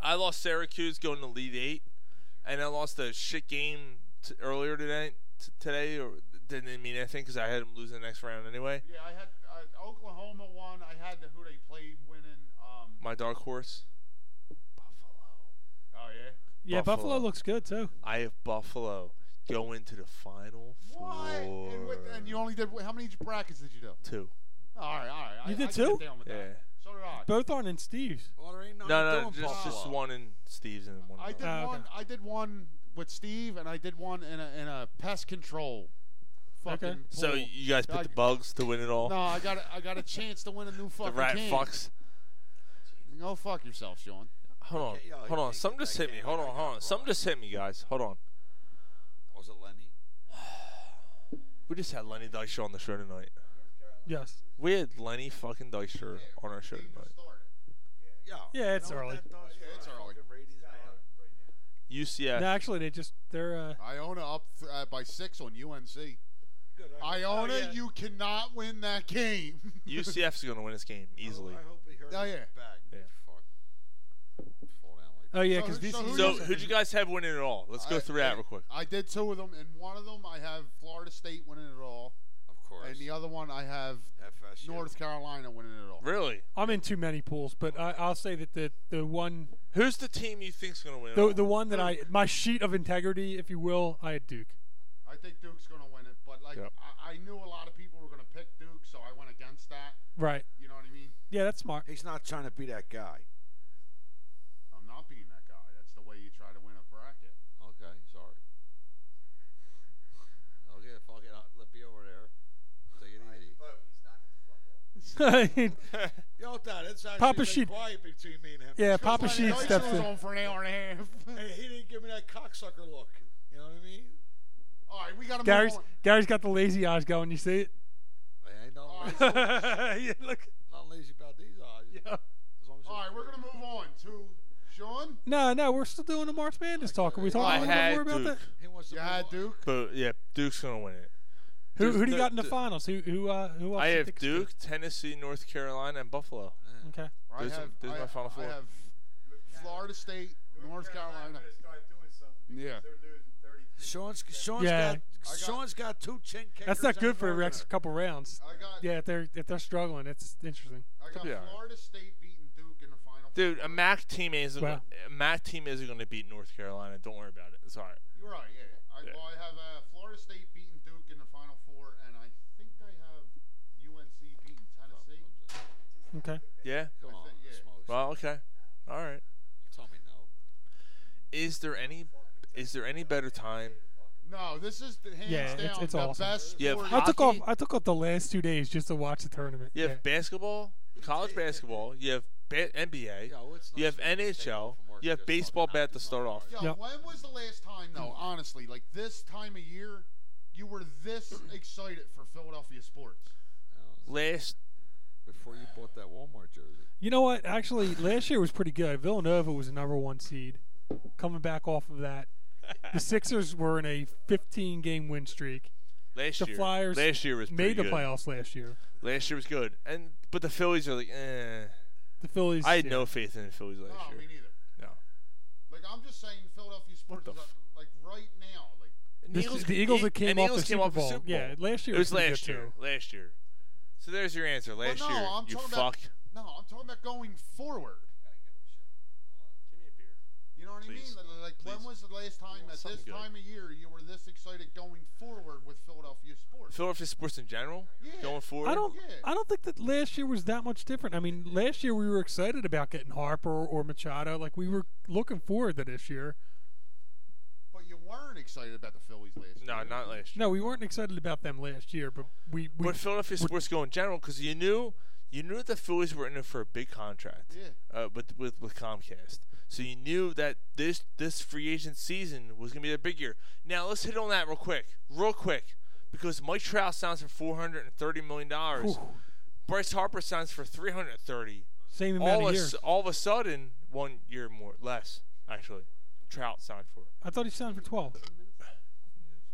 I lost Syracuse going to lead eight, and I lost a shit game t- earlier today. T- today or didn't mean anything because I had them lose the next round anyway.
Yeah, I had. I uh, Oklahoma won. I had the, who they played winning. Um,
My dark horse.
oh yeah.
Yeah, Buffalo. looks good too.
I have Buffalo going to the final
What? And,
four.
with, and you only did how many brackets did you do?
Two.
All right, all right. I-
You did
I can
two?
get down with that.
Yeah.
So did I.
Both aren't in Steve's.
No,
not
no,
doing
just,
Buffalo.
just one in Steve's and one.
I
in
did
Oh,
mine.
one. I did one with Steve, and I did one in a in a pest control. Fucking pool.
So you guys
I-
put the bugs to win it all.
No, I got a, I got a chance to win a new
the
fucking
rat
game.
fox.
Go fuck yourself, Sean.
Hold on, hold on. Something just hit me. Hold on, hold on. Something just hit me, guys. Hold on.
Was it Lenny?
We just had Lenny Dykstra on the show tonight.
Yes.
We had Lenny fucking Dykstra on our show tonight.
Yeah, it's early.
it's early.
UCF.
No, actually, they just they're. Uh,
Iona up th- uh, by six on UNC. Iona,
Oh, yeah.
you cannot win that game.
UCF's gonna win this game easily.
Oh yeah.
Yeah.
oh yeah,
So
because
who- so who
So
you-
who'd you guys have winning it all? Let's go
I-
through that real quick.
I did two of them, and one of them I have Florida State winning it all,
Of course.
and the other one I have
FSU.
North Carolina winning it all.
Really?
I'm in too many pools, but I, I'll say that the the one
Who's the team you think's gonna win? it all?
the the one that I my sheet of integrity, if you will, I had Duke.
I think Duke's going to win it, but like
Yep.
I, I knew a lot of people were going to pick Duke, so I went against that.
Right.
You know what I mean?
Yeah, that's smart.
He's not trying to be that guy.
I'm not being that guy. That's the way you try to win a bracket.
Okay, sorry. Okay, fuck it. I'll- Let me over there. Take it easy. Yo, Dad, it's actually
Papa
been
Sheet-
quiet between me and him.
Yeah,
It's 'cause
Papa
my
Sheet
night
stepped
was
in.
on for an hour and a half. Hey, he didn't give me that cocksucker look. You know what I mean?
All right, we got to move
Gary's
on.
Gary's got the lazy eyes going. You see it?
I ain't not lazy.
yeah, look.
Not lazy about these eyes. Yeah. As long as
All right, we're going to move on to Sean.
No, no, we're still doing the March Madness talk. Are we
I
talking a
had
little more
Duke.
about that?
You had Duke.
But yeah, Duke's gonna win it.
Who,
There's
who do you
no-
got in the
th-
finals? Who who uh, who else?
I
you
have
think's
Duke, Tennessee, North Carolina, and Buffalo.
Okay.
I
There's,
have,
there's
I,
my final four.
I have Florida State, North Carolina. Yeah.
Sean's, Sean's
Yeah.
got Sean's got two chin kickers.
That's not
and
good
a
for the
burner.
next couple rounds.
I got-
yeah, if they're if they're struggling, it's interesting.
I got
be all right.
Florida State beating Duke in the final.
Dude, a MAC team isn't.
Wow.
A MAC team isn't going to beat North Carolina. Don't worry about it. It's all right.
You're right. Yeah. I,
Yeah.
Well, I have uh, Florida State beating Duke in the final four, and I think I have UNC beating Tennessee.
Okay.
Yeah.
Come on, smokes.
Well, okay. All right.
Tell me no.
Is there any? Is there any better time?
No, this is the hands
Yeah,
down
it's, it's
the
awesome.
best.
Yeah,
sport-
I took off
hockey-
I took off the last two days just to watch the tournament.
You have basketball, college basketball. You have ba- NBA. you have NHL. You have baseball bat to start off.
Yo, when was the last time, though?
Mm.
Honestly, like this time of year, you were this excited for Philadelphia sports.
Last
before you bought that Walmart jersey.
You know what? Actually, last year was pretty good. Villanova was the number one seed. Coming back off of that, the Sixers were in a 15 game win streak.
Last
the
year.
Flyers
Last year was pretty
made the
good.
playoffs last year.
Last year was good, and but the Phillies are like, eh.
The Phillies.
I had
yeah.
no faith in the Phillies last
No,
year.
me neither.
No.
Like I'm just saying, Philadelphia sports is up, like right now. Like
The, the Eagles that came
and
off
Eagles
the
came
Super
off the
Bowl.
Super
Yeah,
Bowl.
last year
It was
pretty
last
good,
year.
too.
Last year. So there's your answer. Last
but no,
year,
I'm
you
talking
fuck.
About, no, I'm talking about going forward. You know what
Please.
I mean? Like, Like, when was the last time at this
something good.
time of year you were this excited going forward with Philadelphia sports?
Philadelphia sports in general, going forward.
I don't. I don't think that last year was that much different. I mean, last year we were excited about getting Harper or Machado. Like we were looking forward to this year.
But you weren't excited about the Phillies last
No,
year.
not last year.
No, we weren't excited about them last year, but we. we
but Philadelphia sports go in general because you knew you knew the Phillies were in it for a big contract.
Yeah.
Uh, with with with Comcast, so you knew that this this free agent season was gonna be their big year. Now let's hit on that real quick, real quick, because Mike Trout signs for four hundred and thirty million dollars. Bryce Harper signs for three hundred thirty.
Same amount
all
of
a
years.
s- all of a sudden, one year more less actually. Trout signed for.
I thought he signed for twelve.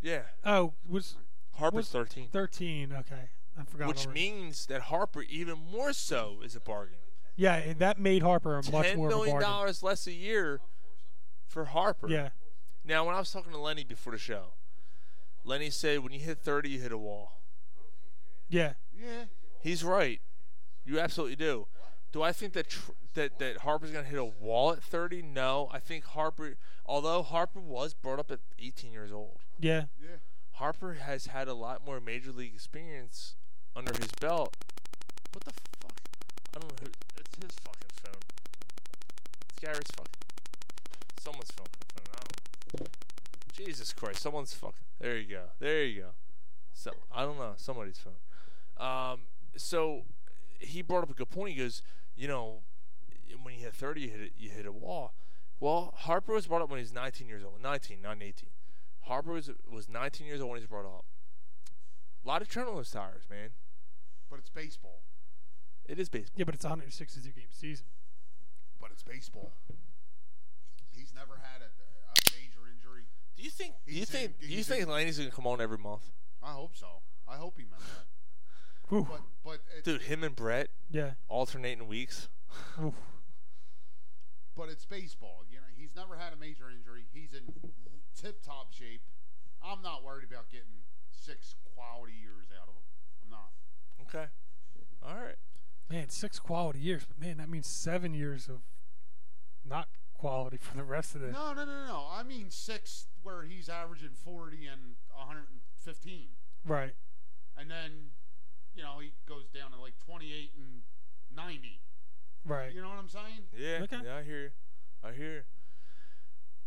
Yeah.
Oh, was
Harper's
was
13.
Thirteen. Okay, I forgot.
Which
already.
means that Harper even more so is a bargain.
yeah, and that made Harper a much
Ten
more of a
million
bargain.
dollars less a year for Harper.
Yeah.
Now, when I was talking to Lenny before the show, Lenny said when you hit thirty, you hit a wall.
Yeah.
Yeah.
He's right. You absolutely do. Do I think that tr- that that Harper's going to hit a wall at 30? No, I think Harper. Although Harper was brought up at 18 years old.
Yeah.
Harper has had a lot more major league experience under his belt. What the fuck? I don't know who. It's his fucking phone. It's Gary's fucking. Someone's fucking phone. I don't know. Jesus Christ! Someone's fucking. There you go. There you go. So I don't know. Somebody's phone. Um. So he brought up a good point. He goes, you know, when you hit 30, you hit a, you hit a wall. Well, Harper was brought up when he was 19 years old. 19, not 18. Harper was was 19 years old when he was brought up. A lot of journalist hires, man.
But it's baseball.
It is baseball.
Yeah, but it's a 162 game season.
But it's baseball. He's never had a, a major injury.
Do you think? Do you
He's
think?
in-
Do you
he's
think
in-
Laney's gonna come on every month?
I hope so. I hope he meant that.
Whew.
but but it,
Dude, him and Brett.
Yeah.
Alternating weeks.
but it's baseball. You know, he's never had a major injury. He's in tip-top shape. I'm not worried about getting six quality years out of him. I'm not.
Okay. All right.
Man, six quality years, but man, that means seven years of not quality for the rest of the.
No, no, no, no. I mean six where he's averaging 40 and 115.
Right.
And then, you know, he goes down to like 28 and 90.
Right.
You know what I'm saying?
Yeah, yeah, I hear you. I hear you.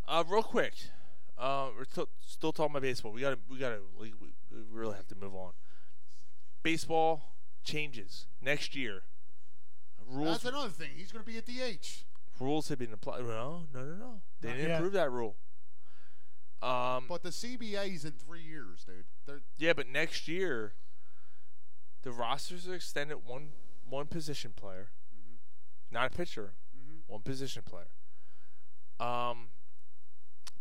Uh, real quick, uh, we're still still talking about baseball. We gotta, we gotta, we, we we really have to move on. Baseball changes next year. Rules
That's another thing. He's going to be at DH.
rules have been applied. No, no, no, no. They
Not
didn't
yet.
approve that rule. Um,
But the CBA's in three years, dude. They're,
yeah, but next year, the rosters are extended one one position player, not a pitcher, one position player. Um,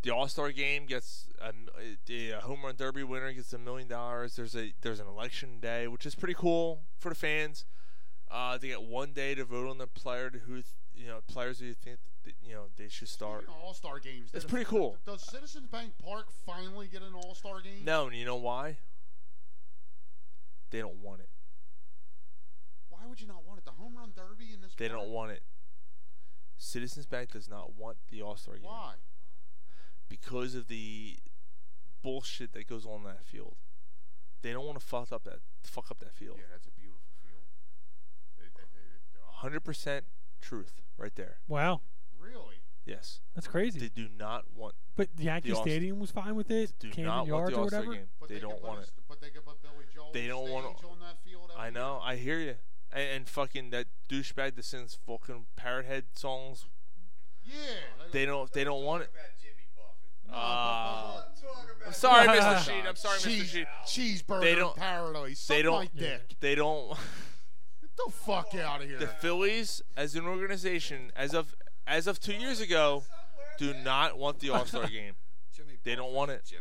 the All Star game gets a, m- uh, the uh, home run derby winner gets a million dollars. There's a there's an election day, which is pretty cool for the fans. Uh, they get one day to vote on the player to who th- you know players who you think that, you know they should start.
All Star games.
It's
Did-
pretty cool.
Does Citizens Bank Park finally get an All Star game?
No, and you know why? They don't want it.
Why would you not want it? The home run derby in this.
They don't want it. Citizens Bank does not want the All Star game
Why?
because of the bullshit that goes on in that field. They don't want to fuck up that fuck up that field.
Yeah, that's a beautiful field. It- it- it- uh,
Hundred percent truth right there.
Wow.
really?
Yes.
That's crazy.
They do not want.
But
the
Yankee
All-
Stadium was fine with it.
do
Camden
not want
Yards
the
or
All Star
whatever.
game. They, don't want it.
But they could put Billy Joel
They don't
stage
wanna-
on that field.
I know. I hear you. And, and fucking that douchebag that sings fucking parrothead songs.
Yeah.
They don't. They don't want it. Uh,
I'm
sorry, Mr. Sheet. I'm sorry, Mr. Sheet.
Cheeseburger
They don't-
paradise.
They
Suck
don't.
my dick.
They don't.
Get the fuck out of here.
The Phillies, as an organization, as of as of two years ago, do not want the All Star game. They don't want it.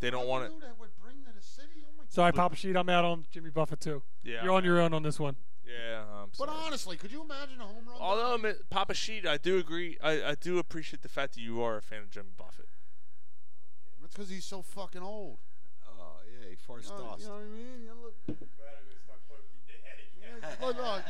They don't want it.
Oh
Sorry, Papa Sheet. I'm out on Jimmy Buffett too.
Yeah,
You're
I'm
on your own on this one.
Yeah. Um,
But honestly, could you imagine a home run?
although I'm a- Papa Sheet, I do agree. I, I do appreciate the fact that you are a fan of Jimmy Buffett.
That's because he's so fucking old.
Oh yeah, he
You
forced
know,
us.
you know what I mean? You look- Look, look,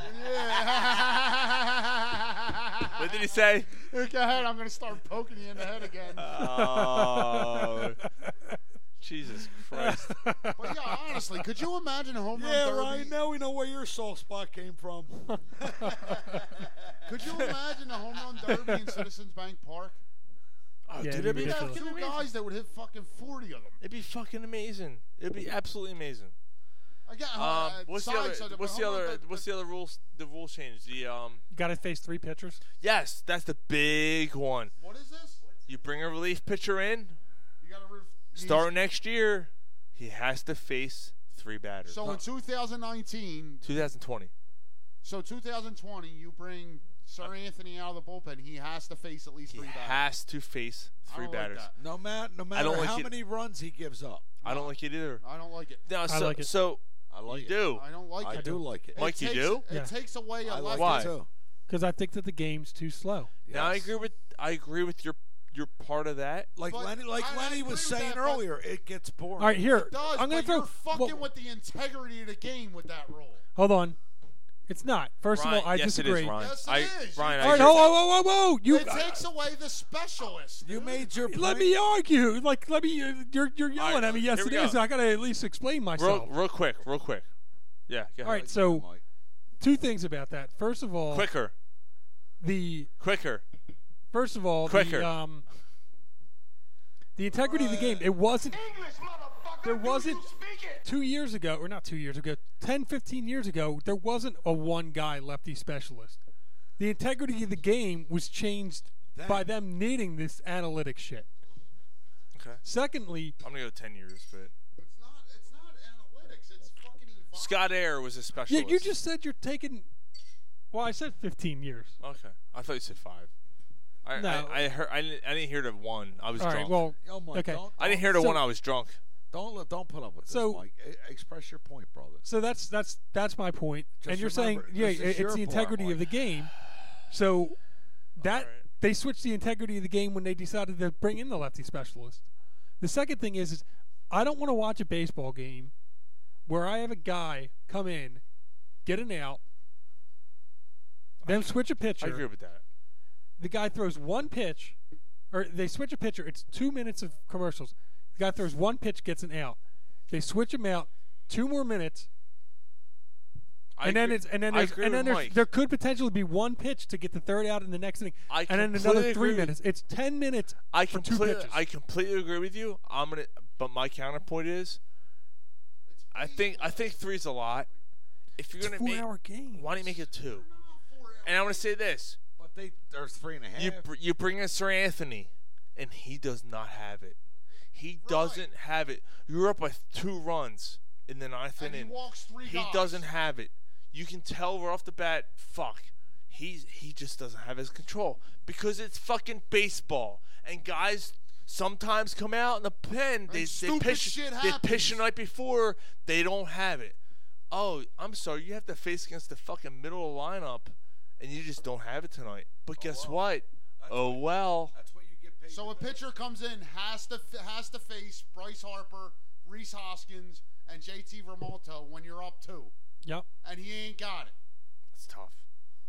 What did he say?
yeah. Go ahead, I'm gonna start poking you in the head again.
Oh, Jesus Christ!
But yeah, honestly, could you imagine a home
Yeah,
run derby?
Ryan. Now we know where your soft spot came from.
Could you imagine a home run derby in Citizens Bank Park?
Oh,
Yeah,
dude,
it'd
it'd
be
be
You'd have
fucking
two
amazing.
guys that would hit fucking 40 of them.
It'd be fucking amazing. It'd be absolutely amazing.
Again,
Um, what's the other? What's the other? What's the other rules? The rule change. The um.
Got to face three pitchers.
Yes, that's the big one.
What is this?
You bring a relief pitcher in.
You gotta roof.
Starting next year, he has to face three batters.
So in 2019,
2020.
so 2020, you bring Sir Anthony out of the bullpen. He has to face at least
He
three batters.
has to face
I
three
don't like
batters.
that.
No matter no matter
don't like
how
it.
many runs he gives up,
I don't like it either.
I don't like it.
No, so,
like it.
so
I like
you
it.
do.
I don't like
I
it.
do like it.
It
Mike, you
takes-
do?
It
Yeah.
takes away a
I
left.
like
Why?
it too.
Because I think that the game's too slow.
Now I
Yes.
agree with I agree with your you're part of that.
Like
But
Lenny, like
I- I
Lenny
agree
was
with
saying
that, but-
earlier, it gets boring.
All right, here.
It does,
I'm gonna
but
throw-
You're fucking
well-
with the integrity of the game with that rule.
Hold on. It's not. First
Ryan-
of all, I
yes,
disagree.
It is, Ryan.
Yes, it
I,
is.
Ryan,
All
I
right,
agree.
whoa, whoa, whoa, whoa! You
it takes away the specialist.
You made your
let me argue. Like, let me. You're you're yelling at me. Yes,
here
it
we
is.
go.
I gotta at least explain myself.
real, real quick, real quick. Yeah. Go ahead.
all right, so two things about that. First of all,
quicker,
the
quicker.
first of all,
Quicker.
the um, the integrity of the game. It wasn't. There wasn't two years ago, or not two years ago, 10, 15 years ago. There wasn't a one guy lefty specialist. The integrity of the game was changed by them needing this analytic shit.
Okay.
Secondly,
I'm gonna go ten years, but. Scott Air was a
yeah,
specialist.
you just said you're taking. Well, I said 15 years.
Okay, I thought you said five. I,
No.
I, I heard. I didn't, I didn't hear the one. I was
All right,
drunk.
well,
Oh my, okay. don't-
I didn't hear the
So-
one. I was drunk.
Don't let- don't put up with
So-
this, Mike. E- Express your point, brother.
So that's that's that's my point.
Just
and you're saying,
remember,
yeah,
this is
it-
your
it's the integrity of the game. So that they switched the integrity of the game when they decided to bring in the lefty specialist. The second thing is, is I don't want to watch a baseball game where I have a guy come in, get an out, then switch a pitcher.
I agree with that.
The guy throws one pitch, or they switch a pitcher. It's two minutes of commercials. The guy throws one pitch, gets an out. They switch him out, two more minutes,
I
and then
agree-
it's and then
I
there's,
agree
and then
with
there's,
Mike.
there could potentially be one pitch to get the third out in the next inning,
I
and then
completely
another three
agree.
minutes. It's ten minutes
I
for two
completely,
pitches.
I completely agree with you. I'm gonna, but my counterpoint is, I think, I think three's a lot. If you're
It's
gonna
four
make,
hour game.
why don't you make it two? And I want to say this:
But they there's three and a half.
you br- you bring in Sir Anthony, and he does not have it. He doesn't have it. You're up by two runs in the ninth
And he
inning.
walks three
He
guys.
doesn't have it. You can tell right off the bat. Fuck. He's he just doesn't have his control because it's fucking baseball, and guys sometimes come out in the pen. They they
stupid
pitch
shit
they
happens.
pitch the night before. They don't have it. Oh, I'm sorry. You have to face against the fucking middle of the lineup, and you just don't have it tonight. But guess what? oh well.
So a pitcher comes in, has to f- has to face Bryce Harper, Reese Hoskins, and JT Remoto when you're up two,
Yep.
and he ain't got it.
That's tough.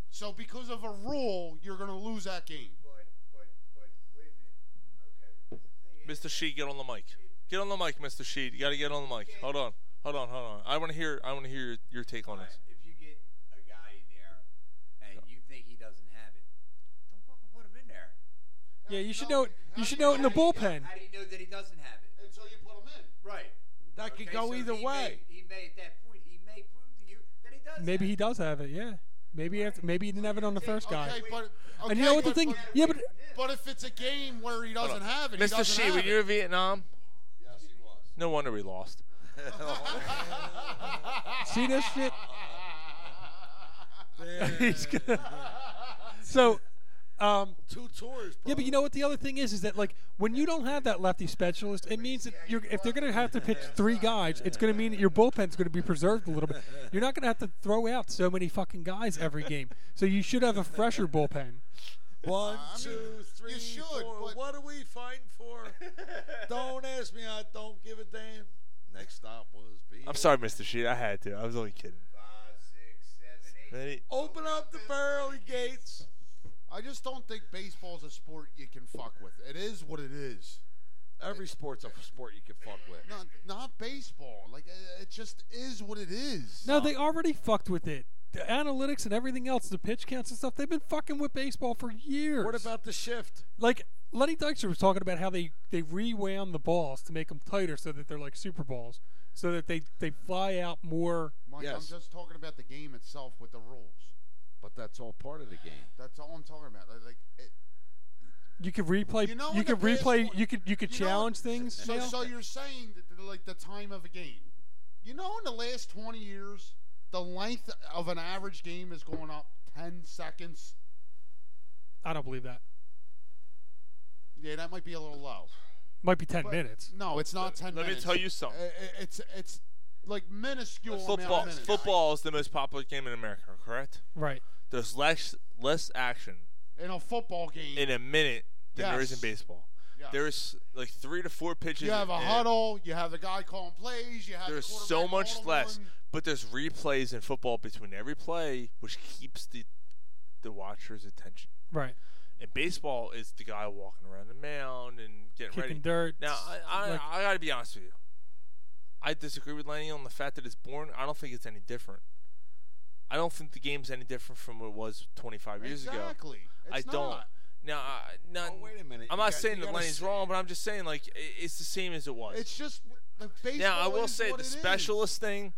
So because of a rule, you're gonna lose that game.
Mr. Sheed, get on the mic. Get on the mic, Mr. Sheed. You gotta get on the mic. Hold on. Hold on, hold on. I wanna hear I wanna hear your, your take on this.
If you get a guy in there and you think he doesn't have it, don't fucking put him in there.
yeah, you should know. it- You should know it in the bullpen.
How do you know that he doesn't have it?
Until you put him in.
Right.
That could go either
he
way.
May, he may at that point he may prove to you that he does.
Maybe he does have it. Yeah. Maybe after, maybe he didn't have it on the first guy.
Okay, but okay,
and you know what the
but-
thing?
But,
yeah, but
but if it's a game where he doesn't have it, he
Mr.
doesn't
Sheed,
have
were
it.
you in Vietnam? No wonder we lost.
see this shit. He's gonna- so, um,
Two tours.
Yeah, but you know what? The other thing is, is that like when you don't have that lefty specialist, it means that you're if they're going to have to pitch three guys, it's going to mean that your bullpen's going to be preserved a little bit. You're not going to have to throw out so many fucking guys every game. So you should have a fresher bullpen.
One, two, three, four. What are we fighting for? don't ask me. I don't give a damn. Next stop was B.
I'm sorry, Mr. Sheed. I had to. I was only kidding. Ready?
Open up the barrel gates.
I just don't think baseball's a sport you can fuck with. It is what it is.
Every sport's a sport you can fuck with.
Not not baseball. Like uh, it just is what it is.
No, they already fucked with it. The analytics and everything else, the pitch counts and stuff, they've been fucking with baseball for years.
What about the shift?
like Lenny Dykstra was talking about how they they rewound the balls to make them tighter so that they're like super balls, so that they they fly out more.
Mike, I'm just talking about the game itself with the rules.
But that's all part of the game.
That's all I'm talking about. Like, Like it,
You could replay.
You
You,
know when
could
the
replay.
baseball-
you could you could
you know-
challenge things.
So,
now?
so you're saying that, that, like the time of a game. You know, in the last 20 years, the length of an average game is going up 10 seconds.
I don't believe that.
Yeah, that might be a little low.
Might be ten
But-
minutes.
No, it's not 10
Let me
minutes.
tell you something.
I- I- It's it's like minuscule amount of
Football
minutes.
football is the most popular game in America, correct?
Right.
There's less less action
in a football game.
in a minute than there is in
Yes.
baseball.
Yes.
There's like three to four pitches.
You have a
and it-
huddle. You have the guy calling plays. You have the
There's so
quarterback
much
holding
less,
one.
but there's replays in football between every play, which keeps the the watcher's attention.
Right.
In baseball, it's the guy walking around the mound and getting
Kicking
ready.
dirt,
Now, I, I,
like-
I got to be honest with you. I disagree with Lenny on the fact that it's born. I don't think it's any different. I don't think the game's any different from what it was 25 years ago.
Exactly.
I
It's
don't.
not. Oh,
Now, I, now wait a minute. I'm
You
not
got-
saying
you
that
gotta
Lenny's
say-
wrong, but I'm just saying like i- it's the same as it was.
It's just the baseball.
Now I will
is
say
what
the
it is.
specialist thing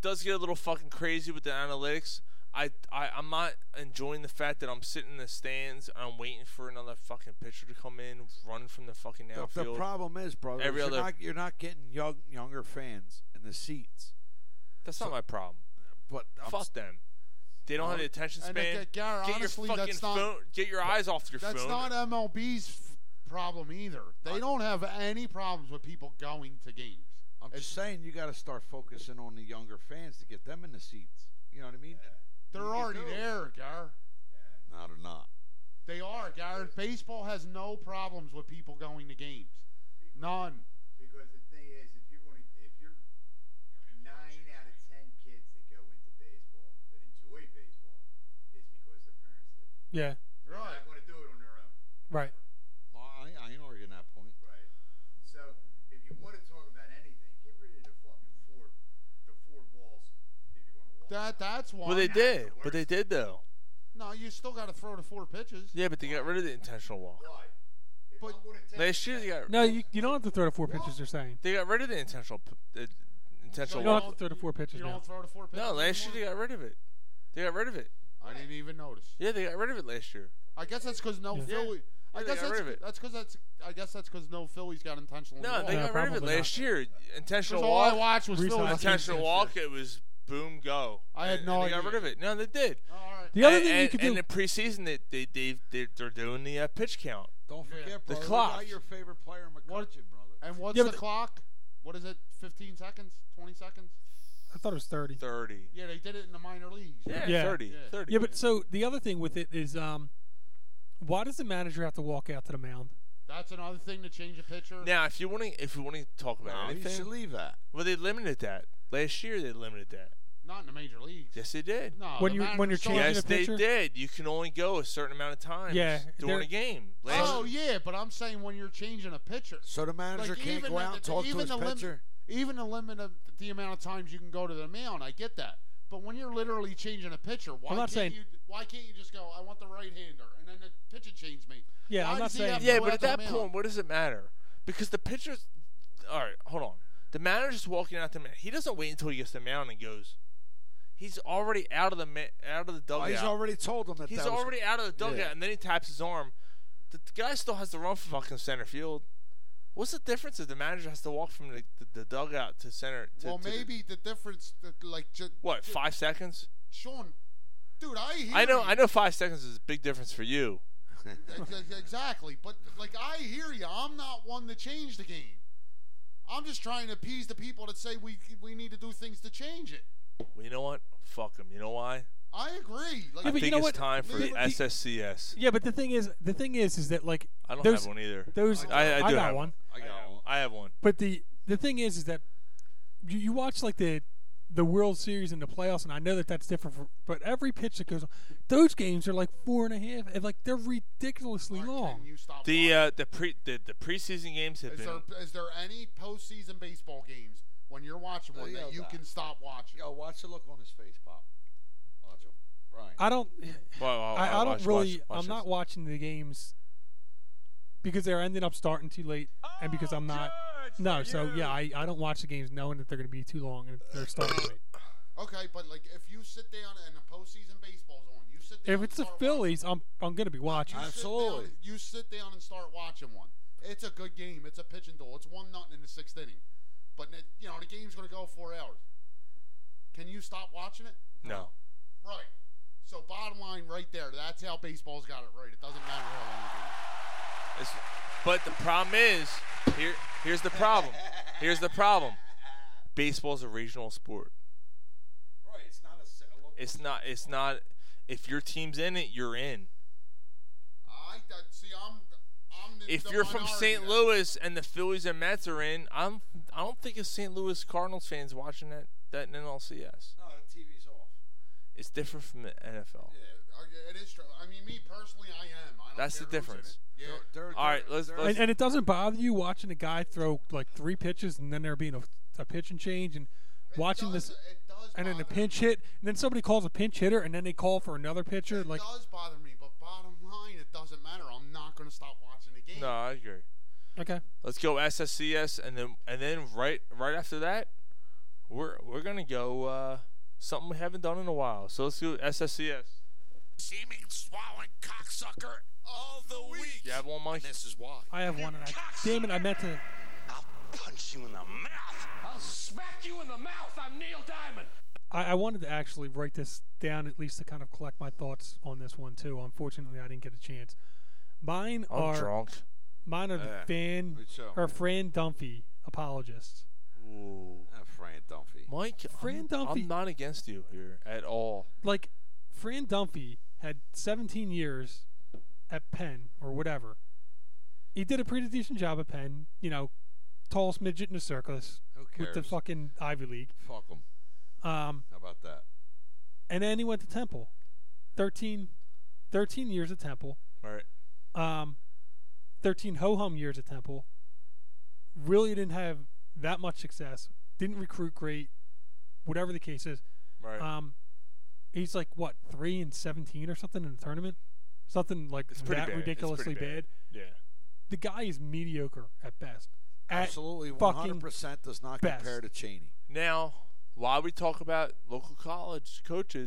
does get a little fucking crazy with the analytics. I, I I'm not enjoying the fact that I'm sitting in the stands and I'm waiting for another fucking pitcher to come in, run from the fucking
The-
outfield.
The problem is, brother,
Every
is
other
you're, not, you're not getting young, younger fans in the seats.
that's not my problem.
But I'm
Fuck
s- Uh,
them. They don't have the attention
And
span.
that- Gar,
get
honestly,
your fucking
that's not-
phone. Get your eyes off your
That's
phone.
not MLB's f- problem either. They don't have any problems with people going to games.
I'm just saying you got to start focusing on the younger fans to get them in the seats. You know what I mean?
They're already there, Gar.
No, they're not.
They are, Gar. Baseball has no problems with people going to games. None.
Because the thing is, if you're going to, if you're nine out of ten kids that go into baseball that enjoy baseball, is because their parents did.
Yeah.
They're not going to do it on their own,
Right.
Well, I, I ain't arguing that point.
right? So if you want to talk about anything, get rid of the fucking four, the four balls. If you're going to walk.
That that's why.
Well, they did, but they did though.
No, you still got to throw the four pitches.
Yeah, but they got rid of the intentional walk.
Why? If
But-
I'm going to take
Last year they got
No, you, you don't have to throw to four pitches. They're saying
they got rid of the intentional p- uh,
So
intentional
you
you don't
walk.
have to throw to four pitches
You
now.
don't throw the four pitches.
No, last year
anymore?
they got rid of it. They got rid of it.
I didn't even notice.
Yeah, they got rid of it last year.
I guess that's because no
Yeah.
Philly.
Yeah,
I
they
guess
got rid
that's
of it.
that's because that's I guess that's because no Philly's got intentional.
No, they
Yeah,
got rid of it
probably
last year. Intentional
Because all I
walk.
watched was
Reese
Philly.
Hoskins.
intentional walk. It was boom go.
I had
And-
no
and They got
idea.
rid of it. No, they did.
All right.
The other
and,
thing you
and-
could
and
do.
in preseason they they they they're, they're doing the uh, pitch count.
Don't forget,
The
brother. we
clock.
got your favorite player, McCutcheon, brother.
And what's
Yeah,
the
but-
clock? What is it? 15 seconds? 20 seconds?
I thought it was thirty.
Thirty.
Yeah, they did it in the minor leagues.
Yeah,
Yeah.
thirty.
Yeah.
Thirty.
Yeah, but so the other thing with it is, um, why does the manager have to walk out to the mound?
That's another thing to change a pitcher.
now if you want to if you want to talk about
No, you
anything,
should leave that.
well they limited that last year. They limited that.
Not in the major leagues.
Yes, they did.
No.
When
the
you- when
manager's
you're
still-
changing
Yes,
a
they
pitcher?
did. You can only go a certain amount of times
Yeah,
during
they're-
a game. Last
Oh yeah, but I'm saying when you're changing a pitcher.
So the manager
Like,
can't
even
go
the-
out and
the-
talk to
even
his
the lim-
pitcher.
Even the limit of the amount of times you can go to the mound, I get that. But when you're literally changing a pitcher, why
I'm not
can't
saying-
you? Why can't you just go? I want the right hander, and then the pitcher chains me.
Yeah,
Why
I'm not
does he
saying-
have to
Yeah,
go
but
out
at
to the
that
mound?
point, what does it matter? Because the pitcher's. All right, hold on. The manager's walking out the mound. He doesn't wait until he gets to the mound and goes. He's already out of the ma- out of the
Oh,
dugout.
he's already told him that.
He's
that was-
already out of the dugout,
Yeah.
and then he taps his arm. The, the guy still has to run for fucking center field. What's the difference if the manager has to walk from the, the, the dugout to center? To,
well,
to the-
maybe the difference, that, like, ju-
what
ju-
five seconds?
Sean, dude, I hear.
I know,
you.
I know. Five seconds is a big difference for you.
Ex- ex- exactly, but like, I hear you. I'm not one to change the game. I'm just trying to appease the people that say we we need to do things to change it.
Well, you know what? Fuck him. You know why?
I agree. Like,
I
but
think
you know
it's
what?
time for
The- the-
SSCS.
Yeah, but the thing is, the thing is, is that like
I don't
those,
have one either.
Those
I, I do
got
have
one.
I got one.
I have one.
But the the thing is, is that you, you watch like the the World Series and the playoffs, and I know that that's different. For, but every pitch that goes, on, those games are like four and a half, and like they're ridiculously
Mark,
long.
Can you stop
The
lying?
uh, the pre the, the preseason games have
Is
been.
there is there any postseason baseball games when you're watching
Oh,
one
yeah,
that you
that.
can stop watching?
Yo, watch the look on his face, pop. Watch him. Right.
I don't,
Well, well,
I, I
well,
don't
Oh, watch- watch-
really,
watch
I'm
this.
not watching the games because they're ending up starting too late, and because I'm not.
Oh,
No, so yeah, I, I don't watch the games knowing that they're going to be too long and they're starting late.
Okay, but like if you sit down and the postseason baseball's on, you sit down.
If
and
it's the
start
Phillies, I'm I'm going to be watching.
watching, Oh, you sit down-
Absolutely.
you sit down and start watching one. It's a good game. It's a pitch and duel. It's one nothing in the sixth inning, but it, you know the game's gonna go four hours. Can you stop watching it?
no.
Right. So bottom line, right there, that's how baseball's got it right. It doesn't matter how long. it is.
It's, but the problem is here. Here's the problem. Here's the problem. Baseball's a regional sport.
Right. It's not a. se- a local-
It's not. It's not. If your team's in it, you're in.
I that- see. I'm the-
if
the
you're from
minority
St.
then.
Louis and the Phillies and Mets are in, I'm I don't think it's St. Louis Cardinals fans watching that that NLCS.
No, the TV's off.
It's different from the
Uh,
NFL.
yeah, It is true. I mean, me personally, I am. I don't
That's the
care who's in
difference.
it. Yeah.
All right, let's
And,
let's.
and it doesn't bother you watching a guy throw like three pitches and then there being a, a pitch and change and watching this and then a pinch hit and then somebody calls a pinch hitter and then they call for another pitcher like
It does bother me, but bottom line, it doesn't matter. I'm not going to stop watching the game.
no, I agree.
okay
Let's go SSCS and then and then right right after that, we're we're gonna go uh, something we haven't done in a while. So let's do SSCS.
Seeming swallowing cocksucker all the week.
You have one, Mike.
This is why.
I have one and I damn it I meant to
Punch you in the mouth. I'll smack you in the mouth. I'm Neil Diamond.
I, I wanted to actually write this down at least to kind of collect my thoughts on this one too unfortunately I didn't get a chance mine
I'm
are
drunk.
mine are
Yeah.
the fan
Good show.
or Fran Dumphy apologists
Ooh.
Fran Dunphy.
Mike,
Fran
I'm,
Dunphy-
I'm not against you here at all.
like Fran Dunphy had 17 years at Penn or whatever. He did a pretty decent job at Penn, you know, tallest midget in the circus
Who
with the
cares?
fucking Ivy League.
Fuck them.
Um,
How about that?
and then he went to Temple, 13, 13 years at Temple,
All right.
um, 13 ho hum years at Temple. Really didn't have that much success. Didn't recruit great, whatever the case is.
Right.
Um, he's like what three and seventeen or something in the tournament, something like
It's pretty
that
bad. It's pretty
ridiculously bad.
bad. Yeah.
The guy is mediocre at best. At
Absolutely,
fucking
100% does not
best.
compare to Cheney.
Now, while we talk about local college coaches,